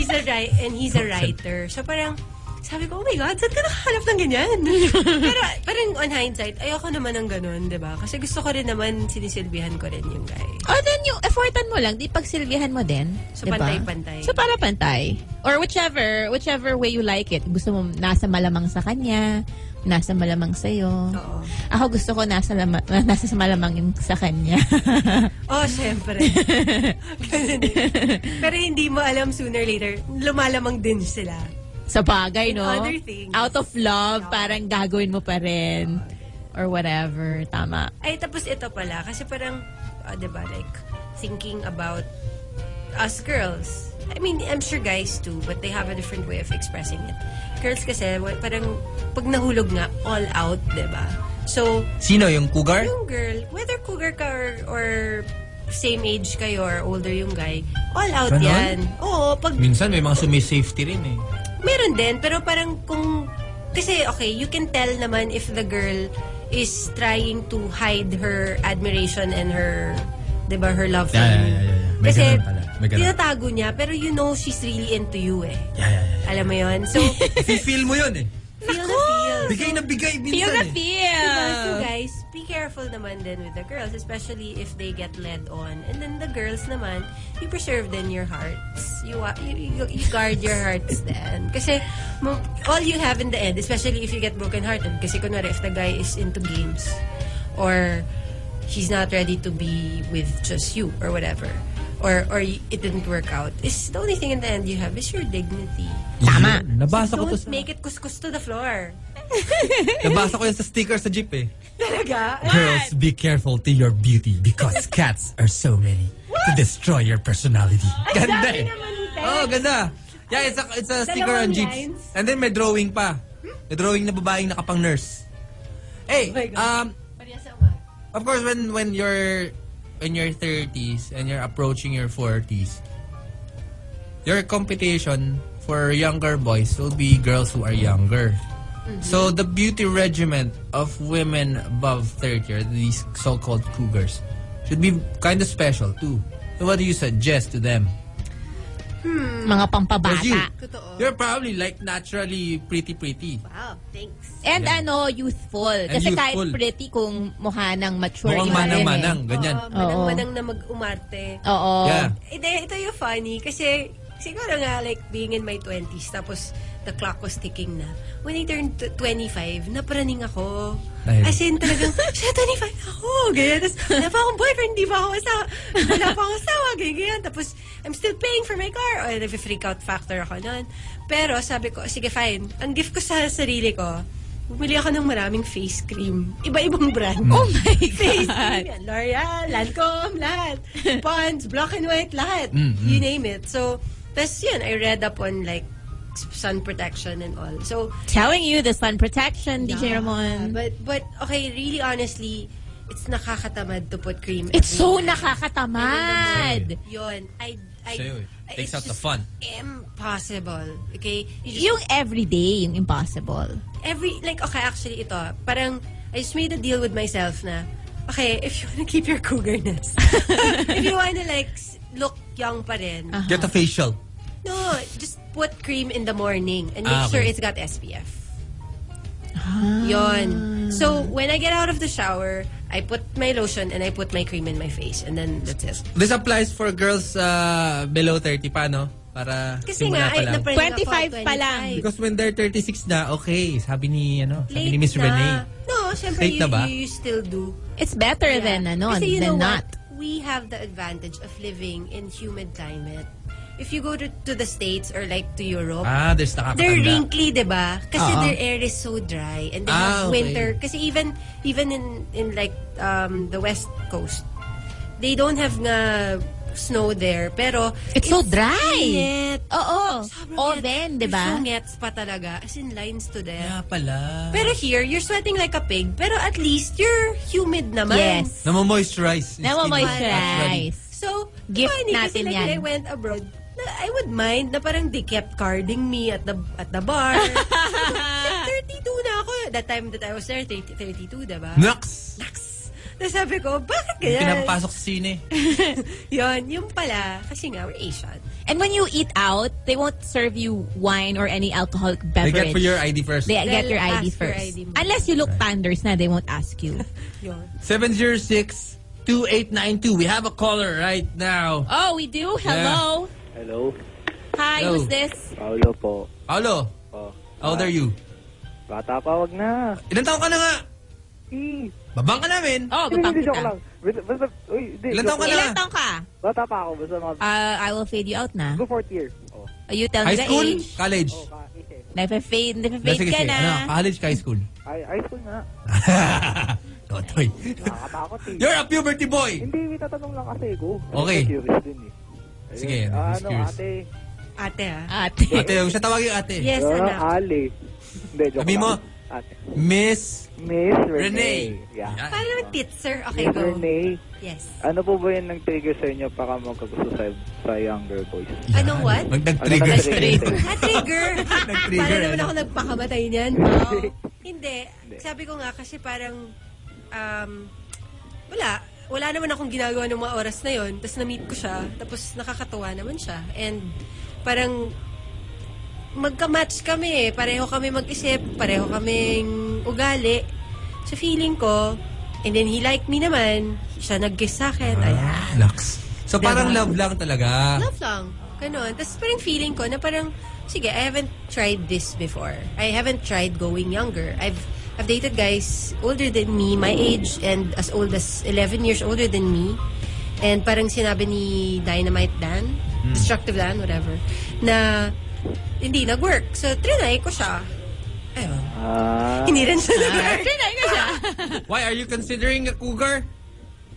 S8: He's a writer. And he's a writer. So, parang, sabi ko, oh my God, saan ka nakahanap ng ganyan? Pero, parang on hindsight, ayoko naman ng ganun, di ba? Kasi gusto ko rin naman, sinisilbihan ko rin yung guy.
S2: Oh, then yung effortan mo lang, di pagsilbihan mo din.
S8: So,
S2: diba?
S8: pantay-pantay.
S2: So, para pantay. Or whichever, whichever way you like it. Gusto mo nasa malamang sa kanya, nasa malamang sa'yo.
S8: Oo.
S2: Ako gusto ko nasa, lama, nasa sa malamang yung sa kanya.
S8: Oh, syempre. Ganun eh. Pero hindi mo alam sooner or later, lumalamang din sila.
S2: sa bagay, no?
S8: other things.
S2: Out of love, parang gagawin mo pa rin. Or whatever. Tama.
S8: Ay, tapos ito pala, kasi parang, ah, 'di ba, like, thinking about us girls. I mean, I'm sure guys too, but they have a different way of expressing it. Girls kasi, wa- parang, pag nahulog nga, all out, 'di ba? So,
S1: Sino yung cougar?
S8: yung girl, whether cougar ka or, or same age kayo or older yung guy, all out
S1: Ganon?
S8: yan. Oo, pag
S1: Minsan may mga sumisafety rin eh.
S8: Meron din, pero parang kung... Kasi, okay, you can tell naman if the girl is trying to hide her admiration and her, di ba, her love for
S1: Yeah, yeah,
S8: you.
S1: yeah, yeah, yeah. May
S8: Kasi,
S1: ganun pala. May ganun.
S8: tinatago niya, pero you know she's really into you eh.
S1: Yeah, yeah, yeah.
S8: Alam mo yun? So,
S1: Feel mo yun eh.
S8: feel the feel.
S1: Bigay na bigay
S2: Feel
S1: minsan eh.
S2: the
S8: Diba? So,
S2: feel!
S8: guys, be careful naman din with the girls, especially if they get led on. And then the girls naman, you preserve then your hearts. You, wa- you, you, you guard your hearts then. Kasi mo- all you have in the end, especially if you get broken hearted, kasi kunwari if the guy is into games, or she's not ready to be with just you or whatever or or y- it didn't work out is the only thing in the end you have is your dignity
S2: Tama.
S1: Yun. Nabasa ko to
S8: don't
S1: sa,
S8: make it kuskus to the floor
S1: nabasa ko yun sa sticker sa jeep eh.
S8: talaga
S1: Girls, be careful to your beauty because cats are so many to destroy your personality. Ganda eh. Oh, ganda. Yeah, it's a, it's a sticker on
S8: Dalawang
S1: jeeps.
S8: lines. Hmm?
S1: And then may drawing pa. May drawing na babaeng nakapang nurse. Hey,
S8: Oh my God.
S1: um, of course, when when you're when you're 30s and you're approaching your 40s, your competition for younger boys will be girls who are younger.
S8: Mm-hmm.
S1: So the beauty regiment of women above 30, or these so-called cougars, should be kind of special too. So what do you suggest to them?
S2: Mga
S1: Because you,
S2: pampabata.
S8: Totoo.
S1: you're probably like naturally pretty pretty.
S8: wow thanks
S2: And ano, youthful. Kasi kahit
S1: youthful.
S2: pretty kung mukha ng mature.
S1: Mukhang
S2: iba rin eh.
S1: manang-manang, ganyan.
S8: Oo, manang-manang na mag-umarte.
S2: Oo.
S1: Yeah.
S8: Hindi, ito yung funny kasi siguro nga like being in my 20s tapos the clock was ticking na. When I turned t- 25, naparaning ako.
S1: Dahil?
S8: As in talagang, siya 25 na ako. Ganyan. Tapos wala pa akong boyfriend, di pa ako asawa. Wala pa akong asawa. Ganyan, ganyan. Tapos I'm still paying for my car. O, nag-freak out factor ako nun. Pero sabi ko, sige fine. Ang gift ko sa sarili ko, bumili ako ng maraming face cream. Iba-ibang brand. Oh my Face cream yan. L'Oreal, Lancome, lahat. Pond's, Block and White, lahat.
S2: Mm-hmm.
S8: You name it. So, tapos yun, I read up on like s- sun protection and all. So,
S2: Telling you, the sun protection, DJ Ramon.
S8: but, but, okay, really honestly, it's nakakatamad to put cream.
S2: It's so
S8: everywhere.
S2: nakakatamad.
S8: Yun. I, I,
S1: Sa'yo eh.
S8: I-
S1: Takes
S8: it's
S1: out the
S8: just
S1: fun.
S8: Impossible. Okay? You just
S2: Yung everyday, yung impossible.
S8: every like okay actually ito parang I just made a deal with myself na okay if you wanna keep your cougerness if you wanna like s- look young pa rin
S3: Ah.
S1: Get a facial.
S8: no just put cream in the morning and make
S1: Ah,
S8: sure
S1: okay.
S8: it's got SPF
S3: Ah.
S8: yon so when I get out of the shower I put my lotion and I put my cream in my face and then that's it
S1: This applies for girls uh, below 30 pa, no? Para
S8: kasi
S1: simula
S8: nga
S1: pa
S8: ay,
S1: lang.
S8: napraning ako,
S3: 25 pa lang.
S8: 25.
S1: Because when they're 36 na, okay, sabi ni, ano, sabi ni
S8: Late
S1: Miss
S8: na.
S1: Renee.
S8: no syempre
S1: Late na
S8: you-
S1: ba?
S8: you, you still do
S2: It's better
S8: Yeah.
S2: than ano,
S8: Kasi you
S2: than
S8: know
S2: not.
S8: What? We have the advantage of living in humid climate. If you go to, to the States or like to Europe,
S1: Ah, there's
S8: they're
S1: nakakatanda.
S8: wrinkly, di ba? Kasi
S2: Oo.
S8: their air is so dry. And they
S1: Ah, okay.
S8: have winter. Kasi even even in, in like um, the West Coast, they don't have nga snow there. Pero
S2: It's so dry. Oh,
S8: init.
S2: Oo.
S8: Sobrang
S2: Oven, di
S8: init.
S2: ba?
S8: Sungets pa talaga. As in lines to them.
S1: Kaya pala.
S8: Pero here, you're sweating like a pig. Pero at least you're humid naman.
S2: Yes.
S1: Namo-moisturize. yung skin naturally.
S2: Namamoisturize.
S8: So,
S2: Gift
S8: funny,
S2: natin
S8: kasi like,
S2: yan.
S8: when I went abroad, na, I would mind na parang they kept carding me at the at the bar. Like, 32 na ako. That time that I was there, 30, 32, diba?
S1: Naks!
S8: Tapos sabi ko, bakit
S1: Yung
S8: ganyan?
S1: Pinapapasok sa sine.
S8: Yun, yung pala. Kasi nga, we're Asian.
S2: And when you eat out, they won't serve you wine or any alcoholic
S1: They get
S2: beverage.
S1: for your ID first.
S2: They get
S8: They'll
S2: your ID
S8: ask for
S2: first.
S8: ID mo.
S2: Unless you look panders na, they won't ask you.
S8: Yun.
S1: 706-2892. We have a caller right now.
S2: oh, we do? Hello?
S11: Hello,
S2: Hi,
S1: Hello.
S2: who's this?
S11: Paolo po.
S1: Paolo,
S11: Oh,
S1: how old are you?
S11: bata pa, wag na.
S1: Ilan taong ka na nga?
S11: Eh,
S1: Babang ka namin.
S2: Oh,
S11: hindi,
S2: gupang
S11: hindi, joke
S2: kita.
S11: lang. Basta, basta, uy, hindi.
S1: Ilan
S11: joke
S1: taong ka
S11: lang.
S1: na?
S2: Ilan taong ka?
S11: Bata pa ako, basta mga,
S2: Uh,
S3: Ah,
S2: I will fade you out na.
S11: go fourth year. Oh,
S2: Oh, You tell me
S1: High
S2: the
S1: school?
S2: age.
S1: College?
S11: oh, ka, eh.
S2: Nafe-fade,
S1: Nasa
S2: nafe-fade ka
S1: kasi,
S2: na.
S1: Ano, college ka high school?
S11: Ay, high school na.
S1: Totoy.
S11: Nakakatakot eh.
S1: You're a puberty boy!
S11: Hindi, may tatanong lang kasi ko.
S1: Okay.
S11: Kasi Curious din eh. Ayun.
S1: Sige,
S11: Ah,
S1: he's
S11: ano,
S1: curious.
S11: ate.
S8: Ate, ah.
S2: Ate.
S1: Ate, huwag siya tawagin ate.
S8: Yes,
S11: Ah,
S8: anak.
S11: Ali. Hindi, joke
S1: Sabi
S11: lang.
S1: mo,
S11: Ate.
S1: Miss
S11: Miss Renee.
S1: Renee.
S11: Yeah.
S2: Ah.
S1: Yan.
S8: Paano naman tits, sir? Okay,
S11: Miss
S8: go.
S11: Renee,
S8: Yes.
S11: ano po ba yun ang trigger sa inyo para magkagusto sa, sa younger boys?
S1: Yan.
S8: Anong what?
S11: Ano
S1: Mag
S11: ang
S1: nag-trigger.
S11: trigger?
S8: Ah, trigger!
S1: Nag-trigger,
S8: Para naman
S1: ano?
S8: ako nagpakamatay niyan. Oo. Hindi. Sabi ko nga kasi parang, um, wala. Wala naman akong ginagawa ng mga oras na yon. Tapos na-meet ko siya. Tapos nakakatuwa naman siya. And parang magka-match kami eh. Pareho kami mag-isip. Pareho kaming ugali. Sa feeling ko, and then he liked me naman. Siya nag-kiss sa akin. Ayan.
S1: Lux. Ah, So parang
S8: Diba?
S1: love lang talaga.
S8: Love lang. Ganon. Tapos parang feeling ko na parang, sige, I haven't tried this before. I haven't tried going younger. I've I've dated guys older than me, my age, and as old as 11 years older than me. And parang sinabi ni Dynamite Dan, Destructive Dan, whatever, na hindi nag-work. So, trinay ko siya. Ayun.
S12: Ah,
S8: Hindi rin siya nag-work.
S3: Trinay ko siya.
S1: Why, are you considering a cougar?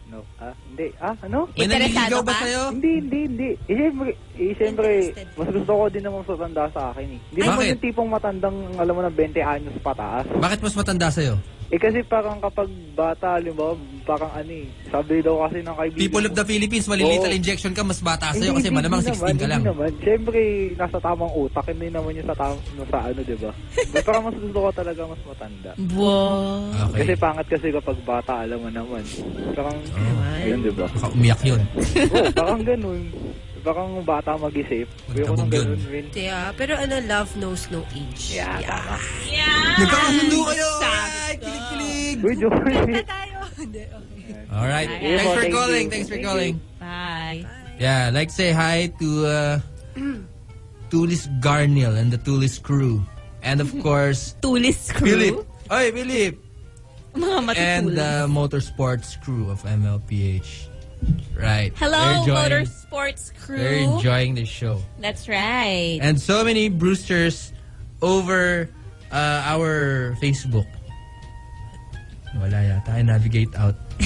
S12: no. Ah, hindi. Ah, ano?
S1: May
S2: Interesado
S1: naliligaw ba
S2: ka?
S1: sa'yo?
S12: Hindi, hindi, hindi. Eh, siyempre, eh, siyempre,
S8: Interested.
S12: mas gusto ko din naman sa tanda sa akin eh. Hindi
S1: Ay,
S12: naman
S1: bakit?
S12: yung tipong matandang, alam mo na, 20 anyos pataas.
S1: Bakit mas matanda sa'yo?
S12: Eh kasi parang kapag bata, halimbawa, parang ano eh, sabi daw kasi ng kaibigan
S1: People
S12: ko,
S1: of the Philippines, malilital
S12: Oo.
S1: injection ka, mas bata
S12: Hindi,
S1: sa'yo kasi
S12: hindi,
S1: malamang
S12: hindi
S1: 16 ka
S12: naman,
S1: lang.
S12: Hindi naman. Siyempre, nasa tamang utak. Hindi naman yung sa, tam- sa ano, di ba? Pero parang mas gusto ko talaga mas matanda.
S3: Wow.
S12: Kasi
S1: Okay.
S12: pangat kasi kapag bata, alam mo naman. Parang,
S1: Oh.
S12: yun, di ba?
S1: Baka umiyak yun.
S12: Oo, parang ganun. Parang bata mag-isip. Pero
S1: Magtabog
S12: kung
S1: yun.
S12: ganun, win.
S8: Yeah, pero ano, love knows no age. Yeah.
S1: Nagkakasundo kayo!
S3: Sakto.
S1: Ay, kilig-kilig!
S12: Uy, Joey.
S8: tayo. Hindi, okay.
S1: Alright.
S12: Yeah,
S1: Thanks for
S12: thank
S1: calling.
S12: you.
S1: Thanks for
S12: Thank
S1: calling.
S3: Bye.
S1: Yeah, like say hi to uh,
S3: Mm.
S1: Tulis Garniel and the Tulis crew. And of course,
S3: Tulis crew.
S1: Philip. Oy, Philip!
S3: Mga
S1: And uh,
S3: matutulog.
S1: the motorsports crew of MLPH. Right.
S3: Hello,
S1: They're enjoying-
S3: Motorsports
S1: They're
S3: crew.
S1: enjoying the show.
S3: That's right.
S1: And so many Brewsters over uh, our Facebook. Wala yata. I navigate out.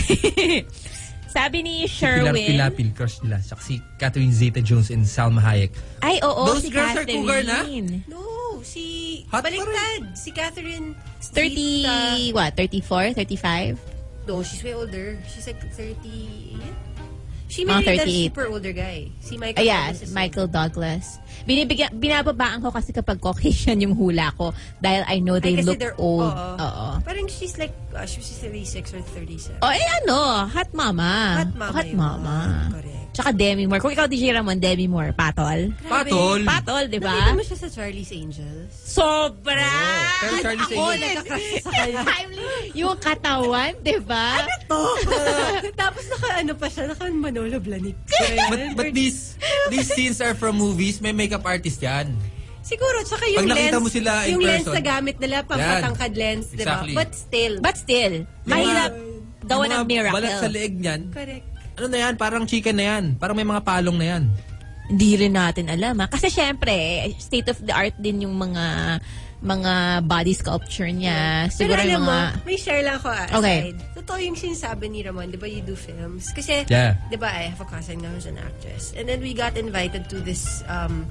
S3: Sabi ni
S1: Eh. Pilar
S3: Sherwin.
S1: Pilapil, crush nila. Saksi Catherine Zeta-Jones and Salma Hayek.
S3: Ay, oo, si
S1: Those girls are cougar na?
S3: Catherine.
S8: No, si...
S1: Hot pa rin.
S8: baliktad. Si Catherine...
S1: uh,
S2: 30, what, 34, 35?
S8: No, she's way older. She's like 38.
S2: Mga
S8: She married that
S2: 38.
S8: super older guy. Si Michael.
S2: Ayan,
S8: Douglas is
S2: Michael Douglas. Binibigyan, binababaan ko kasi kapag Caucasian yung hula ko dahil I know
S8: older. Ay,
S2: they
S8: kasi
S2: look
S8: they're-
S2: old.
S8: oo.
S2: Oo.
S8: Parang she's like, uh, she was 36 or 37.
S2: O eh ano, hot mama.
S8: Hot mama
S2: Hot
S8: yun.
S2: mama.
S8: Correct.
S2: Tsaka Demi Moore. Kung ikaw DJ Ramon, Demi Moore, patol.
S1: Patol!
S2: Patol, di
S8: Nakita
S2: ba?
S8: mo siya sa Charlie's Angels?
S3: Sobra!
S1: Oh, Pero Charlie
S8: Ako, nagka-crush sa kanya.
S2: Yung katawan, di ba?
S8: Ano Tapos naka ano pa siya, naka Manolo Blahnik.
S1: But, but these these scenes are from movies. May makeup artist yan.
S8: Siguro, tsaka yung
S1: Pag nakita
S8: lens,
S1: mo sila in
S8: yung lens
S1: person.
S8: na gamit nila, pampatangkad lens, di ba?
S1: Exactly.
S8: But still,
S2: But still, mahirap gawa ng
S1: Yung mga Balat sa
S2: miracle.
S1: leeg niyan.
S8: correct.
S1: Ano na yan? Parang chicken na yan. Parang may mga palong na yan.
S2: Hindi rin natin alam. Ha? Kasi syempre, state of the art din yung mga mga body sculpture niya. Siguro
S8: Pero alam
S2: yung mga...
S8: mo, may share lang ako ah,
S2: Okay.
S8: aside. Totoo yung sinasabi ni Ramon, di ba you do films? Kasi,
S1: Yeah.
S8: di ba I have a cousin nga who's an actress. And then we got invited to this, um,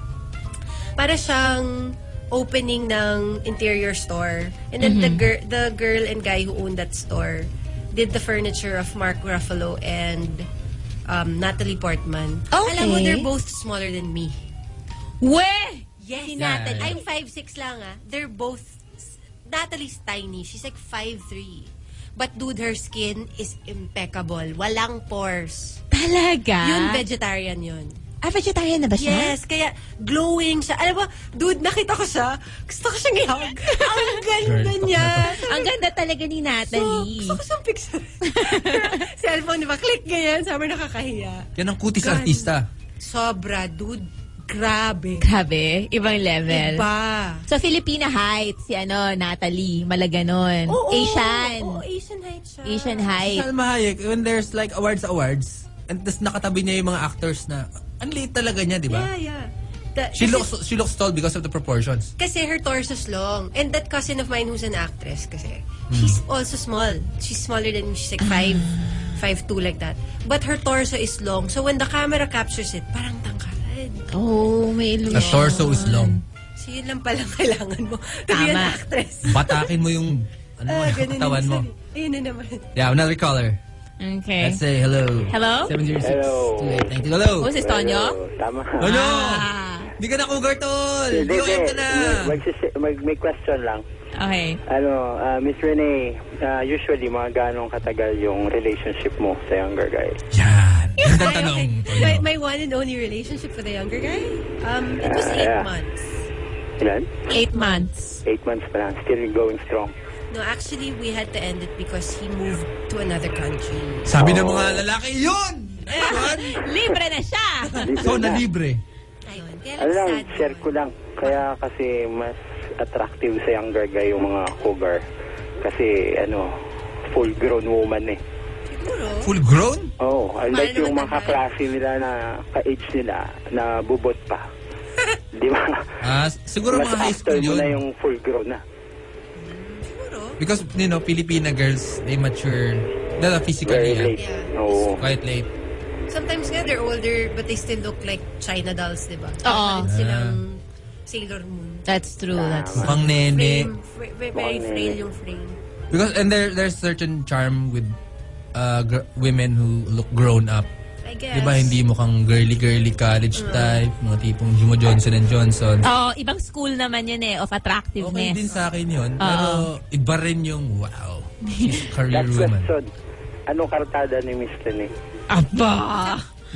S8: para siyang opening ng interior store. And then the,
S2: Mm-hmm.
S8: girl, the girl and guy who owned that store did the furniture of Mark Ruffalo and um, Natalie Portman.
S2: Okay.
S8: Alam mo, they're both smaller than me.
S3: We!
S8: Yes.
S1: Si Natalie.
S8: I'm 5'6 lang ah. They're both... Natalie's tiny. She's like 5'3. But dude, her skin is impeccable. Walang pores.
S2: Talaga?
S8: Yun, vegetarian yun.
S2: ah, vegetarian na ba siya?
S8: Yes, kaya glowing siya. Alam mo, dude, nakita ko siya. Gusto ko siyang i-hug. Ang ganda
S1: Girl,
S8: niya.
S2: Ang ganda talaga ni Natalie.
S8: So, gusto ko siyang picture. Cellphone, di ba? Click ganyan. Sabi nakakahiya.
S1: Yan ang kutis
S8: Gan.
S1: artista.
S8: Sobra, dude. Grabe.
S2: Grabe, ibang level.
S8: Diba?
S2: So, Filipina Heights, si ano, Natalie, Malaganon. Asian.
S8: Oo, Asian height siya.
S2: Asian
S1: Si
S2: Heights.
S1: Salma Hayek, eh. when there's like awards awards, and tas nakatabi niya yung mga actors na, ang liit talaga niya, di ba?
S8: Yeah, yeah. The-
S1: She
S8: kasi-
S1: looks she looks tall because of the proportions.
S8: Kasi her torso's long. And that cousin of mine who's an actress kasi, she's
S1: Hmm.
S8: also small. She's smaller than me. She's like five, five two like that. But her torso is long. So when the camera captures it, parang tangkaran.
S2: Oh, may
S1: The
S2: illusion.
S1: torso is long.
S8: So yun lang palang kailangan mo to be an
S2: Tama.
S8: actress.
S1: Batakin mo yung ano mo,
S8: Ah,
S1: yung
S8: ganun
S1: katawan
S8: yung
S1: mo.
S8: sabi. Ayun na naman.
S1: Yeah, another caller.
S2: Okay.
S1: Let's say hello.
S2: Hello?
S1: 706
S13: Hello.
S1: 2892. Hello.
S2: Who's this, Tonyo?
S13: Hello, Tama.
S1: Hello.
S2: Ah.
S1: Hindi ka na cougar tol.
S13: Hindi,
S1: Blow up
S13: hindi.
S1: ka na.
S13: Magsisi- Mag, may question lang.
S2: Okay.
S13: Ano, ah, Miss Renee, ah, usually mga ganong katagal yung relationship mo sa younger guy?
S1: Yan. Gandang
S8: Ay,
S1: tanong.
S8: okay.
S1: Tonyo.
S8: My, my one and only relationship with a younger guy, um, it was eight
S13: Yeah.
S8: months.
S13: Ilan?
S2: Eight months.
S13: Eight months pa lang. Still going strong.
S8: No, actually, we had to end it because he moved to another country.
S1: Sabi ng mga lalaki, yun! Yun!
S2: Libre na siya!
S13: Libre
S1: So,
S13: na.
S1: nalibre.
S8: Ayun. Kaya
S13: Ano
S8: lang,
S13: lang,
S8: sad
S13: share ko
S8: naman.
S13: lang. Kaya kasi mas attractive sa younger guy yung mga cougar. Kasi ano, full grown woman eh.
S1: Full grown?
S13: Oh,
S14: Mahal
S13: unlike yung
S14: naman
S13: mga kaklase nila na ka-age nila na bubot pa. Di ba?
S1: Ah, siguro
S13: Mas
S1: mga high
S13: after
S1: school
S13: mo na
S1: yun.
S13: yung full grown na.
S1: Because, you know, Filipina girls, they mature. Lala
S13: Very
S1: physically, ah.
S13: late. Oo.
S1: Quite late.
S8: Sometimes nga, they're older but they still look like China dolls, di ba?
S13: Ah.
S15: Oo.
S8: Parang Silang Sailor Moon.
S15: That's true. That's
S1: Mukhang nene.
S8: Frame, fra- very, very
S13: Mukhang
S8: frail
S13: nene.
S8: yung frame.
S1: Because, and there, there's certain charm with uh, gr- women who look grown up.
S8: I guess.
S1: Di ba, hindi mukhang girly-girly college
S8: Mm.
S1: type, mga tipong Jimo Johnson and Johnson.
S2: Oo, Oh, ibang school naman yun eh, of
S1: Okay
S2: attractiveness.
S1: din sa akin yun, pero iba rin yung wow. She's a career
S13: Last
S1: woman.
S13: question. Anong kartada ni Miss Lene?
S2: Aba!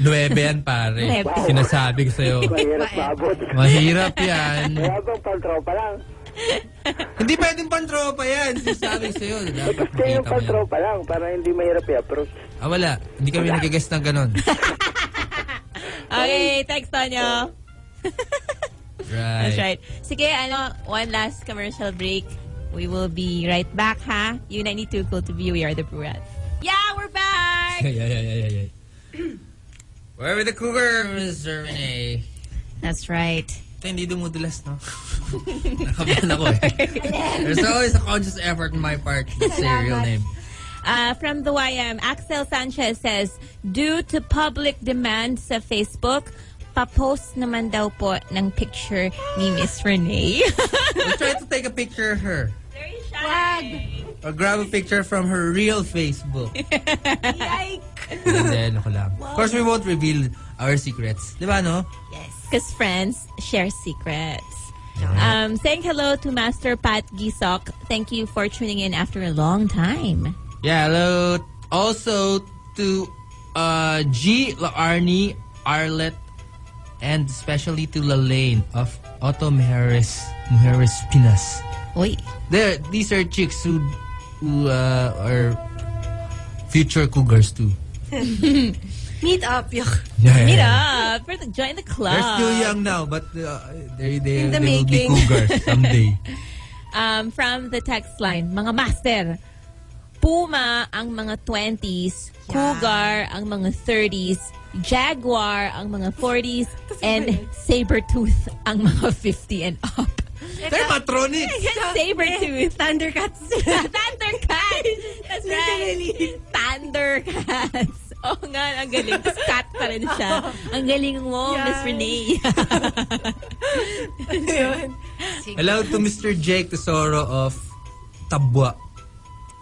S1: Nuebe yan, pare.
S2: Nuwebe.
S1: Sinasabi ko sa'yo.
S13: Mahirap maabot.
S1: Mahirap yan.
S13: Wala bang pantropa lang?
S1: Hindi pwedeng pantropa yan. Sinasabi ko sa'yo. Dapat
S13: Gusto yung
S1: makita mo yan.
S13: pantropa lang para hindi mahirap i-approach.
S1: Ah, wala. Hindi kami nag-guess ng ganun.
S2: Okay, text Tonyo. That's
S1: Right.
S2: right. Sige, ano, one last commercial break. We will be right back, ha? You na need to go to view. We are the Brurats. Yeah, we're back!
S1: Ay, ay, ay, ay, ay. Where with the cougar, Mr. Renee?
S15: That's right.
S1: Ito, hindi dumudulas, no? Nakabahan ako eh. There's always a conscious effort on my part to say your real name.
S2: Uh, from the YM, Axel Sanchez says, Due to public demand sa Facebook, papost naman daw po ng picture ni Miss Renee.
S1: We try to take a picture of her.
S2: Very shy.
S1: Or grab a picture from her real Facebook. And then, ako lang. Of course, we won't reveal our secrets. Di ba, no?
S2: Because friends share secrets. Um, saying hello to Master Pat Gisok. Thank you for tuning in after a long time.
S1: Yeah, hello. Also to uh, G, Laarni, Arlet, and especially to Lalaine of Otto Mujeres, Mujeres Pinas.
S15: Uy.
S1: There, these are chicks who, who uh, are future cougars too.
S8: Meet up. Yuck.
S1: Yeah.
S2: Meet up. For the, join the club.
S1: They're still young now, but uh, they, they,
S8: Ah. In
S1: they will
S8: the
S1: be
S8: making.
S1: cougars someday.
S2: Um, from the text line, mga master, Puma ang mga 20s, Cougar ang mga 30s, Jaguar ang mga 40s, and Sabertooth ang mga 50 and up.
S1: They're matronics!
S2: Sabertooth.
S8: Thundercats.
S2: Thundercats! That's right. Thundercats. Oo nga, ang galing. Tapos cat pa rin siya. Ang galing mo,
S8: Yes.
S2: Miss Renee.
S8: Yun.
S1: Hello to Mr. Jake Tesoro of Tabwa.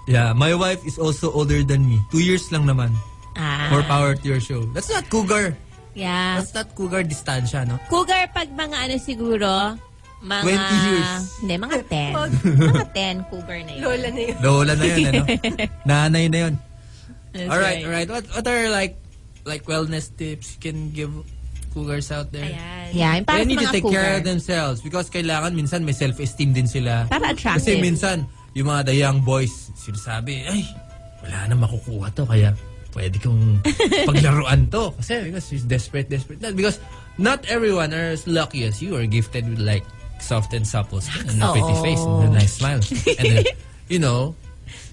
S1: Yeah, my wife is also older than me. Two years lang naman.
S2: ah,
S1: More power to your show. That's not cougar.
S8: Ah.
S2: yeah.
S1: That's not cougar distansya, no?
S2: Cougar, pag mga ano siguro, mga...
S1: 20 years.
S2: Hindi, mga 10. mga 10, cougar na yun.
S8: Lola na yun.
S1: Lola na yun, ano? Nanay na yun.
S2: That's
S1: alright, alright. What, what are like like wellness tips you can give cougars out there?
S8: Ayan.
S15: Yeah, yung
S1: They
S15: parang
S1: need to
S15: mga
S1: take care
S15: cougar.
S1: of themselves because kailangan minsan may self-esteem din sila. Kasi
S2: Para attractive.
S1: minsan, yung mga the young boys, sinasabi, ay, wala na makukuha to, kaya pwede kong paglaruan to. Kasi because she's desperate, desperate. Not, because not everyone are as lucky as you are gifted with like soft and supple skin and a pretty face and a nice smile. And then, you know,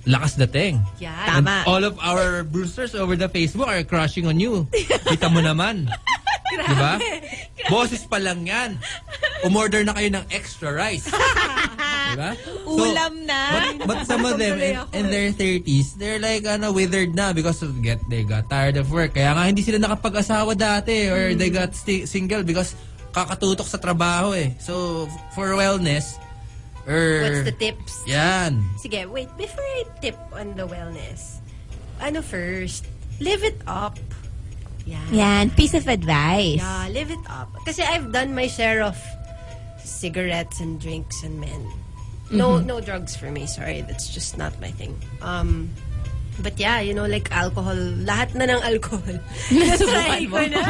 S1: lakas dating.
S8: Yeah.
S1: And
S2: Tama.
S1: all of our Brewsters over the Facebook are crushing on you. Kita mo naman. Di ba? Diba? Boses pa lang yan. Umorder na kayo ng extra rice. Di ba? So,
S2: Ulam na.
S1: But, but some of them in, in their 30s, they're like ano, withered na because of get they got tired of work. Kaya nga hindi sila nakapag-asawa dati
S2: Hmm.
S1: or they got sti- single because kakatutok sa trabaho eh. So, for wellness, or...
S8: What's the tips?
S1: Yan.
S8: Sige, wait. Before I tip on the wellness, ano first? Live it up. Yeah.
S15: Yan, piece of advice.
S8: Yeah, live it up. Kasi I've done my share of cigarettes and drinks and men. No, no drugs for me. Sorry, that's just not my thing. Um, but yeah, you know, like alcohol, lahat na ng alcohol. Natry ko na.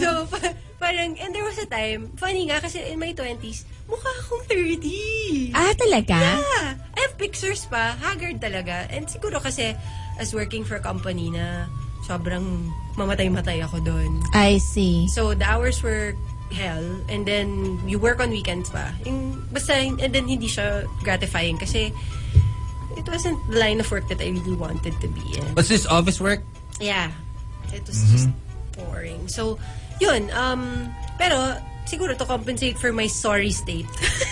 S8: So, pa- parang, and there was a time, funny nga, kasi in my 20s, mukha akong 30.
S15: Ah, talaga?
S8: Yeah. I have pictures pa. Haggard talaga. And siguro kasi, as working for a company na sobrang mamatay-matay ako doon.
S15: I see.
S8: So, the hours were hell. And then, you work on weekends pa. Yung, basta, and then hindi siya gratifying kasi it wasn't the line of work that I really wanted to be in.
S1: What's this office work?
S8: Yeah. It was just boring. So, yun. Um, pero, siguro to compensate for my sorry state.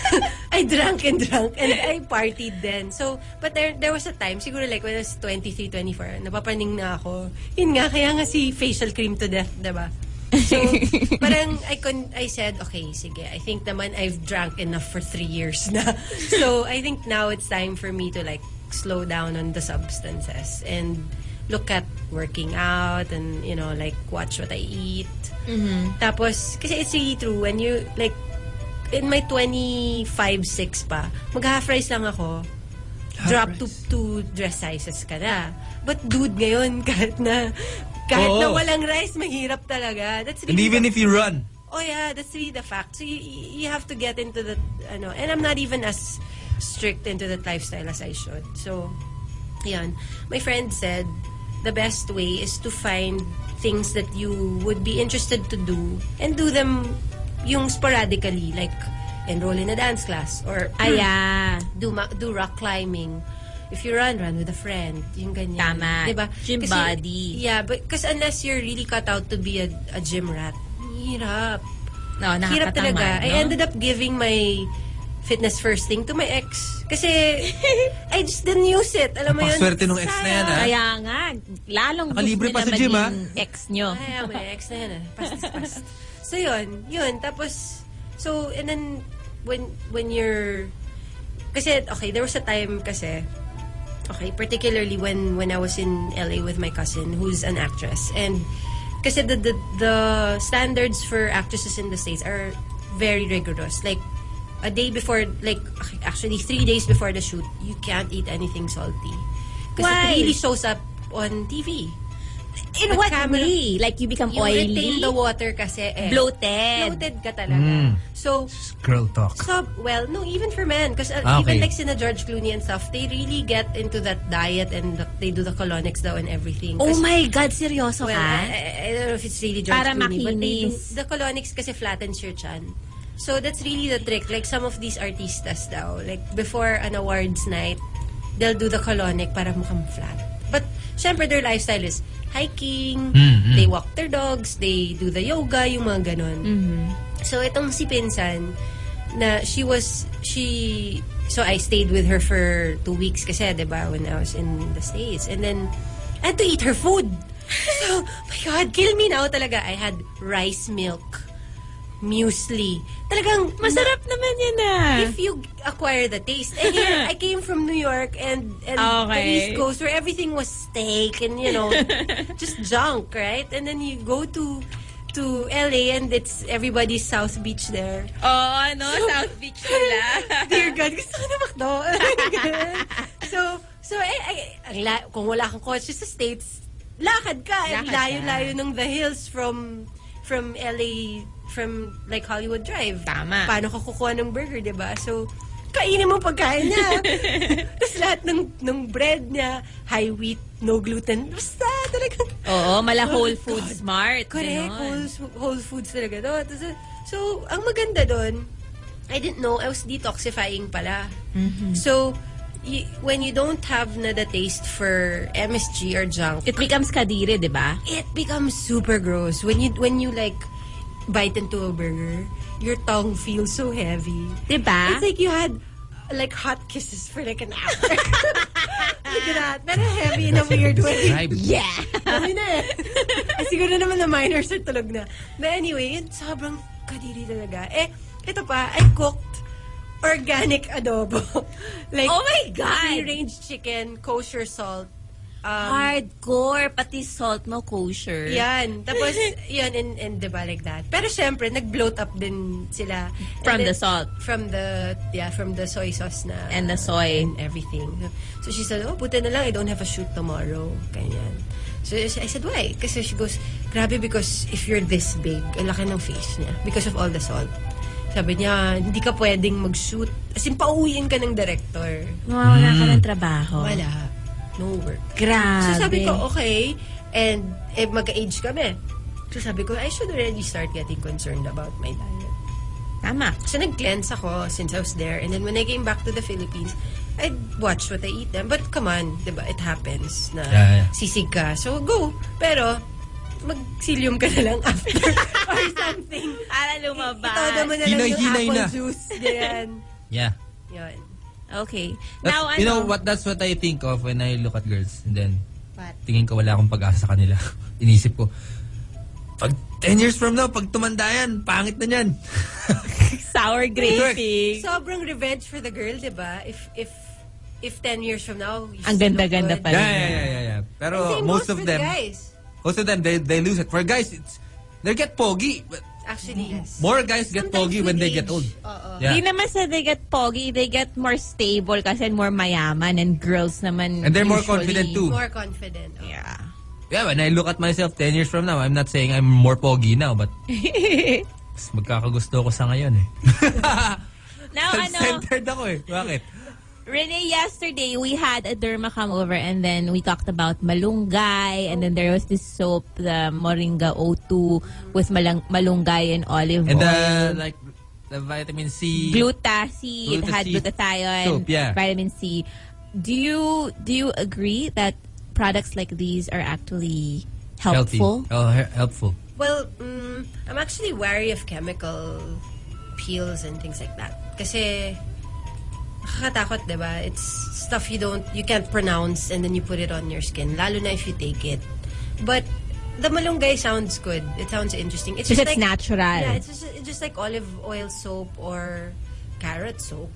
S8: I drank and drank and I partied then. So, but there there was a time, siguro like when I was 23, 24, napapaning na ako. Yun nga, kaya nga si facial cream to death, diba? So, parang I, con- I said, okay, sige, I think naman I've drank enough for three years na. So, I think now it's time for me to like slow down on the substances and look at working out and, you know, like watch what I eat. Tapos, kasi it's really true, when you, like, in my 25-6 pa, mag-half rise lang ako, drop to, to dress sizes ka na. But dude, ngayon, kahit na, kahit na
S1: Oo.
S8: walang rice, mahirap talaga. That's
S1: And
S8: really
S1: even if you run,
S8: Oh yeah, that's really the fact. So you, you have to get into the ano, and I'm not even as strict into that lifestyle as I should. So, yan. My friend said the best way is to find things that you would be interested to do and do them yung sporadically, like enroll in a dance class or
S2: Ah,
S1: Hmm.
S2: yeah.
S8: do ma- do rock climbing. If you run, run with a friend. Yung ganyan.
S2: Tama.
S8: Diba?
S2: Gym
S8: Kasi-
S2: body.
S8: Yeah, but because unless you're really cut out to be a, a gym rat, hirap.
S2: No,
S8: Hirap
S2: nakakatamad,
S8: talaga. I
S2: no?
S8: ended up giving my fitness first thing to my ex. Kasi I just didn't use it. Alam mo yun?
S1: Napakaswerte nung ex na yan, ah.
S2: Kaya nga, lalong
S1: Nakalibre
S2: gusto
S1: pa
S2: nila
S1: sa gym,
S2: maging ex nyo.
S8: Ay, may ex na yan ah. Past is past. so yun, yun. Tapos, so, and then, when, when you're, kasi, okay, there was a time kasi, okay, particularly when, when I was in LA with my cousin, who's an actress, and, kasi the, the, the standards for actresses in the States are very rigorous. Like, a day before, like, actually, three days before the shoot, you can't eat anything salty. Because
S2: Why?
S8: it really shows up on TV.
S2: In
S8: But
S2: what
S8: camera-
S2: way? Like you become
S8: You
S2: oily?
S8: retain the water kasi eh.
S2: bloated.
S8: Bloated ka talaga.
S1: Mm.
S8: So,
S1: girl talk.
S8: so, well, no, even for men. Because uh,
S1: Ah,
S8: even
S1: okay.
S8: like sina George Clooney and stuff, they really get into that diet and the, they do the colonics daw and everything.
S2: Oh
S8: 'Cause,
S2: my God, seryoso
S8: Well, eh, I,
S2: ka?
S8: I- I don't know if it's really George
S2: Para
S8: Clooney, but they do,
S2: makinis.
S8: the colonics kasi flattens your chan. So, that's really the trick. Like, some of these artistas daw, like, before an awards night, they'll do the colonic para mukhang flat. But, syempre, their lifestyle is hiking,
S1: Mm, mm.
S8: they walk their dogs, they do the yoga, yung mga ganun. So itong si Pinsan na she was she so I stayed with her for two weeks kasi 'di ba when I was in the States and then I had to eat her food. So oh my god, kill me now talaga. I had rice milk muesli. Talagang
S2: Masarap naman yan ah.
S8: if you acquire the taste. And here, I came from New York and, and the
S2: Okay.
S8: East Coast where everything was steak and, you know, just junk, right? And then you go to to LA and it's everybody's South Beach there.
S2: Oo, ano, South Beach nila.
S8: ah. Dear God, gusto ko na McDo. so, so, eh, eh, ang la- kung wala kang kotse sa States, lakad ka. Eh,
S16: Lakad ka.
S8: layo-layo ng the hills from from LA, from like Hollywood Drive.
S16: Tama.
S8: Paano ka kukuha ng burger, di ba? So, kainin mo pagkain niya. Tapos lahat ng, ng bread niya, high wheat, no gluten. Basta talagang
S2: Oo, mala Whole Foods Smart.
S8: Oh Correct.
S2: ganon.
S8: Whole, whole foods talaga doon. Tapos, So, ang maganda doon, I didn't know, I was detoxifying pala. So, y- when you don't have na the taste for MSG or junk,
S2: It becomes kadiri, di ba?
S8: it becomes super gross. When you, when you like, bite into a burger, your tongue feels so heavy.
S2: Di ba?
S8: It's like you had like hot kisses for like an hour. Look at that. Pero heavy in a weird way.
S1: Right?
S2: Yeah.
S8: Kami na eh. Ay, siguro naman na minors are tulog na. But anyway, yun, sobrang kadiri talaga. Eh, ito pa, I cooked organic adobo. like,
S2: Oh my God!
S8: Free-range chicken, kosher salt. Um,
S2: Hardcore, pati salt mo kosher.
S8: yan. Tapos, yun, and, and diba like that. Pero syempre, nag-bloat up din sila. And
S2: From
S8: then-
S2: the salt.
S8: From the, yeah, from the soy sauce na.
S2: And the soy.
S8: And everything. So she said, oh, buti na lang, I don't have a shoot tomorrow. Ganyan. So I said, why? Kasi she goes, grabe because if you're this big, ang laki ng face niya. Because of all the salt. Sabi niya, hindi ka pwedeng mag-shoot. As in, pauwiin ka ng director.
S2: Mawawala ka ng trabaho.
S8: Mm. Wala. No work.
S2: Grabe.
S8: So sabi ko,
S2: oh,
S8: okay. And eh, mag-age kami. So sabi ko, I should already start getting concerned about my diet.
S2: Tama.
S8: So nag-cleanse ako since I was there. And then when I came back to the Philippines, I'd watch what I eat them. But come on, di ba? It happens na
S1: Yeah, yeah.
S8: sisig ka. So, go. Pero, magsilium ka na lang after or something.
S2: Para lumabas.
S8: Todo mo na lang yung
S1: Hinay-hinay
S8: apple
S1: na.
S8: juice. Ganyan.
S1: Yeah.
S8: Yun.
S2: Okay.
S1: That's-
S2: Now,
S1: you know
S2: ano?
S1: what? That's what I think of when I look at girls. And then,
S17: What?
S1: tingin ko wala akong pag-asa sa kanila. Inisip ko, pag 10 years from now, pag tumanda yan, pangit na yan.
S2: Sour
S17: Eh.
S2: gravy.
S8: Sobrang revenge for the girl, di ba? If, if, if 10 years from now, you
S17: Ang
S8: still look
S17: ganda-ganda
S8: good.
S17: pa
S1: yeah,
S17: rin.
S1: yeah, yeah, yeah, yeah. Pero
S8: Same
S1: most
S8: goes
S1: of
S8: for the
S1: them,
S8: guys.
S1: most of them, they, they lose it. For guys, it's, they get pogi. But
S8: Actually, yes.
S1: more guys get pogi when they get old.
S2: Hindi
S8: Oh.
S1: Yeah.
S2: naman sa they get pogi, they get more stable kasi and more mayaman and girls naman
S1: And they're more
S2: usually-
S1: confident too.
S8: More confident. Oh.
S2: Yeah.
S1: Yeah, when I look at myself 10 years from now, I'm not saying I'm more pogi now, but mas magkakagusto ko sa ngayon eh.
S2: Now, ano,
S1: Self-centered ako eh. Bakit?
S2: Renee, yesterday we had a derma come over and then we talked about malunggay and then there was this soap, the Moringa O2 with malang malunggay and olive
S1: And
S2: oil.
S1: the, like, the vitamin C.
S2: Glutaci, it had
S1: Glutaci
S2: glutathione,
S1: soap, yeah.
S2: vitamin C. Do you do you agree that products like these are actually
S1: Healthy.
S2: helpful?
S1: Oh, he- helpful.
S8: Well, mm, I'm actually wary of chemical peels and things like that. Kasi, nakakatakot, di ba? It's stuff you don't, you can't pronounce and then you put it on your skin. Lalo na if you take it. But, the malunggay sounds good. It sounds interesting. It's
S2: Because it's
S8: just like,
S2: natural.
S8: Yeah, it's just, it's just like olive oil soap or carrot soap.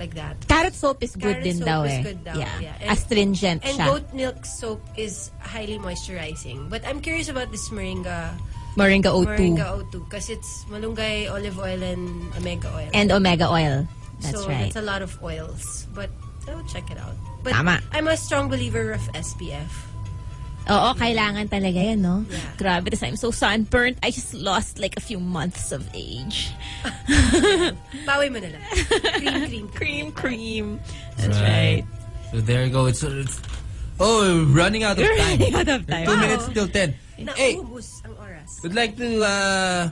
S8: Like that.
S2: Carrot soap is good din
S8: Carrot soap
S2: daw
S8: is
S2: eh.
S8: good daw,
S2: yeah.
S8: yeah. And-
S2: Astringent
S8: And
S2: siya.
S8: goat milk soap is highly moisturizing. But I'm curious about this moringa
S2: Moringa O2
S8: Moringa O2 because it's malunggay, olive oil, and omega oil.
S2: and omega oil. That's
S8: so
S2: right.
S8: it's a lot of oils. But I'll check it out. But
S2: Tama.
S8: I'm a strong believer of SPF.
S2: Oo, kailangan talaga yan, no? Grabe, tas I'm so sunburnt. I just lost like a few months of age.
S8: Bawi mo na lang. Cream, cream, cream.
S2: cream, cream. That's right.
S1: So there you go. It's, it's oh, we're running out of
S2: We're
S1: time.
S2: running out of time.
S1: Two
S2: Wow.
S1: minutes till ten. Hey,
S8: Naubos ang oras.
S1: we'd like to uh,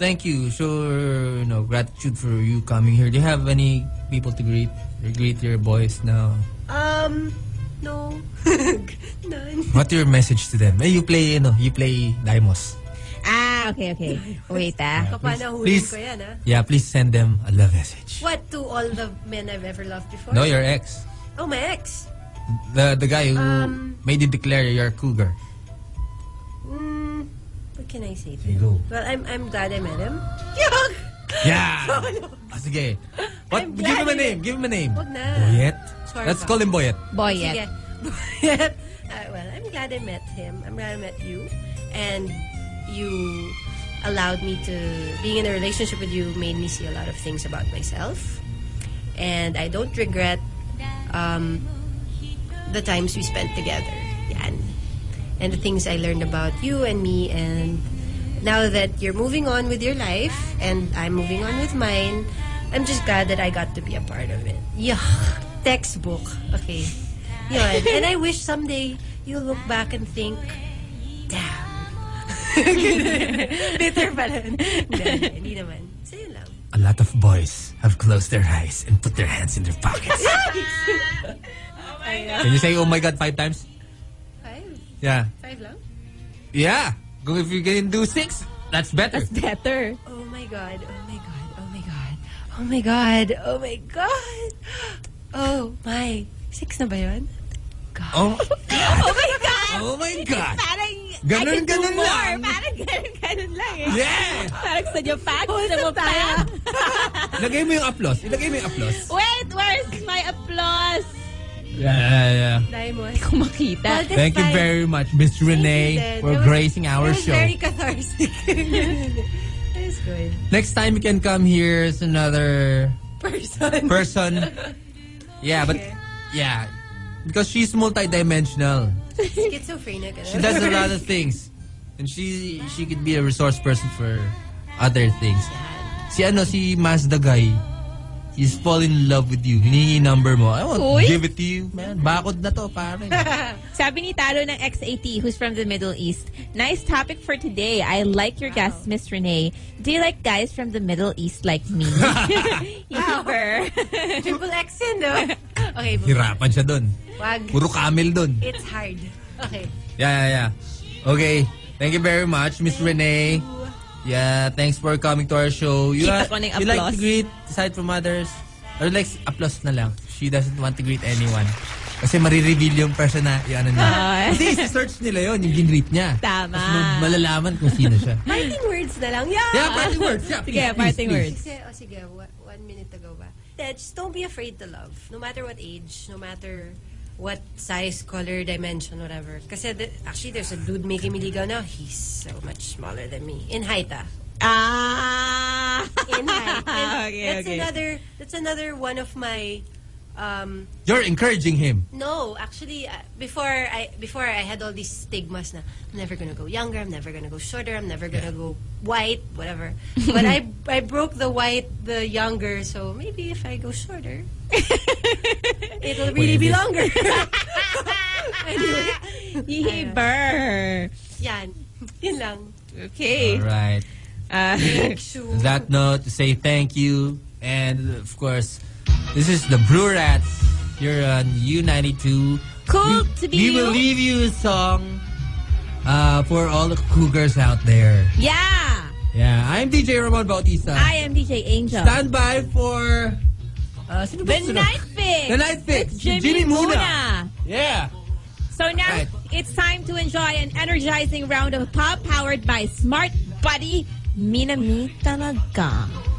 S1: thank you. Sure, you know, gratitude for you coming here. Do you have any people to greet? Or greet your boys now.
S8: Um, no. None.
S1: What's your message to them? Eh, you play, you know, you play Daimos.
S17: Ah, okay, okay. Wait, ah.
S8: Kapanahulin
S1: Please.
S8: ko yan, ha?
S1: Yeah, please send them a love message.
S8: What to all the men I've ever loved before?
S1: No, your ex.
S8: Oh, my ex.
S1: The the guy who
S8: Um,
S1: made you declare you're a cougar.
S8: Mm, what can I say to
S1: There you
S8: him?
S1: go.
S8: Well, I'm, I'm glad I met him.
S1: Yeah.
S8: Oh,
S1: Ah, sige. What?
S8: I'm
S1: Give him
S8: glad
S1: a
S8: you-
S1: name. Give him a name.
S8: Wag na.
S1: Boyet.
S8: Sorry
S1: Let's
S8: ba?
S1: call him Boyet.
S17: Boyet.
S8: Sige. Uh, well, I'm glad I met him. I'm glad I met you. And you allowed me to, being in a relationship with you made me see a lot of things about myself. And I don't regret um, the times we spent together. Yan. And the things I learned about you and me. And now that you're moving on with your life and I'm moving on with mine, I'm just glad that I got to be a part of it. Yeah. Textbook. Okay. Yun. And I wish someday you'll look back and think, damn. Bitter pala. Hindi, hindi, hindi naman. So yun lang.
S1: A lot of boys have closed their eyes and put their hands in their pockets. Can you say "Oh my God" five times?
S8: Five?
S1: Yeah.
S8: Five lang?
S1: Yeah. Go if you can do six. That's better.
S2: Better.
S8: Oh my god. Oh my god. Oh my god. Oh my god. Oh my god. Oh my. Six na ba yun?
S1: Oh,
S2: Oh my God!
S1: oh my God.
S2: Parang,
S1: Ganun,
S2: I can do
S1: ganun
S2: more.
S1: lang.
S2: Parang ganun, ganun lang eh.
S1: Yeah.
S2: Parang sa niyo pa, gusto mo pa.
S1: Ilagay mo yung applause. Ilagay mo yung applause.
S2: Wait, where's my applause?
S1: Yeah, yeah, yeah.
S8: Diamond.
S2: Kung makita.
S8: Well,
S1: Thank you
S8: Fine.
S1: very much, Miss Renee,
S8: Eden.
S1: for
S8: It was-
S1: gracing our
S8: it was
S1: show.
S8: very cathartic. it was good.
S1: Next time you can come here is another
S8: Person.
S1: person. Yeah, but yeah, because she's multidimensional.
S8: Schizophrenic.
S1: She does a lot of things, and she she could be a resource person for other things. Si ano si Mazda guy, he's fall in love with you. Hinihingi number mo. I won't
S2: Uy.
S1: give it to you, man. Bakod na to, pare.
S2: Sabi ni Taro ng XAT, who's from the Middle East, nice topic for today. I like your guest, Miss Renee. Do you like guys from the Middle East like me? Youtuber.
S8: Triple eh? X yun, no? Okay, bumili.
S1: Hirapan siya doon.
S8: Wag.
S1: Puro camel doon.
S8: It's hard. Okay.
S1: Yeah, yeah, yeah. Okay. Thank you very much, Miss Renee. Yeah, thanks for coming to our show. You,
S2: Kita
S1: are-
S2: ko ng
S1: you like
S2: applause.
S1: to greet aside from others? Or like, applause na lang. She doesn't want to greet anyone. Kasi marireveal yung person na yung ano niya.
S2: Ah.
S1: Kasi search nila yun, yung ginreet niya.
S2: Tama.
S1: Tapos ma- malalaman kung sino siya.
S8: Parting words na lang. Yeah.
S1: Yeah, parting words. Yeah, please,
S2: Sige,
S1: please,
S2: parting
S1: please.
S2: words.
S8: Kasi, oh, sige, wa- one minute ago ba? Yeah, just don't be afraid to love. No matter what age, no matter what size, color, dimension, whatever. Kasi the, actually, there's a dude making me ligaw now. He's so much smaller than me. In height, ah.
S2: Ah!
S8: In height. And
S2: Okay,
S8: that's
S2: okay.
S8: another that's another one of my um
S1: You're encouraging him.
S8: No, actually, uh, before I before I had all these stigmas na I'm never gonna go younger, I'm never gonna go shorter, I'm never gonna go white, whatever. But I I broke the white, the younger, so maybe if I go shorter, it'll really be
S1: Pwede.
S8: longer.
S2: Yee, burr.
S8: Yan, yun lang.
S2: Okay.
S1: All right.
S2: Ah,
S1: On that note, to say thank you. And of course, this is the Brew Rats. You're on U92.
S2: Cool
S1: We-
S2: to be
S1: We
S2: you.
S1: will leave you a song uh, for all the cougars out there.
S2: yeah!
S1: Yeah, I'm DJ Ramon Bautista.
S2: I am DJ Angel.
S1: Stand by for uh, sino ba
S2: The
S1: sunod?
S2: Night Fix!
S1: The Night Fix. Si
S2: With Jimmy, Muna.
S1: Yeah.
S2: So now
S1: Right.
S2: it's time to enjoy an energizing round of pop powered by Smart Buddy Minami Talaga.